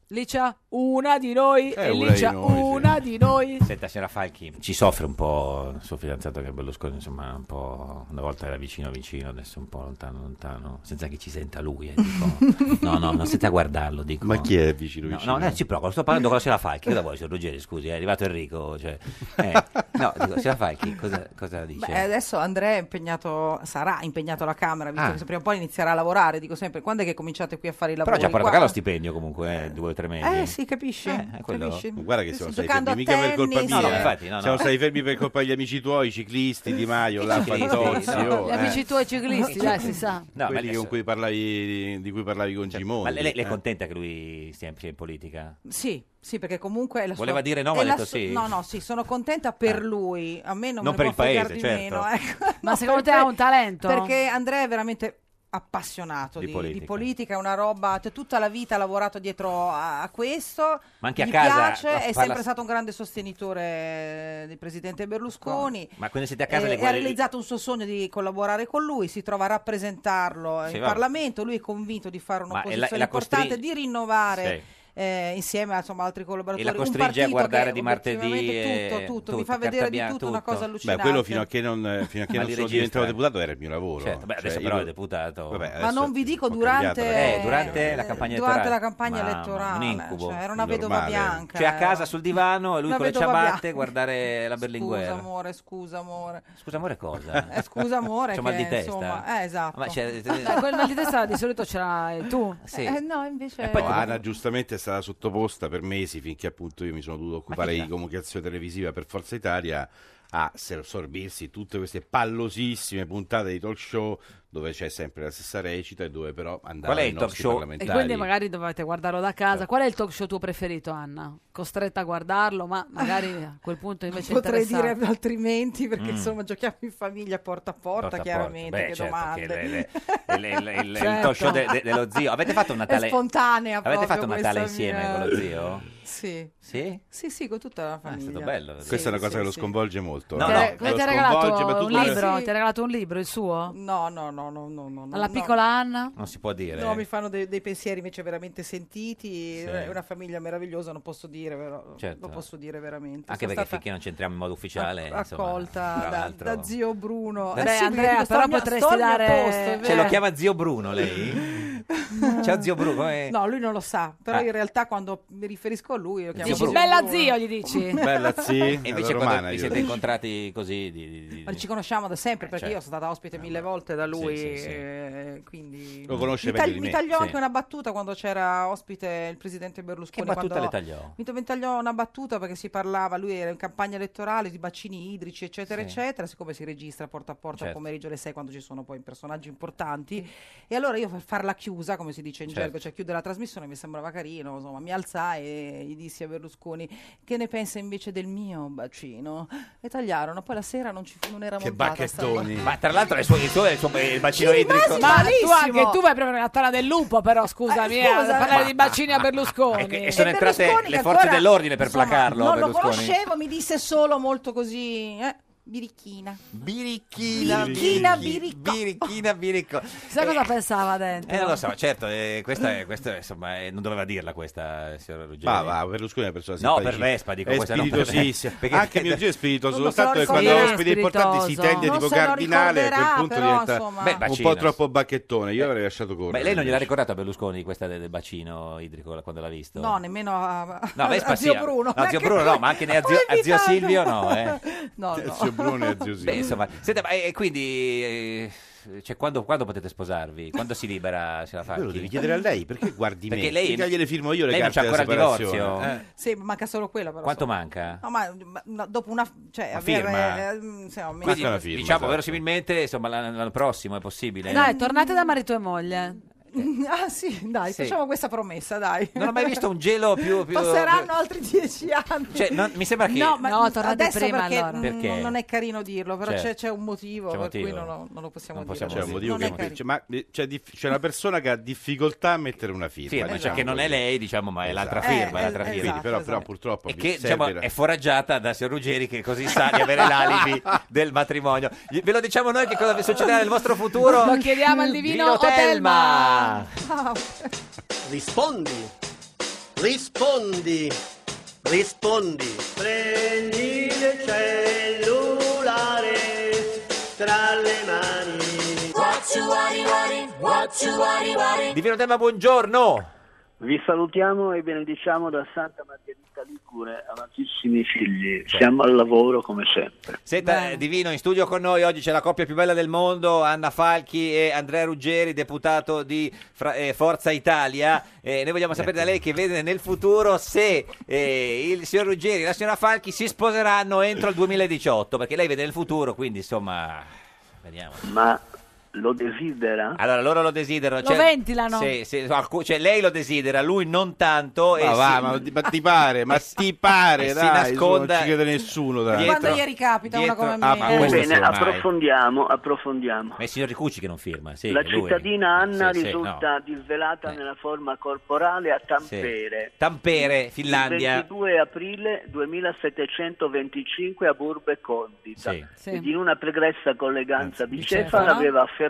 S1: Licia, una di noi.
S14: Eh,
S1: e
S14: una di
S1: Licia,
S14: noi, sì.
S1: una di noi.
S2: Senta, signora Falchi, ci soffre un po' il suo fidanzato che è Berlusconi, insomma, un po', una volta era vicino vicino, adesso un po' lontano lontano, senza che ci senta lui, eh, dico. No, no, non sente a guardarlo, dico.
S14: Ma chi è vicino
S2: No,
S14: vicino?
S2: no, no, ci provo, sto parlando con la signora Falchi, cosa vuoi, signor Ruggeri, scusi, è arrivato Enrico, cioè... eh, no, dico, signora Falchi, cosa, cosa dice?
S15: Beh, eh, adesso Andrea è impegnato, sarà impegnato alla Camera, visto
S2: Ah.
S15: che prima o poi inizierà a lavorare. Dico sempre, quando è che cominciate qui a fare i
S2: Però
S15: lavori?
S2: ha già portato a
S15: Qua-
S2: casa lo stipendio comunque, eh, due o tre mesi.
S15: Eh sì, capisci?
S2: quello-
S15: Capisci?
S14: Guarda che siamo
S15: Sto
S14: stati
S15: giocando
S14: fermi,
S15: a
S14: mica per colpa
S15: tennis.
S14: mia.
S2: No, no,
S14: eh.
S2: infatti, no, no.
S14: Siamo stati fermi per colpa degli amici tuoi, i ciclisti di Maio,
S2: Che
S14: là,
S2: ciclisti?
S14: Fantozzi,
S2: No.
S14: oh,
S1: Gli
S14: eh.
S1: amici tuoi ciclisti, dai, si sa.
S2: No, ma
S14: Quelli
S2: adesso- Cioè,
S14: con cui parlavi, di cui parlavi con Gimondi.
S2: Ma lei, lei è
S14: eh.
S2: contenta che lui sia in, sia in politica?
S15: Sì, sì, perché comunque è la sua-
S2: Voleva dire no, ma
S15: è
S2: ha
S15: la
S2: detto
S15: sua-
S2: sì. Eh.
S15: No, no, sì, sono contenta per lui. A me non,
S2: Non
S15: me
S2: per
S15: ne
S2: il
S15: può fregar
S2: paese,
S15: di
S2: certo.
S15: meno, ecco.
S1: Ma
S15: No,
S1: secondo te
S15: perché-
S1: ha un talento?
S15: Perché Andrea è veramente appassionato
S2: Di
S15: di, di politica.
S2: politica.
S15: è una roba, cioè, tutta la vita ha lavorato dietro a, a questo,
S2: Ma anche a
S15: gli
S2: casa,
S15: piace,
S2: no,
S15: è
S2: parla-
S15: sempre stato un grande sostenitore eh, del presidente Berlusconi,
S2: Ma quando siete a casa
S15: eh,
S2: le
S15: ha
S2: guardi-
S15: realizzato un suo sogno di collaborare con lui, si trova a rappresentarlo
S2: Sì,
S15: in
S2: vabbè.
S15: Parlamento, lui è convinto di
S2: Ma
S15: fare
S2: è la-
S15: un'opposizione
S2: è la costri-
S15: importante, di rinnovare
S2: Sì.
S15: eh, insieme a insomma, altri
S2: E
S15: collaboratori
S2: la costringe a
S15: un partito
S2: guardare
S15: che
S2: di martedì.
S15: obiettivamente
S2: e-
S15: tutto, tutto, mi fa
S2: carta
S15: vedere di
S2: bianca,
S15: tutto, una cosa Certo.
S14: Beh,
S15: allucinante
S14: quello fino a che non, eh, fino a che
S2: Ma
S14: non
S2: li registra?
S14: sono diventato deputato era il mio lavoro.
S2: Certo, beh,
S14: Cioè,
S2: adesso
S14: io-
S2: però è deputato.
S14: Vabbè,
S15: ma
S14: adesso-
S15: non vi dico
S14: cambiato
S15: durante,
S14: adesso.
S2: Eh, durante la campagna
S15: durante
S2: elettorale.
S15: la campagna
S2: Mamma,
S15: elettorale,
S2: un incubo.
S15: cioè, era una vedova
S2: normale.
S15: bianca,
S2: Cioè a
S15: eh.
S2: casa sul divano e lui
S15: Una
S2: con le
S15: vedova
S2: ciabatte
S15: bianca.
S2: guardare la Berlinguer.
S15: Scusa amore, scusa amore.
S2: Scusa amore cosa?
S15: Eh, scusa amore
S2: C'ho
S15: che,
S2: mal di testa? Ah,
S15: insomma, eh, esatto.
S2: Ma c'è-
S1: Eh, quel mal di testa di solito c'era eh, tu.
S2: Sì.
S15: Eh, no, invece
S14: No, Anna giustamente è stata sottoposta per mesi finché appunto io mi sono dovuto occupare
S2: chi
S14: di
S2: c'è?
S14: comunicazione televisiva per Forza Italia a assorbirsi tutte queste pallosissime puntate di talk show dove c'è sempre la stessa recita e dove però andava
S2: Qual è
S14: i
S2: il talk
S14: nostri
S2: show?
S1: E
S14: parlamentari.
S1: quindi magari dovete guardarlo da
S2: Certo.
S1: casa. Qual è il talk show tuo preferito, Anna? Costretta a guardarlo, ma magari a quel punto invece
S15: Potrei dire
S1: interessata.
S15: altrimenti perché
S2: Mm.
S15: insomma giochiamo in famiglia porta a porta,
S2: Porta a porta.
S15: chiaramente,
S2: Beh,
S15: che
S2: certo,
S15: domande.
S2: che le- le- le- il- il- il
S15: Certo.
S2: talk show de- de- dello zio. Avete fatto un
S15: È
S2: Natale?
S15: spontanea
S2: Avete
S15: proprio
S2: fatto un Natale
S15: questa
S2: insieme
S15: mia-
S2: con lo zio?
S15: Sì.
S2: Sì? Ah,
S15: Sì, sì, con tutta la famiglia.
S2: bello.
S15: Sì,
S14: Questa è una cosa
S15: sì,
S14: che lo
S15: sì.
S14: sconvolge molto.
S2: No, no,
S14: eh. Lo
S1: Come ti ha
S14: sconvolge, ma
S1: regalato
S14: tu
S1: un
S14: come-
S1: libro?
S15: Sì.
S1: Ti ha regalato un libro, il suo?
S15: No, no, no, no, no, no, no, no,
S1: Alla
S15: no.
S1: piccola Anna?
S2: Non si può dire.
S15: No, mi fanno dei, dei pensieri invece veramente sentiti.
S2: Sì.
S15: È una famiglia meravigliosa, non posso dire, però
S2: Certo.
S15: lo posso dire veramente.
S2: Anche perché
S15: Sono stata
S2: finché non ci entriamo in modo ufficiale. Eh, insomma,
S15: accolta
S2: tra
S15: da,
S2: l'altro.
S15: da zio Bruno. Eh,
S2: Beh,
S15: sì,
S1: Andrea,
S15: perché sto
S1: però
S15: al mio-
S1: potresti
S15: sto al mio
S1: dare-
S15: posto, è
S2: Ce lo
S15: vero.
S2: chiama zio Bruno lei? Ciao zio Bruno. come-
S15: No, lui non lo sa, però
S2: Ah.
S15: in realtà quando mi riferisco a lui lo chiamo
S2: Dici,
S15: zio
S2: "Bella
S15: Bruno".
S1: zio", gli dici?
S14: Bella
S2: E
S14: zii.
S2: invece
S14: alla
S2: quando
S14: romana,
S2: vi
S14: io
S2: siete
S14: dico.
S2: incontrati così di- di- di-
S15: Ma ci conosciamo da sempre perché
S2: Certo.
S15: io sono stata ospite mille volte da lui,
S2: sì, sì.
S15: eh, quindi
S2: Lo conosce
S15: mi,
S2: meglio di
S15: mi
S2: me,
S15: tagliò
S2: sì.
S15: anche una battuta quando c'era ospite il presidente Berlusconi.
S2: Che battuta
S15: quando-
S2: le tagliò?
S15: Mi, mi tagliò una battuta perché si parlava, lui era in campagna elettorale di bacini idrici, eccetera,
S2: Sì.
S15: eccetera. Siccome si registra porta a porta al
S2: Certo.
S15: pomeriggio alle 6 quando ci sono poi personaggi importanti, e allora io per farla chiusa, come si dice in
S2: Certo.
S15: gergo, cioè chiudere la trasmissione mi sembrava carino, insomma, mi alzai e gli dissi a Berlusconi che ne pensa invece del mio bacino. E tagliarono, poi la sera non, ci, fu- non era
S2: Che
S15: montata sta roba.
S2: Ma tra l'altro il, suo, il tuo- il suo- il bacino
S15: Ci rimasi
S2: idrico.
S1: Ma tu
S15: Malissimo.
S1: anche tu vai proprio nella tana del lupo, però scusami, eh,
S15: scusa.
S1: a parlare di bacini a
S2: E,
S1: Berlusconi.
S2: e sono entrate le forze dell'ordine per placarlo.
S15: Non lo
S2: Berlusconi.
S15: conoscevo, mi disse solo molto così, eh, birichina.
S2: Birichina,
S15: Birichina,
S2: birichi-
S15: biricco.
S2: birichina, biricco.
S1: Sai cosa pensava dentro?
S2: Eh, non lo so, certo, eh, questa, è, questa è, insomma, eh, non doveva dirla questa, eh, signora Ruggeri.
S14: Ma va, Berlusconi è una persona
S2: No,
S14: simpatica.
S2: per Vespa, dico
S14: È
S2: questa, non per-
S14: spiritosissima.
S2: perché-
S14: Anche mio zio è spiritoso,
S2: Non lo so,
S14: soltanto che
S2: sì,
S14: quando è
S2: è
S14: ospite importante si
S2: spiritoso.
S14: tende
S2: Non
S14: tipo
S2: se lo
S14: cardinale, a quel
S2: ricorderà,
S14: punto
S2: però,
S14: diventa
S2: insomma. Beh,
S14: un
S2: bacino.
S14: po' troppo bacchettone. Io avrei lasciato correre.
S2: Beh, lei non gliel'ha
S14: invece.
S2: ricordato a Berlusconi questa del del bacino idrico quando l'ha visto?
S15: No, nemmeno a,
S2: No, Vespa
S15: a zio
S2: sì, a-
S15: Bruno.
S2: no, a zio Bruno no, ma anche ne- a zio- a zio Silvio no, eh.
S15: Oh, No, no.
S2: Beh, insomma, senta, ma, eh, quindi eh, cioè, quando, quando potete sposarvi? Quando si libera signora Facchi?
S14: Quello devi chiedere a lei, perché guardi me?
S2: Perché lei
S14: Mica gliele firmo io le
S2: lei non c'ha
S14: carte
S2: ancora
S14: della
S2: il
S14: separazione,
S2: divorzio.
S14: eh.
S15: Sì, manca solo quella però.
S2: Quanto
S15: insomma.
S2: manca?
S15: No, ma, ma- no, dopo una cioè
S2: Una
S15: avere,
S2: firma.
S15: eh, mm, insomma, un
S2: Quindi,
S15: mese-
S2: diciamo
S14: esatto.
S2: verosimilmente insomma, l'anno, l'anno prossimo è possibile.
S1: Dai, tornate da marito e moglie.
S15: ah sì, dai,
S2: Sì.
S15: facciamo questa promessa, dai.
S2: Non ho mai visto un gelo più. più
S15: Passeranno altri dieci anni.
S2: Cioè, non- mi sembra che-
S15: No, ma
S1: No, tornate
S15: adesso
S1: prima,
S15: perché,
S1: allora.
S15: mm,
S2: Perché?
S15: non è carino dirlo, però
S14: Certo.
S15: c'è, c'è un motivo
S14: C'è
S15: per cui
S14: motivo.
S15: non lo, Cioè, non lo possiamo
S2: Non
S15: dire.
S2: possiamo
S14: C'è un motivo
S15: Non
S14: Cioè, che
S15: è carino.
S14: non c'è, ma eh, c'è, dif- c'è una persona che ha difficoltà a mettere una firma.
S2: Firma,
S14: diciamo
S2: cioè che non è
S14: così.
S2: lei, diciamo, ma è l'altra
S14: Esatto.
S2: firma.
S14: Eh,
S2: l'altra firma.
S14: eh, esatto, Quindi, però- però esatto. purtroppo
S2: E
S14: vi
S2: che
S14: serve-
S2: diciamo, è foraggiata da signor Ruggeri che così sa di avere l'alibi del matrimonio. Ve lo diciamo noi che cosa succederà nel vostro futuro?
S1: Lo chiediamo al divino
S2: Divino Telma.
S5: Rispondi. Rispondi. Rispondi. Prendi il cellulare tra le mani.
S2: Divino Telma, buongiorno.
S5: Vi salutiamo e benediciamo da Santa Margherita Ligure, amatissimi figli. Siamo al lavoro come sempre.
S2: Senta, eh, Divino, in studio con noi oggi c'è la coppia più bella del mondo, Anna Falchi e Andrea Ruggeri, deputato di Fra- eh, Forza Italia. Eh, noi vogliamo sapere da lei che vede nel futuro se eh, il signor Ruggeri e la signora Falchi si sposeranno entro il 2018, perché lei vede nel futuro, quindi insomma, vediamo.
S5: Ma lo desidera?
S2: Allora, loro lo desiderano. cioè,
S1: Lo ventilano.
S2: Sì, sì, alcu- cioè, lei lo desidera, lui non tanto.
S14: Ma
S2: e
S14: va,
S2: si-
S14: ma, ti- ma ti pare, ma ti pare,
S2: e si
S14: dai,
S2: nasconda
S14: non ci crede nessuno, dai.
S15: Cioè, Quando gli ricapita una
S2: dietro-
S15: come me.
S2: ah,
S5: Eh,
S2: ma questo
S5: Bene,
S2: sì, ormai.
S5: approfondiamo, approfondiamo.
S2: Ma è il signor Ricucci che non firma, sì,
S5: La
S2: è lui.
S5: cittadina Anna
S2: Sì, sì,
S5: risulta disvelata nella forma corporale a
S2: Sì.
S5: Tampere.
S2: Tampere,
S5: Il
S2: Finlandia.
S5: 22 aprile 2725 a Burbe Condita.
S2: Sì.
S1: Sì.
S5: Ed in una pregressa colleganza bicefala
S1: bicefala.
S5: aveva affermato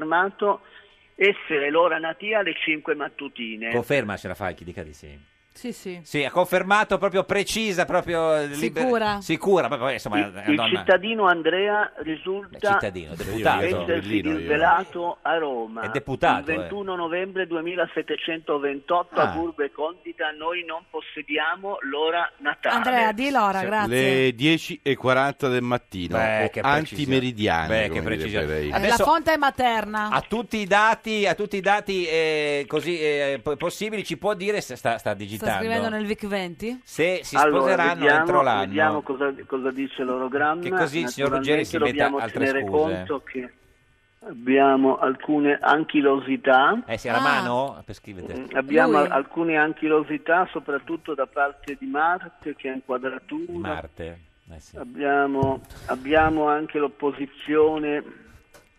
S5: essere l'ora natia alle 5 mattutine.
S2: Conferma, c'era Falchi, dica di sì.
S15: Sì, sì.
S2: Sì, ha confermato proprio precisa, proprio eh, libera-
S5: Sicura?
S2: Sicura, ma poi, insomma,
S5: il,
S2: è una
S5: il
S2: donna-
S5: cittadino Andrea risulta
S2: Eh, cittadino, deputato.
S5: essersi
S2: Io- io-
S5: rivelato a Roma
S2: È deputato, eh.
S5: il 21 novembre 2728
S2: Ah.
S5: a Burbe Condita noi non possediamo l'ora natale
S1: Andrea, di Lora, grazie.
S14: Le 10 e 40 del mattino,
S2: Beh, che precisione.
S14: antimeridiane.
S2: Beh, che
S14: come direbbe
S2: precisione.
S14: lei.
S1: Eh, La fonte è materna.
S2: A tutti i dati, a tutti i dati eh, così eh, po- possibili, ci può dire se sta, sta digitando.
S1: Sta scrivendo nel Vic 20.
S2: Se si
S5: Allora,
S2: sposeranno
S5: vediamo,
S2: entro l'anno.
S5: Vediamo cosa, cosa dice l'orogramma.
S2: Che così il signor Ruggeri si
S5: Naturalmente
S2: metta
S5: dobbiamo
S2: altre
S5: tenere
S2: scuse.
S5: conto che abbiamo alcune anchilosità.
S2: Eh, se è la mano, per scrivete.
S5: Ah. Mm, Abbiamo alcune anchilosità, soprattutto da parte di Marte che è in quadratura.
S2: Marte. Eh, sì.
S5: Abbiamo, abbiamo anche l'opposizione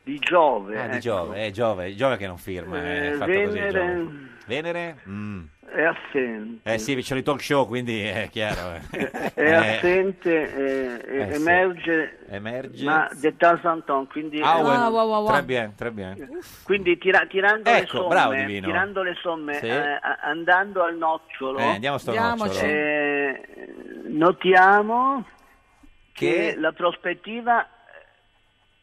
S5: di Giove.
S2: Ah, di
S5: ecco.
S2: Giove, eh, Giove, Giove che non firma. eh,
S5: Eh,
S2: è fatto così,
S5: Venere.
S2: Giove. Venere? Mm.
S5: è assente.
S2: Eh sì, c'è il talk show, quindi è chiaro. eh.
S5: È
S2: Eh,
S5: assente, eh, eh,
S2: eh, sì.
S5: emerge,
S2: Emerge.
S5: ma d'état santon, quindi...
S2: Ah, well.
S5: eh,
S2: Très bien, très bien.
S5: Quindi tira- tirando, le
S2: Ecco,
S5: somme,
S2: bravo Divino.
S5: tirando le somme,
S2: Sì.
S5: eh, a- andando al nocciolo,
S2: Eh, andiamo a sto Andiamoci. nocciolo.
S5: eh, notiamo che...
S2: Che-
S5: la prospettiva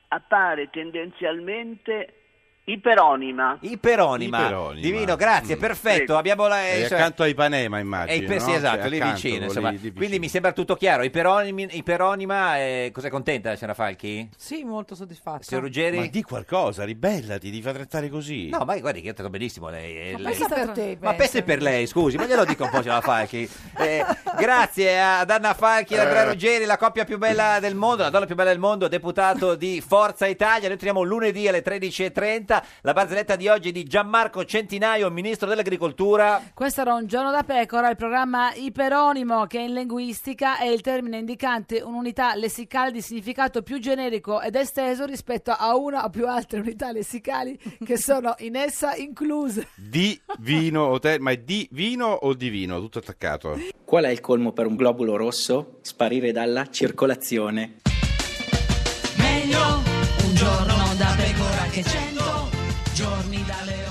S5: appare tendenzialmente iperonima.
S2: Iperonima. Divino, grazie,
S14: Mm.
S2: perfetto.
S14: Sì.
S2: Abbiamo la... eh,
S14: È
S2: cioè-
S14: accanto a Ipanema, immagino.
S2: Eh, per- sì,
S14: no?
S2: esatto,
S14: Cioè,
S2: lì
S14: accanto,
S2: vicino.
S14: lì,
S2: insomma.
S14: lì vicino.
S2: Quindi mi sembra tutto chiaro. Iperonimi- Iperonima, eh, cos'è contenta, Falchi?
S15: Sì, molto soddisfatto.
S2: Signor Ruggeri?
S14: Ah, Ma di qualcosa, ribellati, ti fa trattare così.
S2: No, ma guardi che io ho trattato benissimo lei. eh, lei-
S15: pensa per te,
S2: Ma pensi per lei, scusi, ma glielo dico un po', signora Falchi. Eh, grazie ad Anna Falchi e Andrea Ruggeri, la coppia più bella del mondo, la donna più bella del mondo, deputato di Forza Italia. Noi torniamo lunedì alle 13.30. La barzelletta di oggi è di Gianmarco Centinaio, ministro dell'agricoltura.
S1: Questo era un giorno da pecora, il programma iperonimo che in linguistica è il termine indicante un'unità lessicale di significato più generico ed esteso rispetto a una o più altre unità lessicali che sono in essa incluse.
S14: Di vino o te- ma è di vino o di vino? Tutto attaccato.
S4: Qual è il colmo per un globulo rosso? Sparire dalla circolazione.
S22: Meglio un giorno da pecora che cento giorni da leone.